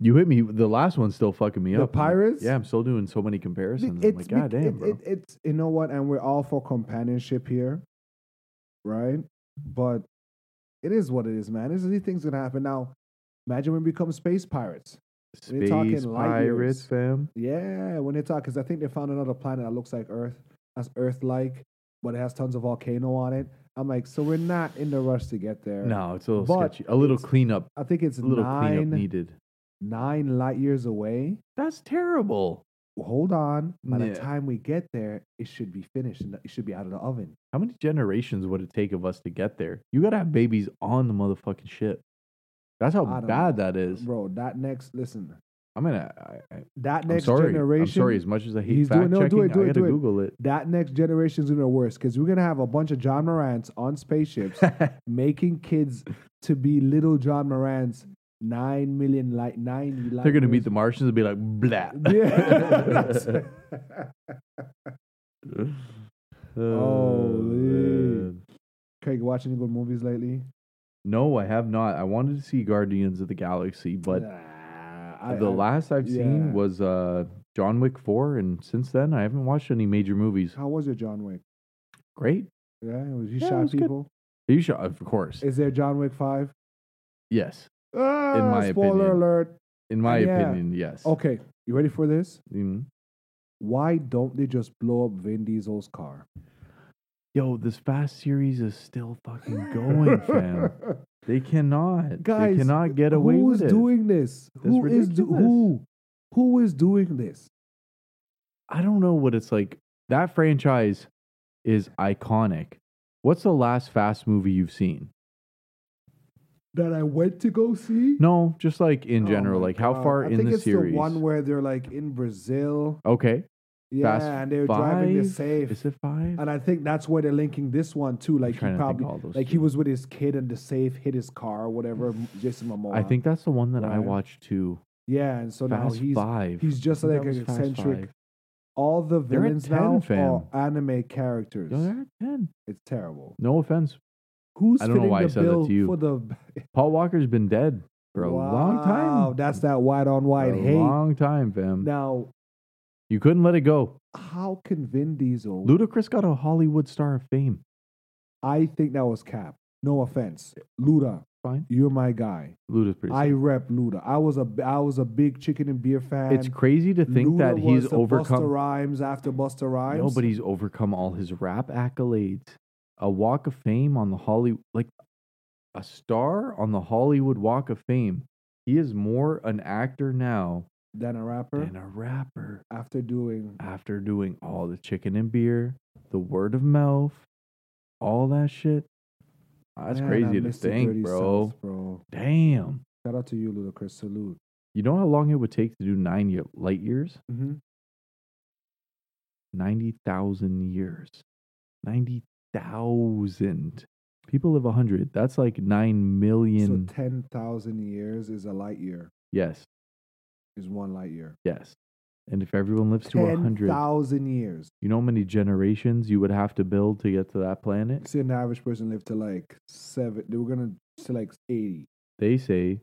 Speaker 1: You hit me. The last one's still fucking me
Speaker 2: The
Speaker 1: up. I'm like,
Speaker 2: pirates?
Speaker 1: Yeah, I'm still doing so many comparisons. I'm like,
Speaker 2: bec-
Speaker 1: God damn,
Speaker 2: it-
Speaker 1: bro.
Speaker 2: it- it's you know what, and we're all for companionship here, right? But it is what it is, man. There's these things that happen now. Imagine when we become space pirates. we're talking
Speaker 1: Space
Speaker 2: light
Speaker 1: pirates,
Speaker 2: years.
Speaker 1: fam.
Speaker 2: Yeah, when they talk, because I think they found another planet that looks like Earth, that's Earth-like, but it has tons of volcano on it. I'm like, so we're not in the rush to get there.
Speaker 1: No, it's a little
Speaker 2: But
Speaker 1: sketchy. A little
Speaker 2: it's-
Speaker 1: cleanup.
Speaker 2: I think it's
Speaker 1: A little cleanup
Speaker 2: nine
Speaker 1: needed.
Speaker 2: nine light years away.
Speaker 1: That's terrible.
Speaker 2: Hold on, by
Speaker 1: Yeah.
Speaker 2: the time we get there, it should be finished. and It should be out of the oven.
Speaker 1: How many generations would it take of us to get there? You gotta have babies on the motherfucking ship. That's how
Speaker 2: I don't
Speaker 1: bad
Speaker 2: know.
Speaker 1: that is.
Speaker 2: Bro, that next listen,
Speaker 1: I mean, I, I,
Speaker 2: that
Speaker 1: I'm
Speaker 2: next
Speaker 1: sorry.
Speaker 2: generation.
Speaker 1: I'm sorry. As much as I hate
Speaker 2: He's doing-
Speaker 1: fact
Speaker 2: no, do
Speaker 1: checking,
Speaker 2: it, do
Speaker 1: I
Speaker 2: it,
Speaker 1: gotta
Speaker 2: do it.
Speaker 1: Google it. *laughs*
Speaker 2: That next generation's gonna be worse because we're gonna have a bunch of John Morants
Speaker 1: *laughs*
Speaker 2: on spaceships making kids to be little John Morant's nine million light nine.
Speaker 1: They're gonna meet the Martians and be like, blah.
Speaker 2: *laughs* Yeah.
Speaker 1: *laughs*
Speaker 2: *laughs* that's-
Speaker 1: Oh, man.
Speaker 2: Craig, you watching any good movies lately?
Speaker 1: No, I have not. I wanted to see Guardians of the Galaxy, but
Speaker 2: Nah, I-
Speaker 1: the
Speaker 2: I-
Speaker 1: last I've seen
Speaker 2: yeah.
Speaker 1: was uh, John Wick 4, and since then, I haven't watched any major movies.
Speaker 2: How was your John Wick?
Speaker 1: Great.
Speaker 2: Yeah, was he
Speaker 1: Yeah, it
Speaker 2: shot
Speaker 1: was good.
Speaker 2: people?
Speaker 1: You should, of course.
Speaker 2: Is there John Wick five?
Speaker 1: yes.
Speaker 2: Ah,
Speaker 1: my
Speaker 2: spoiler
Speaker 1: opinion.
Speaker 2: alert.
Speaker 1: In my
Speaker 2: Yeah.
Speaker 1: opinion, yes.
Speaker 2: Okay, you ready for this?
Speaker 1: Mm.
Speaker 2: Why don't they just blow up Vin Diesel's car?
Speaker 1: yo, this fast series is still fucking *laughs* going, fam.
Speaker 2: *laughs*
Speaker 1: They cannot.
Speaker 2: Guys,
Speaker 1: they cannot get away
Speaker 2: who is
Speaker 1: with it.
Speaker 2: doing this?
Speaker 1: It's
Speaker 2: Who is do-
Speaker 1: ridiculous.
Speaker 2: who? Who is doing this?
Speaker 1: I don't know what it's like. That franchise is iconic. What's the last fast movie you've seen?
Speaker 2: That I went to go see?
Speaker 1: No, just like in
Speaker 2: Oh
Speaker 1: general,
Speaker 2: my
Speaker 1: like how
Speaker 2: God.
Speaker 1: far
Speaker 2: I
Speaker 1: in
Speaker 2: think
Speaker 1: the
Speaker 2: it's
Speaker 1: series?
Speaker 2: The one where they're like in Brazil.
Speaker 1: okay,
Speaker 2: Yeah,
Speaker 1: Fast
Speaker 2: and they're driving the
Speaker 1: five?
Speaker 2: safe.
Speaker 1: is it five?
Speaker 2: And I think that's where they're linking this one too. Like he
Speaker 1: trying to think
Speaker 2: probably
Speaker 1: all those
Speaker 2: like he
Speaker 1: two.
Speaker 2: was with his kid and the safe hit his car or whatever. Jason Momoa.
Speaker 1: I think that's the one that I
Speaker 2: Right.
Speaker 1: watched too.
Speaker 2: Yeah, and so now
Speaker 1: Fast
Speaker 2: he's
Speaker 1: Five.
Speaker 2: he's just
Speaker 1: I think
Speaker 2: like
Speaker 1: that
Speaker 2: an
Speaker 1: was Fast
Speaker 2: eccentric
Speaker 1: Five.
Speaker 2: all the
Speaker 1: They're at
Speaker 2: villains
Speaker 1: 10,
Speaker 2: now
Speaker 1: fam.
Speaker 2: are anime characters.
Speaker 1: Yo, they're at ten.
Speaker 2: It's terrible.
Speaker 1: No offense,
Speaker 2: Who's
Speaker 1: I don't know
Speaker 2: fitting
Speaker 1: why I
Speaker 2: the
Speaker 1: said that
Speaker 2: bill
Speaker 1: to you.
Speaker 2: for the
Speaker 1: Paul Walker's been dead for a long
Speaker 2: Wow,
Speaker 1: time.
Speaker 2: That's that white on
Speaker 1: For
Speaker 2: white
Speaker 1: a
Speaker 2: hate.
Speaker 1: long time, fam.
Speaker 2: Now,
Speaker 1: You couldn't let it go.
Speaker 2: how can Vin Diesel?
Speaker 1: Ludacris got a Hollywood Star of Fame.
Speaker 2: I think that was cap. No offense, Luda.
Speaker 1: Fine,
Speaker 2: You're my guy.
Speaker 1: Ludacris.
Speaker 2: I rep Luda. I was a I was a big chicken and beer fan.
Speaker 1: it's crazy to think
Speaker 2: Luda
Speaker 1: that he's
Speaker 2: was the
Speaker 1: overcome.
Speaker 2: Busta Rhymes after Busta Rhymes.
Speaker 1: No, but he's overcome all his rap accolades, a Walk of Fame on the Hollywood, like a star on the Hollywood Walk of Fame. He is more an actor now
Speaker 2: then a rapper
Speaker 1: than a rapper
Speaker 2: after doing
Speaker 1: after doing all the chicken and beer, the word of mouth, all that shit. That's
Speaker 2: Man, I
Speaker 1: crazy to
Speaker 2: miss the
Speaker 1: think,
Speaker 2: Dirty
Speaker 1: bro.
Speaker 2: South, bro.
Speaker 1: Damn.
Speaker 2: Shout out to you, Ludacris. Salute.
Speaker 1: You know how long it would take to do nine year, light years?
Speaker 2: Mm-hmm.
Speaker 1: 90,000 years. 90,000. People live 100. That's like 9 million.
Speaker 2: So ten thousand years is a light year.
Speaker 1: yes.
Speaker 2: Is one light year.
Speaker 1: Yes. And if everyone lives to
Speaker 2: Ten
Speaker 1: 100,
Speaker 2: thousand years.
Speaker 1: you know how many generations you would have to build to get to that planet?
Speaker 2: Say an average person lived to like seven. They were gonna to like eighty.
Speaker 1: They say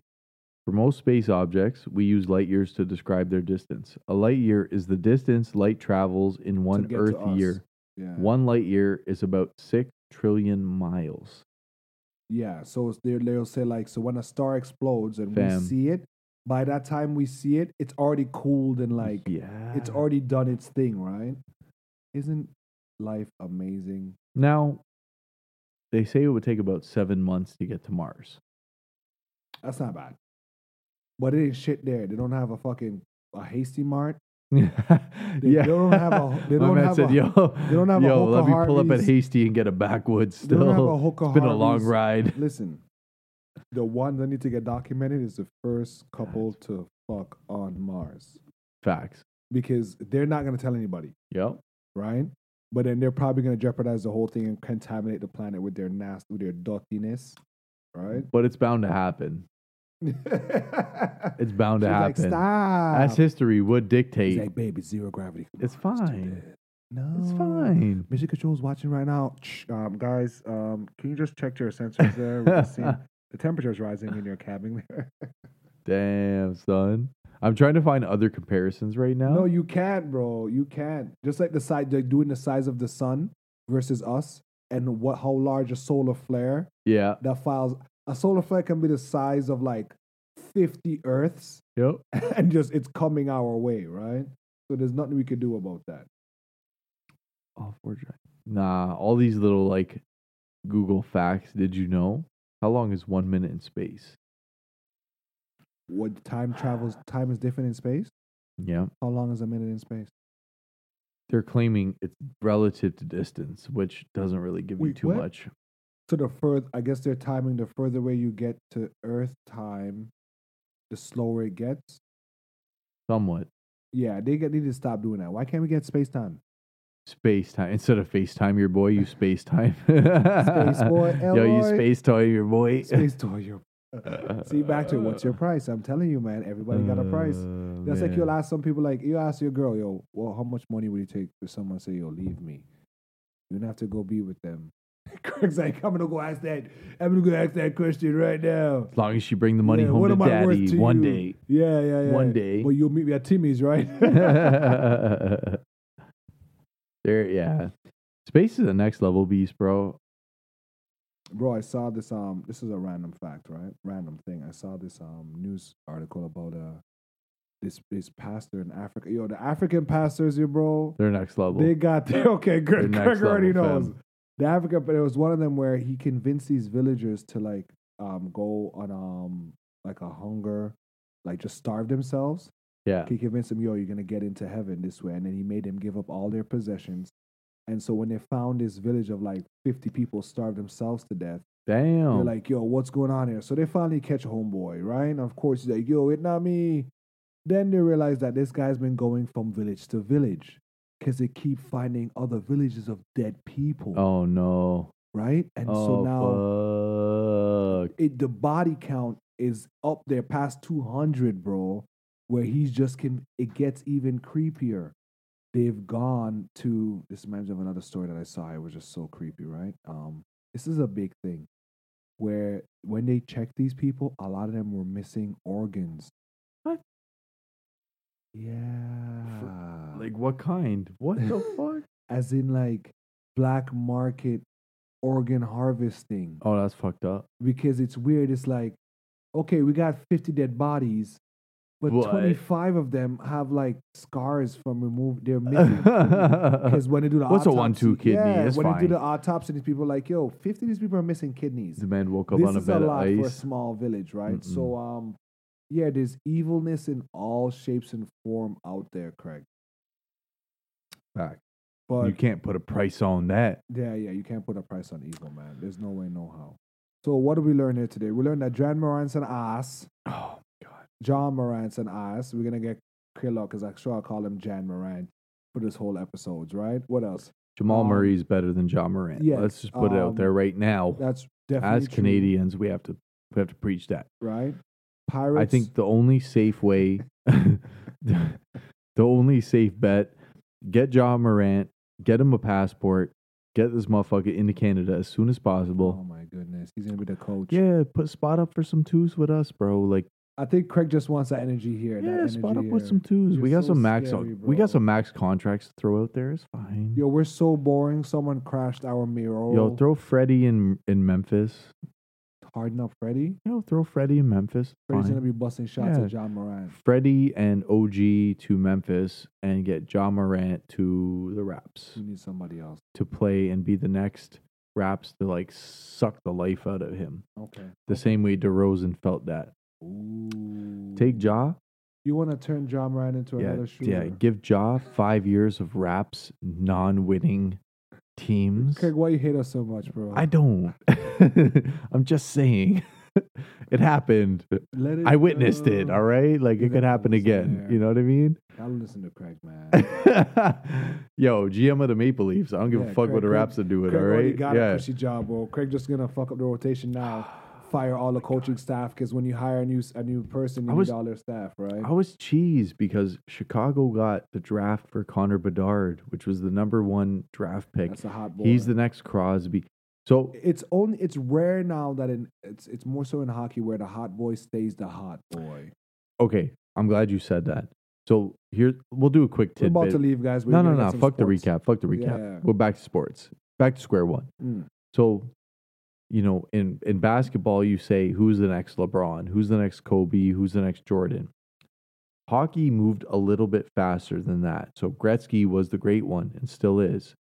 Speaker 1: for most space objects, we use light years to describe their distance. A light year is the distance light travels in one
Speaker 2: get to
Speaker 1: Earth
Speaker 2: us.
Speaker 1: year.
Speaker 2: Yeah.
Speaker 1: One light year is about 6 trillion miles.
Speaker 2: Yeah. So it's- they're- they'll say like, so when a star explodes and
Speaker 1: Fam.
Speaker 2: we see it, by that time we see it, it's already cooled and like
Speaker 1: yeah.
Speaker 2: it's already done its thing, right? Isn't life amazing?
Speaker 1: Now, they say it would take about seven months to get to Mars. *laughs*
Speaker 2: That's not bad. But it ain't shit there. They don't have a fucking a hasty mart.
Speaker 1: yeah,
Speaker 2: they don't have a- they
Speaker 1: My
Speaker 2: don't
Speaker 1: man
Speaker 2: have
Speaker 1: said,
Speaker 2: a-
Speaker 1: "Yo,
Speaker 2: they don't have a
Speaker 1: yo,
Speaker 2: Hoka
Speaker 1: let me pull up at
Speaker 2: Harvey's.
Speaker 1: Hasty and get a backwoods."
Speaker 2: They don't have a
Speaker 1: Still,
Speaker 2: Hoka
Speaker 1: *laughs* it's been a long
Speaker 2: Harvey's.
Speaker 1: ride.
Speaker 2: Listen, the ones that need to get documented is the first couple to fuck on Mars
Speaker 1: Facts.
Speaker 2: because they're not gonna tell anybody.
Speaker 1: Yep.
Speaker 2: right? But then they're probably going to jeopardize the whole thing and contaminate the planet with their nasty, with their dirtiness, right?
Speaker 1: But it's bound to happen.
Speaker 2: *laughs*
Speaker 1: It's bound to
Speaker 2: She's like,
Speaker 1: happen.
Speaker 2: stop.
Speaker 1: As history would dictate,
Speaker 2: Um, He's like, baby, zero gravity. Come
Speaker 1: It's
Speaker 2: on, let's do
Speaker 1: fine.
Speaker 2: that." No,
Speaker 1: it's fine.
Speaker 2: Mission Control's watching right now. Shh, Um, guys, um, can you just check your sensors there?
Speaker 1: *laughs*
Speaker 2: We can see the temperature's rising in your cabin there.
Speaker 1: *laughs* Damn, son. I'm trying to find other comparisons right now.
Speaker 2: No, you can't, bro. You can't. Just like the size, like doing the size of the sun versus us, and what how large a solar flare
Speaker 1: yeah.
Speaker 2: that files a solar flare can be the size of like 50 earths *laughs*
Speaker 1: Yep.
Speaker 2: and just it's coming our way right so there's nothing we could do about that
Speaker 1: All four drive. Nah, all these little like Google facts. Did you know? How long is one minute in space?
Speaker 2: what time travels time is different in space
Speaker 1: Yeah.
Speaker 2: how long is a minute in space
Speaker 1: They're claiming it's relative to distance, which doesn't really give you
Speaker 2: Wait,
Speaker 1: too
Speaker 2: what?
Speaker 1: much.
Speaker 2: so the further i guess they're timing the further away you get to earth time the slower it gets
Speaker 1: Somewhat.
Speaker 2: yeah they get, need to stop doing that why can't we get space time
Speaker 1: Space time. Instead of FaceTime your boy, you space time.
Speaker 2: boy,
Speaker 1: *laughs* Yo, you
Speaker 2: Eloy.
Speaker 1: space time your boy.
Speaker 2: space
Speaker 1: *laughs*
Speaker 2: to your see back to what's your price i'm telling you man everybody got a
Speaker 1: *laughs*
Speaker 2: price
Speaker 1: Uh, Oh,
Speaker 2: That's like you'll ask some people like you ask your girl, yo, well, how much money would it take for someone to say, yo, leave me? You don't have to go be with them. *laughs* Craig's like, I'm gonna go ask that. I'm gonna go ask that question right now.
Speaker 1: As long as you bring the money
Speaker 2: Yeah,
Speaker 1: home
Speaker 2: what
Speaker 1: to
Speaker 2: am I worth
Speaker 1: daddy
Speaker 2: to
Speaker 1: one
Speaker 2: you?
Speaker 1: day.
Speaker 2: Yeah, yeah, yeah.
Speaker 1: One day. *laughs*
Speaker 2: But you'll meet me at Timmy's, right? *laughs*
Speaker 1: there, yeah. Space is the next level beast, bro.
Speaker 2: Bro, I saw this. Um, this is a random fact, right? Random thing. I saw this um news article about uh this this pastor in Africa. Yo, the African pastors, you bro.
Speaker 1: They're next level.
Speaker 2: They got *laughs* there. Okay,
Speaker 1: They're
Speaker 2: good.
Speaker 1: next
Speaker 2: Craig already
Speaker 1: level,
Speaker 2: knows.
Speaker 1: fam.
Speaker 2: the Africa, but it was one of them where he convinced these villagers to like um go on um like a hunger, like just starve themselves.
Speaker 1: Yeah.
Speaker 2: He convinced them, yo, you're gonna get into heaven this way, and then he made them give up all their possessions. And so when they found this village of like 50 people starved themselves to death,
Speaker 1: Damn.
Speaker 2: they're like, yo, what's going on here? So they finally catch homeboy, right? And of course he's like, yo, it not me. Then they realize that this guy's been going from village to village because they keep finding other villages of dead people,
Speaker 1: oh no.
Speaker 2: right? And so
Speaker 1: oh
Speaker 2: now
Speaker 1: fuck.
Speaker 2: it, the body count is up there past 200, bro, where he's just can, it gets even creepier. They've gone to, this reminds me of another story that I saw. It was just so creepy, right? Um, this is a big thing where when they checked these people, a lot of them were missing organs.
Speaker 1: What?
Speaker 2: Yeah. *laughs*
Speaker 1: Like what kind? What *laughs* the fuck?
Speaker 2: As in, like, black market organ harvesting.
Speaker 1: Oh, that's fucked up.
Speaker 2: Because it's weird. It's like, okay, we got 50 dead bodies, but
Speaker 1: What?
Speaker 2: 25 of them have, like, scars from removed.
Speaker 1: *laughs*
Speaker 2: They're missing. Because
Speaker 1: it's
Speaker 2: when they do the
Speaker 1: What's a
Speaker 2: autopsy,
Speaker 1: one-two kidney?
Speaker 2: Yeah,
Speaker 1: It's
Speaker 2: when they
Speaker 1: fine.
Speaker 2: do the autopsy, these people are like, yo, 50 of these people are missing kidneys.
Speaker 1: the man woke up
Speaker 2: this
Speaker 1: on a
Speaker 2: is a
Speaker 1: bed of
Speaker 2: lot for a
Speaker 1: ice.
Speaker 2: small village, right? So, um, yeah, there's evilness in all shapes and form out there, Craig.
Speaker 1: Fact.
Speaker 2: But
Speaker 1: you can't put a price on that.
Speaker 2: yeah, yeah, you can't put a price on evil, man. There's no way, no how. So, what did we learn here today? We learned that John Moran's an ass.
Speaker 1: Oh god.
Speaker 2: John Moran's an ass. We're gonna get killed because I'm sure I call him Jan Moran for this whole episode, right? What else?
Speaker 1: Jamal
Speaker 2: Um,
Speaker 1: Murray's better than John Morant.
Speaker 2: yes,
Speaker 1: Let's just put it out there
Speaker 2: um,
Speaker 1: right now.
Speaker 2: That's definitely
Speaker 1: As
Speaker 2: true,
Speaker 1: Canadians, we have to we have to preach that.
Speaker 2: right? Pirates.
Speaker 1: I think the only safe way, *laughs* the only safe bet, get John Morant, get him a passport, get this motherfucker into Canada as soon as
Speaker 2: Oh
Speaker 1: possible.
Speaker 2: my goodness, he's gonna be the coach.
Speaker 1: Yeah, put spot up for some twos with us, bro. Like,
Speaker 2: I think Craig just wants that energy here. that
Speaker 1: yeah, spot
Speaker 2: energy
Speaker 1: up with
Speaker 2: here.
Speaker 1: some 2s we
Speaker 2: You're
Speaker 1: got
Speaker 2: so
Speaker 1: some max.
Speaker 2: scary,
Speaker 1: we
Speaker 2: bro.
Speaker 1: got some max contracts to throw out there. It's fine. Yo,
Speaker 2: Yo, we're so boring. Someone crashed our mirror.
Speaker 1: throw Freddie in in Memphis.
Speaker 2: harden up Freddie.
Speaker 1: You know, throw Freddie in Memphis.
Speaker 2: Freddie's
Speaker 1: Fine.
Speaker 2: gonna be busting shots
Speaker 1: Yeah.
Speaker 2: at John Moran.
Speaker 1: Freddie and OG to Memphis and get John Morant to the Raps.
Speaker 2: We need somebody else.
Speaker 1: to play and be the next raps to like suck the life out of him.
Speaker 2: Okay.
Speaker 1: The same way DeRozan felt that.
Speaker 2: Ooh.
Speaker 1: Take Ja,
Speaker 2: You want to turn John Moran into
Speaker 1: yeah,
Speaker 2: another shooter?
Speaker 1: yeah. Give Ja five years of raps, non-winning teams.
Speaker 2: Craig, why you hate us so much, bro?
Speaker 1: I don't. *laughs* I'm just saying, *laughs* it happened.
Speaker 2: Let it
Speaker 1: I witnessed it.
Speaker 2: go.
Speaker 1: All right, like
Speaker 2: You
Speaker 1: it could
Speaker 2: got
Speaker 1: happen
Speaker 2: those
Speaker 1: again.
Speaker 2: there.
Speaker 1: You know what I mean?
Speaker 2: I'll listen to Craig,
Speaker 1: *laughs*
Speaker 2: man.
Speaker 1: Yo, GM of the Maple Leafs. I don't give
Speaker 2: Yeah,
Speaker 1: a fuck
Speaker 2: Craig-
Speaker 1: what the raps to do it.
Speaker 2: Craig
Speaker 1: all
Speaker 2: already
Speaker 1: right,
Speaker 2: got
Speaker 1: yeah.
Speaker 2: a cushy job, bro. Craig just gonna fuck up the rotation
Speaker 1: *sighs*
Speaker 2: now. Fire all the coaching staff because when you hire a new a new person, you
Speaker 1: I
Speaker 2: need
Speaker 1: was-
Speaker 2: all their staff, right?
Speaker 1: I was cheesed because Chicago got the draft for Connor Bedard, which was the number one draft pick.
Speaker 2: That's a hot boy.
Speaker 1: He's the next Crosby. So
Speaker 2: it's only it's rare now that in it's it's more so in hockey where the hot boy stays the hot boy.
Speaker 1: okay, I'm glad you said that. So here we'll do a quick
Speaker 2: We're
Speaker 1: tidbit.
Speaker 2: about to leave, guys. We're
Speaker 1: no, no,
Speaker 2: gonna
Speaker 1: no.
Speaker 2: get some
Speaker 1: Fuck
Speaker 2: sports.
Speaker 1: the recap. Fuck the recap.
Speaker 2: Yeah.
Speaker 1: We're back to sports. Back to square one.
Speaker 2: Mm.
Speaker 1: So, you know, in in basketball, you say who's the next LeBron, who's the next Kobe, who's the next Jordan. Hockey moved a little bit faster than that. So Gretzky was the great one and still is.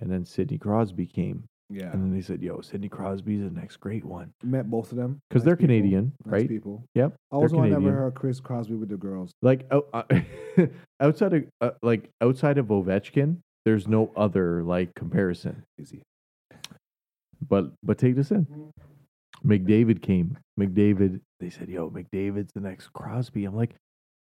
Speaker 1: And then Sidney Crosby came.
Speaker 2: Yeah,
Speaker 1: And then they said, yo, Sidney Crosby's the next great one.
Speaker 2: met both of them
Speaker 1: Because
Speaker 2: Nice
Speaker 1: they're
Speaker 2: people.
Speaker 1: Canadian,
Speaker 2: Nice
Speaker 1: right?
Speaker 2: People.
Speaker 1: Yep.
Speaker 2: Also, I never
Speaker 1: Canadian.
Speaker 2: heard Chris Crosby with the girls.
Speaker 1: Like oh, uh, *laughs* outside of uh, like outside of Ovechkin, there's no other like comparison.
Speaker 2: Easy.
Speaker 1: But but take this in. McDavid came. McDavid, they said, yo, McDavid's the next Crosby. I'm like,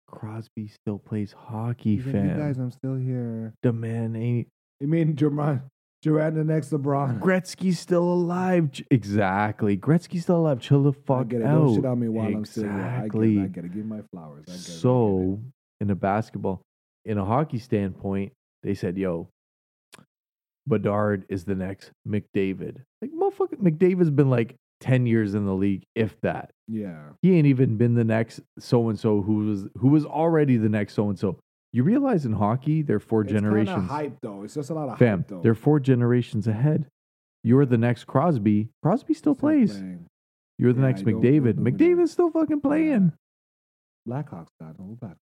Speaker 1: Crosby still plays hockey,
Speaker 2: He's like, you
Speaker 1: fam.
Speaker 2: guys, I'm still here.
Speaker 1: the man ain't.
Speaker 2: *clears throat* You mean Jermaine? Duran the next LeBron.
Speaker 1: Gretzky's still alive. J- Exactly. Gretzky's still alive. Chill the
Speaker 2: *laughs* I
Speaker 1: fuck
Speaker 2: get it.
Speaker 1: out.
Speaker 2: Don't shit on me while I'm still
Speaker 1: exactly.
Speaker 2: here. I get it. I get it. Give me my flowers. I get it, I get it.
Speaker 1: so, in a basketball, in a hockey standpoint, they said, yo, Bedard is the next McDavid. Like, motherfucker, McDavid's been like 10 years in the league, if that.
Speaker 2: yeah,
Speaker 1: he ain't even been the next so and so who was who was already the next so and so. You realize in hockey they're four
Speaker 2: it's Kind
Speaker 1: generations.
Speaker 2: of hype though. It's just a lot of
Speaker 1: Fam,
Speaker 2: hype though.
Speaker 1: they're four generations ahead. You're the next Crosby. Crosby still
Speaker 2: Stop
Speaker 1: plays.
Speaker 2: playing.
Speaker 1: You're the
Speaker 2: Yeah,
Speaker 1: next
Speaker 2: I don't
Speaker 1: McDavid.
Speaker 2: remember that.
Speaker 1: McDavid's still fucking playing.
Speaker 2: Blackhawks got no Black.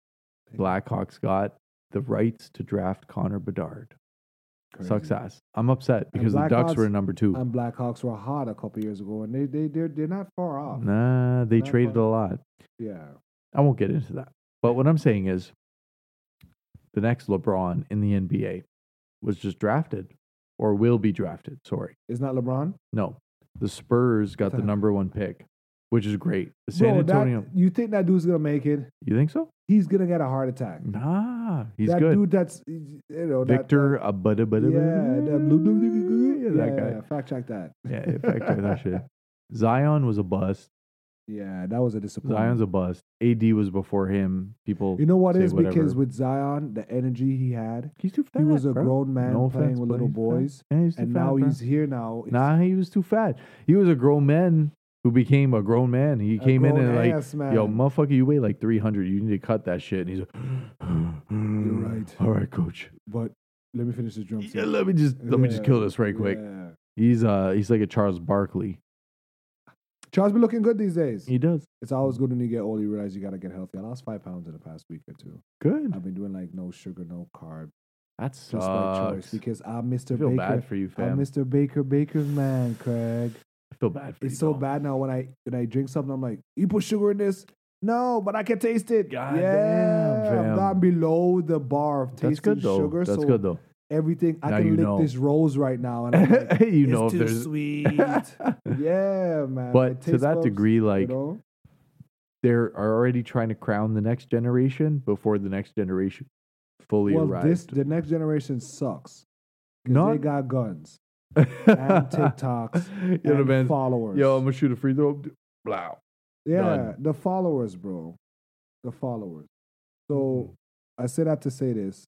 Speaker 1: Blackhawks got the rights to draft Connor Bedard.
Speaker 2: Crazy.
Speaker 1: Sucks ass. I'm upset because the
Speaker 2: Black
Speaker 1: Ducks
Speaker 2: Hawks-
Speaker 1: were number two.
Speaker 2: And Blackhawks were hot a couple years ago, and they they they're, they're not far off.
Speaker 1: nah, they
Speaker 2: Not
Speaker 1: traded
Speaker 2: fun.
Speaker 1: a lot.
Speaker 2: Yeah,
Speaker 1: I won't get into that. But what I'm saying is the next LeBron in the NBA was just drafted or will be drafted. Sorry.
Speaker 2: it's not LeBron.
Speaker 1: No. The Spurs got the number one pick, which is great. The San
Speaker 2: Bro, that-
Speaker 1: Antonio.
Speaker 2: you think that dude's gonna make it?
Speaker 1: you think so?
Speaker 2: He's gonna get a heart attack.
Speaker 1: Nah, he's
Speaker 2: that
Speaker 1: good.
Speaker 2: dude that's you know that-
Speaker 1: Victor
Speaker 2: That,
Speaker 1: Abadabadaba.
Speaker 2: yeah, that blue blue- blue- blue- blue-
Speaker 1: Yeah, that
Speaker 2: yeah,
Speaker 1: guy.
Speaker 2: yeah, fact check that.
Speaker 1: Yeah,
Speaker 2: *laughs*
Speaker 1: in fact, check that shit. Zion was a bust.
Speaker 2: Yeah, that was a disappointment.
Speaker 1: Zion's a bust. AD was before him. People,
Speaker 2: Hmm. you know what
Speaker 1: say
Speaker 2: is because
Speaker 1: whatever.
Speaker 2: with Zion, the energy he had,
Speaker 1: he's too fat.
Speaker 2: he was a
Speaker 1: bro.
Speaker 2: grown man
Speaker 1: No
Speaker 2: playing
Speaker 1: offense,
Speaker 2: with
Speaker 1: but
Speaker 2: little
Speaker 1: he's fat.
Speaker 2: boys,
Speaker 1: Yeah, he's too
Speaker 2: and
Speaker 1: fat,
Speaker 2: now
Speaker 1: bro.
Speaker 2: he's here now.
Speaker 1: Nah, he was too fat. He was a grown man who became a grown man. He
Speaker 2: He's a
Speaker 1: came in
Speaker 2: grown
Speaker 1: and like,
Speaker 2: ass man.
Speaker 1: yo, motherfucker, you weigh like 300. You need to cut that shit. And he's like, you're
Speaker 2: right.
Speaker 1: All right, coach.
Speaker 2: But let me finish this drum
Speaker 1: Yeah,
Speaker 2: set.
Speaker 1: let me just let me just
Speaker 2: Yeah,
Speaker 1: kill this right quick.
Speaker 2: Yeah.
Speaker 1: He's uh he's like a Charles Barkley.
Speaker 2: Charles been looking good these days.
Speaker 1: He does
Speaker 2: It's always good when you get old. You realize you gotta get healthy. I lost five pounds in the past week or two.
Speaker 1: good.
Speaker 2: I've been doing like no sugar, no carb,
Speaker 1: That
Speaker 2: just by choice
Speaker 1: sucks.
Speaker 2: because I'm
Speaker 1: I
Speaker 2: Mr.
Speaker 1: feel
Speaker 2: Baker.
Speaker 1: bad for you,
Speaker 2: I'm
Speaker 1: fam.
Speaker 2: Mr. Baker Baker's man, Craig.
Speaker 1: I feel bad for you.
Speaker 2: It's so
Speaker 1: though.
Speaker 2: bad now when I when I drink something. I'm like, you put sugar in this? No, but I can taste it.
Speaker 1: God
Speaker 2: yeah,
Speaker 1: damn,
Speaker 2: I'm
Speaker 1: fam.
Speaker 2: not below the bar of tasting
Speaker 1: That's good though.
Speaker 2: sugar.
Speaker 1: That's
Speaker 2: so
Speaker 1: good though.
Speaker 2: everything I
Speaker 1: Now
Speaker 2: can
Speaker 1: you
Speaker 2: lick
Speaker 1: know.
Speaker 2: this rose right
Speaker 1: *laughs*
Speaker 2: now, and I'm like,
Speaker 1: you
Speaker 2: *laughs* it's
Speaker 1: know if
Speaker 2: too
Speaker 1: there's
Speaker 2: sweet. yeah, man. my
Speaker 1: *laughs* but to
Speaker 2: taste
Speaker 1: that
Speaker 2: buds,
Speaker 1: degree,
Speaker 2: you
Speaker 1: like
Speaker 2: know?
Speaker 1: they're are already trying to crown the next generation before the next generation fully
Speaker 2: well,
Speaker 1: arrives.
Speaker 2: this the next generation sucks. 'cause
Speaker 1: Not-
Speaker 2: they
Speaker 1: *laughs*
Speaker 2: got guns *laughs* and
Speaker 1: yo,
Speaker 2: TikToks
Speaker 1: the
Speaker 2: and
Speaker 1: man's,
Speaker 2: followers.
Speaker 1: yo, I'm gonna shoot a free throw. Wow.
Speaker 2: Yeah,
Speaker 1: Done.
Speaker 2: the followers, bro. The followers. So I say that to say this.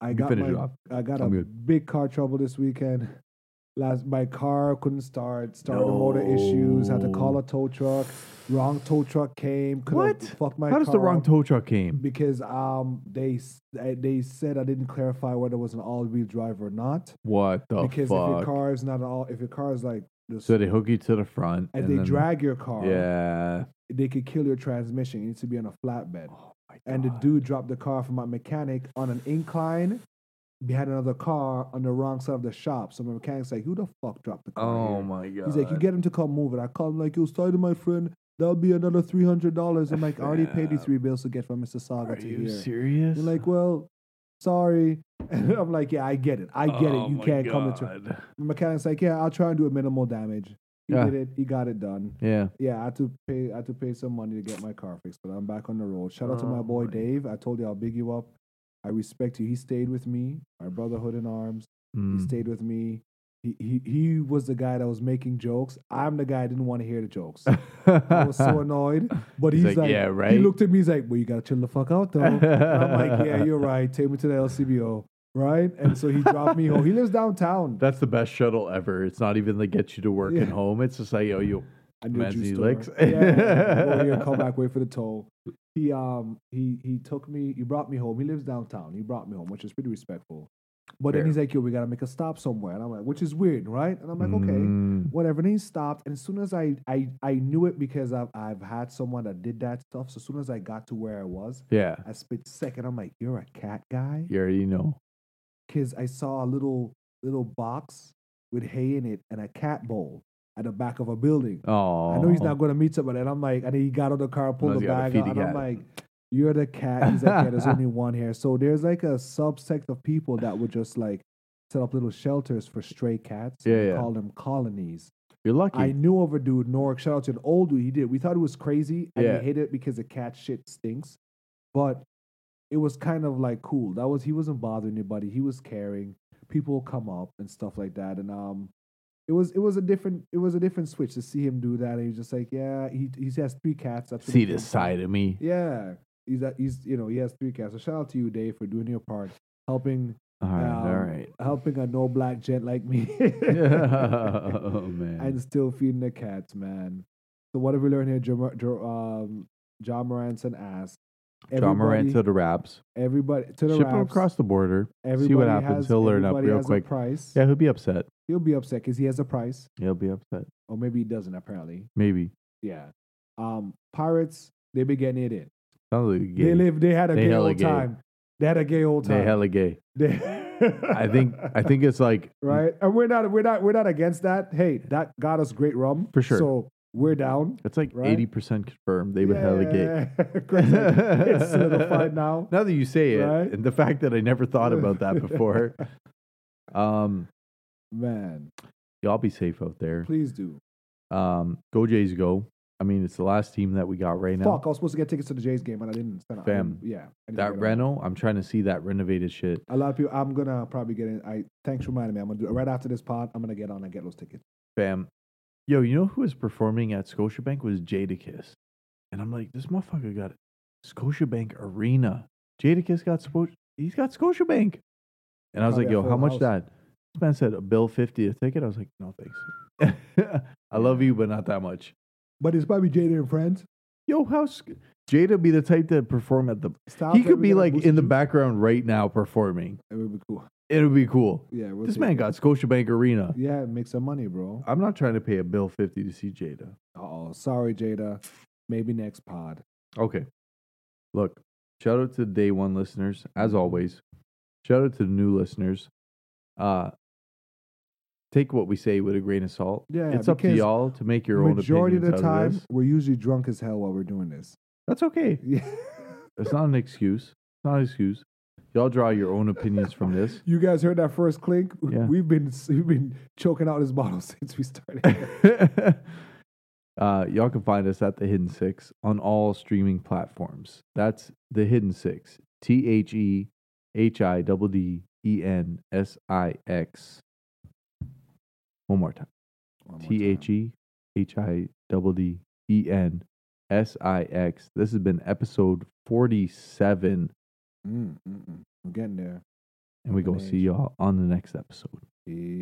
Speaker 2: I
Speaker 1: Mm-hmm. You
Speaker 2: got
Speaker 1: finish
Speaker 2: my,
Speaker 1: it off.
Speaker 2: I got
Speaker 1: I'm
Speaker 2: a
Speaker 1: good.
Speaker 2: big car trouble this weekend. Last my car couldn't start, started motor issues, had to call a tow truck. Wrong tow truck came. could've
Speaker 1: What?
Speaker 2: Fucked my
Speaker 1: How does the
Speaker 2: car
Speaker 1: wrong
Speaker 2: up
Speaker 1: tow truck came?
Speaker 2: because um they s- I- they said I didn't clarify whether it was an all wheel drive or not.
Speaker 1: What the
Speaker 2: because if your
Speaker 1: fuck?
Speaker 2: car is not an all, if your car is like just
Speaker 1: so they hook you to the front
Speaker 2: and,
Speaker 1: and
Speaker 2: they
Speaker 1: then-
Speaker 2: drag your car,
Speaker 1: Yeah.
Speaker 2: they could kill your transmission. You need to be on a flatbed.
Speaker 1: Oh my
Speaker 2: And the
Speaker 1: God.
Speaker 2: dude dropped the car from my mechanic on an incline behind another car on the wrong side of the shop. So my mechanic's like, who the fuck dropped the car?
Speaker 1: Oh
Speaker 2: here?"
Speaker 1: my god.
Speaker 2: He's like, you get him to come move it. I called him like, yo, sorry to my friend, that'll be another three hundred dollars. I'm like, I already paid you
Speaker 1: Yeah.
Speaker 2: three bills to get from Mr. Saga
Speaker 1: Are
Speaker 2: to
Speaker 1: you
Speaker 2: here.
Speaker 1: serious?
Speaker 2: You're like, well, sorry. *laughs* And I'm like, yeah, I get it. I get
Speaker 1: Oh
Speaker 2: it. You can't come to
Speaker 1: church.
Speaker 2: *laughs* my mechanic's like, yeah, I'll try and do a minimal damage. He
Speaker 1: Yeah.
Speaker 2: did it. He got it done.
Speaker 1: Yeah.
Speaker 2: Yeah, I had to pay. I had to pay some money to get my car fixed, but I'm back on the road. Shout out to my
Speaker 1: Oh
Speaker 2: boy
Speaker 1: my-
Speaker 2: Dave. I told you I'll big you up. I respect you. He stayed with me. Our brotherhood in arms. He
Speaker 1: Mm.
Speaker 2: stayed with me. He, he he was the guy that was making jokes. I'm the guy that didn't want to hear the jokes. I
Speaker 1: *laughs*
Speaker 2: was so annoyed. But he's,
Speaker 1: He's
Speaker 2: like,
Speaker 1: like, "Yeah,
Speaker 2: He
Speaker 1: right?"
Speaker 2: looked at me. He's like, "Well, you gotta chill the fuck out, though." And I'm like,
Speaker 1: *laughs*
Speaker 2: "Yeah, you're right. Take me to the LCBO, right?" And so he dropped me home. He lives downtown.
Speaker 1: That's the best shuttle ever. It's not even like get you to work
Speaker 2: Yeah.
Speaker 1: and home. It's just like, yo, you.
Speaker 2: I knew
Speaker 1: Man's
Speaker 2: Juice
Speaker 1: knee
Speaker 2: store.
Speaker 1: licks.
Speaker 2: Yeah,
Speaker 1: *laughs*
Speaker 2: go here, come back, wait for the toll. He um he he took me. He brought me home. He lives downtown. He brought me home, which is pretty respectful. But then
Speaker 1: Fair.
Speaker 2: he's like, "Yo, we gotta make a stop somewhere," and I'm like, "Which is weird, right?" And I'm like, "Okay,
Speaker 1: Mm.
Speaker 2: whatever." And he stopped, and as soon as I I I knew it because I've I've had someone that did that stuff. So as soon as I got to where I was,
Speaker 1: Yeah.
Speaker 2: I spit second. I'm like, "You're a cat guy,"
Speaker 1: You already know.
Speaker 2: because I saw a little little box with hay in it and a cat bowl at the back of a building.
Speaker 1: Oh.
Speaker 2: I know he's not going to meet somebody. And I'm like, and then he got out the car, pulled
Speaker 1: Must
Speaker 2: the
Speaker 1: gotta
Speaker 2: bag
Speaker 1: feed
Speaker 2: out,
Speaker 1: the
Speaker 2: and I'm
Speaker 1: cat.
Speaker 2: like, you're the cat. He's like,
Speaker 1: *laughs*
Speaker 2: yeah, there's only one here. So there's like a subsect of people that would just like set up little shelters for stray cats.
Speaker 1: Yeah,
Speaker 2: They
Speaker 1: yeah.
Speaker 2: Call them colonies.
Speaker 1: You're lucky.
Speaker 2: I knew of a dude, Norik, shout out to an old dude. He did. We thought it was crazy and
Speaker 1: Yeah.
Speaker 2: we hated it because the cat shit stinks. But it was kind of like cool. That was he wasn't bothering anybody. He was caring. People would come up and stuff like that. And um it was it was a different it was a different switch to see him do that. And he was just like, Yeah, he he has three cats. That's what
Speaker 1: See
Speaker 2: he
Speaker 1: this
Speaker 2: thinks.
Speaker 1: side of me.
Speaker 2: Yeah. He's a, he's you know, he has three cats. So shout out to you, Dave, for doing your part, helping
Speaker 1: All right. all
Speaker 2: um,
Speaker 1: right.
Speaker 2: helping a no black gent
Speaker 1: *laughs*
Speaker 2: like me. *laughs*
Speaker 1: oh man.
Speaker 2: and still feeding the cats, man. So what have we learned here? Jam- Jer- um, John Moranson asked.
Speaker 1: John Moran to
Speaker 2: everybody-
Speaker 1: the raps.
Speaker 2: everybody to the
Speaker 1: Ship him
Speaker 2: Raps,
Speaker 1: across the border.
Speaker 2: Everybody
Speaker 1: happens.
Speaker 2: Has,
Speaker 1: He'll learn up
Speaker 2: everybody
Speaker 1: real
Speaker 2: has a
Speaker 1: quick.
Speaker 2: price.
Speaker 1: Yeah, he'll be upset.
Speaker 2: He'll be upset because he has a price,
Speaker 1: He'll be upset.
Speaker 2: or maybe he doesn't. Apparently,
Speaker 1: Maybe.
Speaker 2: yeah. Um, Pirates, they be getting it in.
Speaker 1: Sounds like a
Speaker 2: They
Speaker 1: gay.
Speaker 2: live. They had a
Speaker 1: They
Speaker 2: gay
Speaker 1: hella
Speaker 2: old
Speaker 1: gay.
Speaker 2: time. They had a gay old
Speaker 1: They
Speaker 2: time.
Speaker 1: hella gay.
Speaker 2: They-
Speaker 1: I
Speaker 2: *laughs*
Speaker 1: think I think it's like
Speaker 2: right, and we're not we're not we're not against that. Hey, that got us great rum
Speaker 1: For sure.
Speaker 2: So we're down.
Speaker 1: it's like
Speaker 2: Right?
Speaker 1: eighty percent confirmed they would have a gate.
Speaker 2: *laughs* gate. it's
Speaker 1: *laughs*
Speaker 2: solidified now.
Speaker 1: Now that you say it,
Speaker 2: Right?
Speaker 1: and the fact that I never thought about that
Speaker 2: *laughs*
Speaker 1: before, um,
Speaker 2: Man,
Speaker 1: y'all be safe out there.
Speaker 2: please do.
Speaker 1: Um, go Jays, go! I mean, it's the last team that we got right now.
Speaker 2: Fuck, I was supposed to get tickets to the Jays game, and I didn't. I didn't-
Speaker 1: Fam,
Speaker 2: yeah. I didn't get
Speaker 1: That
Speaker 2: 'em.
Speaker 1: reno, I'm trying to see that renovated shit.
Speaker 2: A lot of people. I'm gonna probably get in. I thanks for reminding me. I'm gonna do right after this pod. I'm gonna get on and get those tickets.
Speaker 1: Bam. Yo, you know who was performing at Scotiabank was Jadakiss. And I'm like, this motherfucker got Scotiabank Arena. Jadakiss got Spo- he's got Scotiabank. And I was
Speaker 2: Probably
Speaker 1: like,
Speaker 2: a
Speaker 1: yo, how
Speaker 2: full
Speaker 1: much
Speaker 2: house.
Speaker 1: that? This man said a bill 50 a ticket. I was like, no thanks. *laughs* I love you, but not that much.
Speaker 2: But it's probably Jada and friends.
Speaker 1: Yo, how sc- Jada be the type to perform at the
Speaker 2: Style
Speaker 1: He
Speaker 2: play,
Speaker 1: could
Speaker 2: we
Speaker 1: be
Speaker 2: got a
Speaker 1: like
Speaker 2: Booster
Speaker 1: in the
Speaker 2: Juice.
Speaker 1: background right now performing.
Speaker 2: It would be cool.
Speaker 1: It would be cool.
Speaker 2: Yeah. we'll
Speaker 1: This
Speaker 2: see.
Speaker 1: man got Scotiabank Arena.
Speaker 2: Yeah, make some money, bro.
Speaker 1: I'm not trying to pay a bill 50 to see Jada.
Speaker 2: Oh, sorry, Jada. Maybe next pod.
Speaker 1: Okay. Look, shout out to the day one listeners, as always. Shout out to the new listeners. Uh take what we say with a grain of salt.
Speaker 2: Yeah,
Speaker 1: it's up to
Speaker 2: because
Speaker 1: y'all to make your own
Speaker 2: Majority of
Speaker 1: opinions
Speaker 2: the
Speaker 1: out
Speaker 2: time,
Speaker 1: this.
Speaker 2: we're usually drunk as hell while we're doing this. *laughs*
Speaker 1: That's okay.
Speaker 2: Yeah.
Speaker 1: It's not an excuse. It's not an excuse. Y'all draw your own opinions from this.
Speaker 2: You guys heard that first clink?
Speaker 1: Yeah.
Speaker 2: We've been we've been choking out this bottle *laughs* since we started.
Speaker 1: *laughs* uh, y'all can find us at the Hidden Six on all streaming platforms. That's the Hidden Six. T H E H I D D E N S I X. One more time.
Speaker 2: One
Speaker 1: *laughs*
Speaker 2: more
Speaker 1: T H E H I D D E N S I X. This has been episode 47,
Speaker 2: time. Mm, mm, mm. I'm getting there.
Speaker 1: and we go
Speaker 2: Amazing.
Speaker 1: see y'all on the next episode.
Speaker 2: Peace.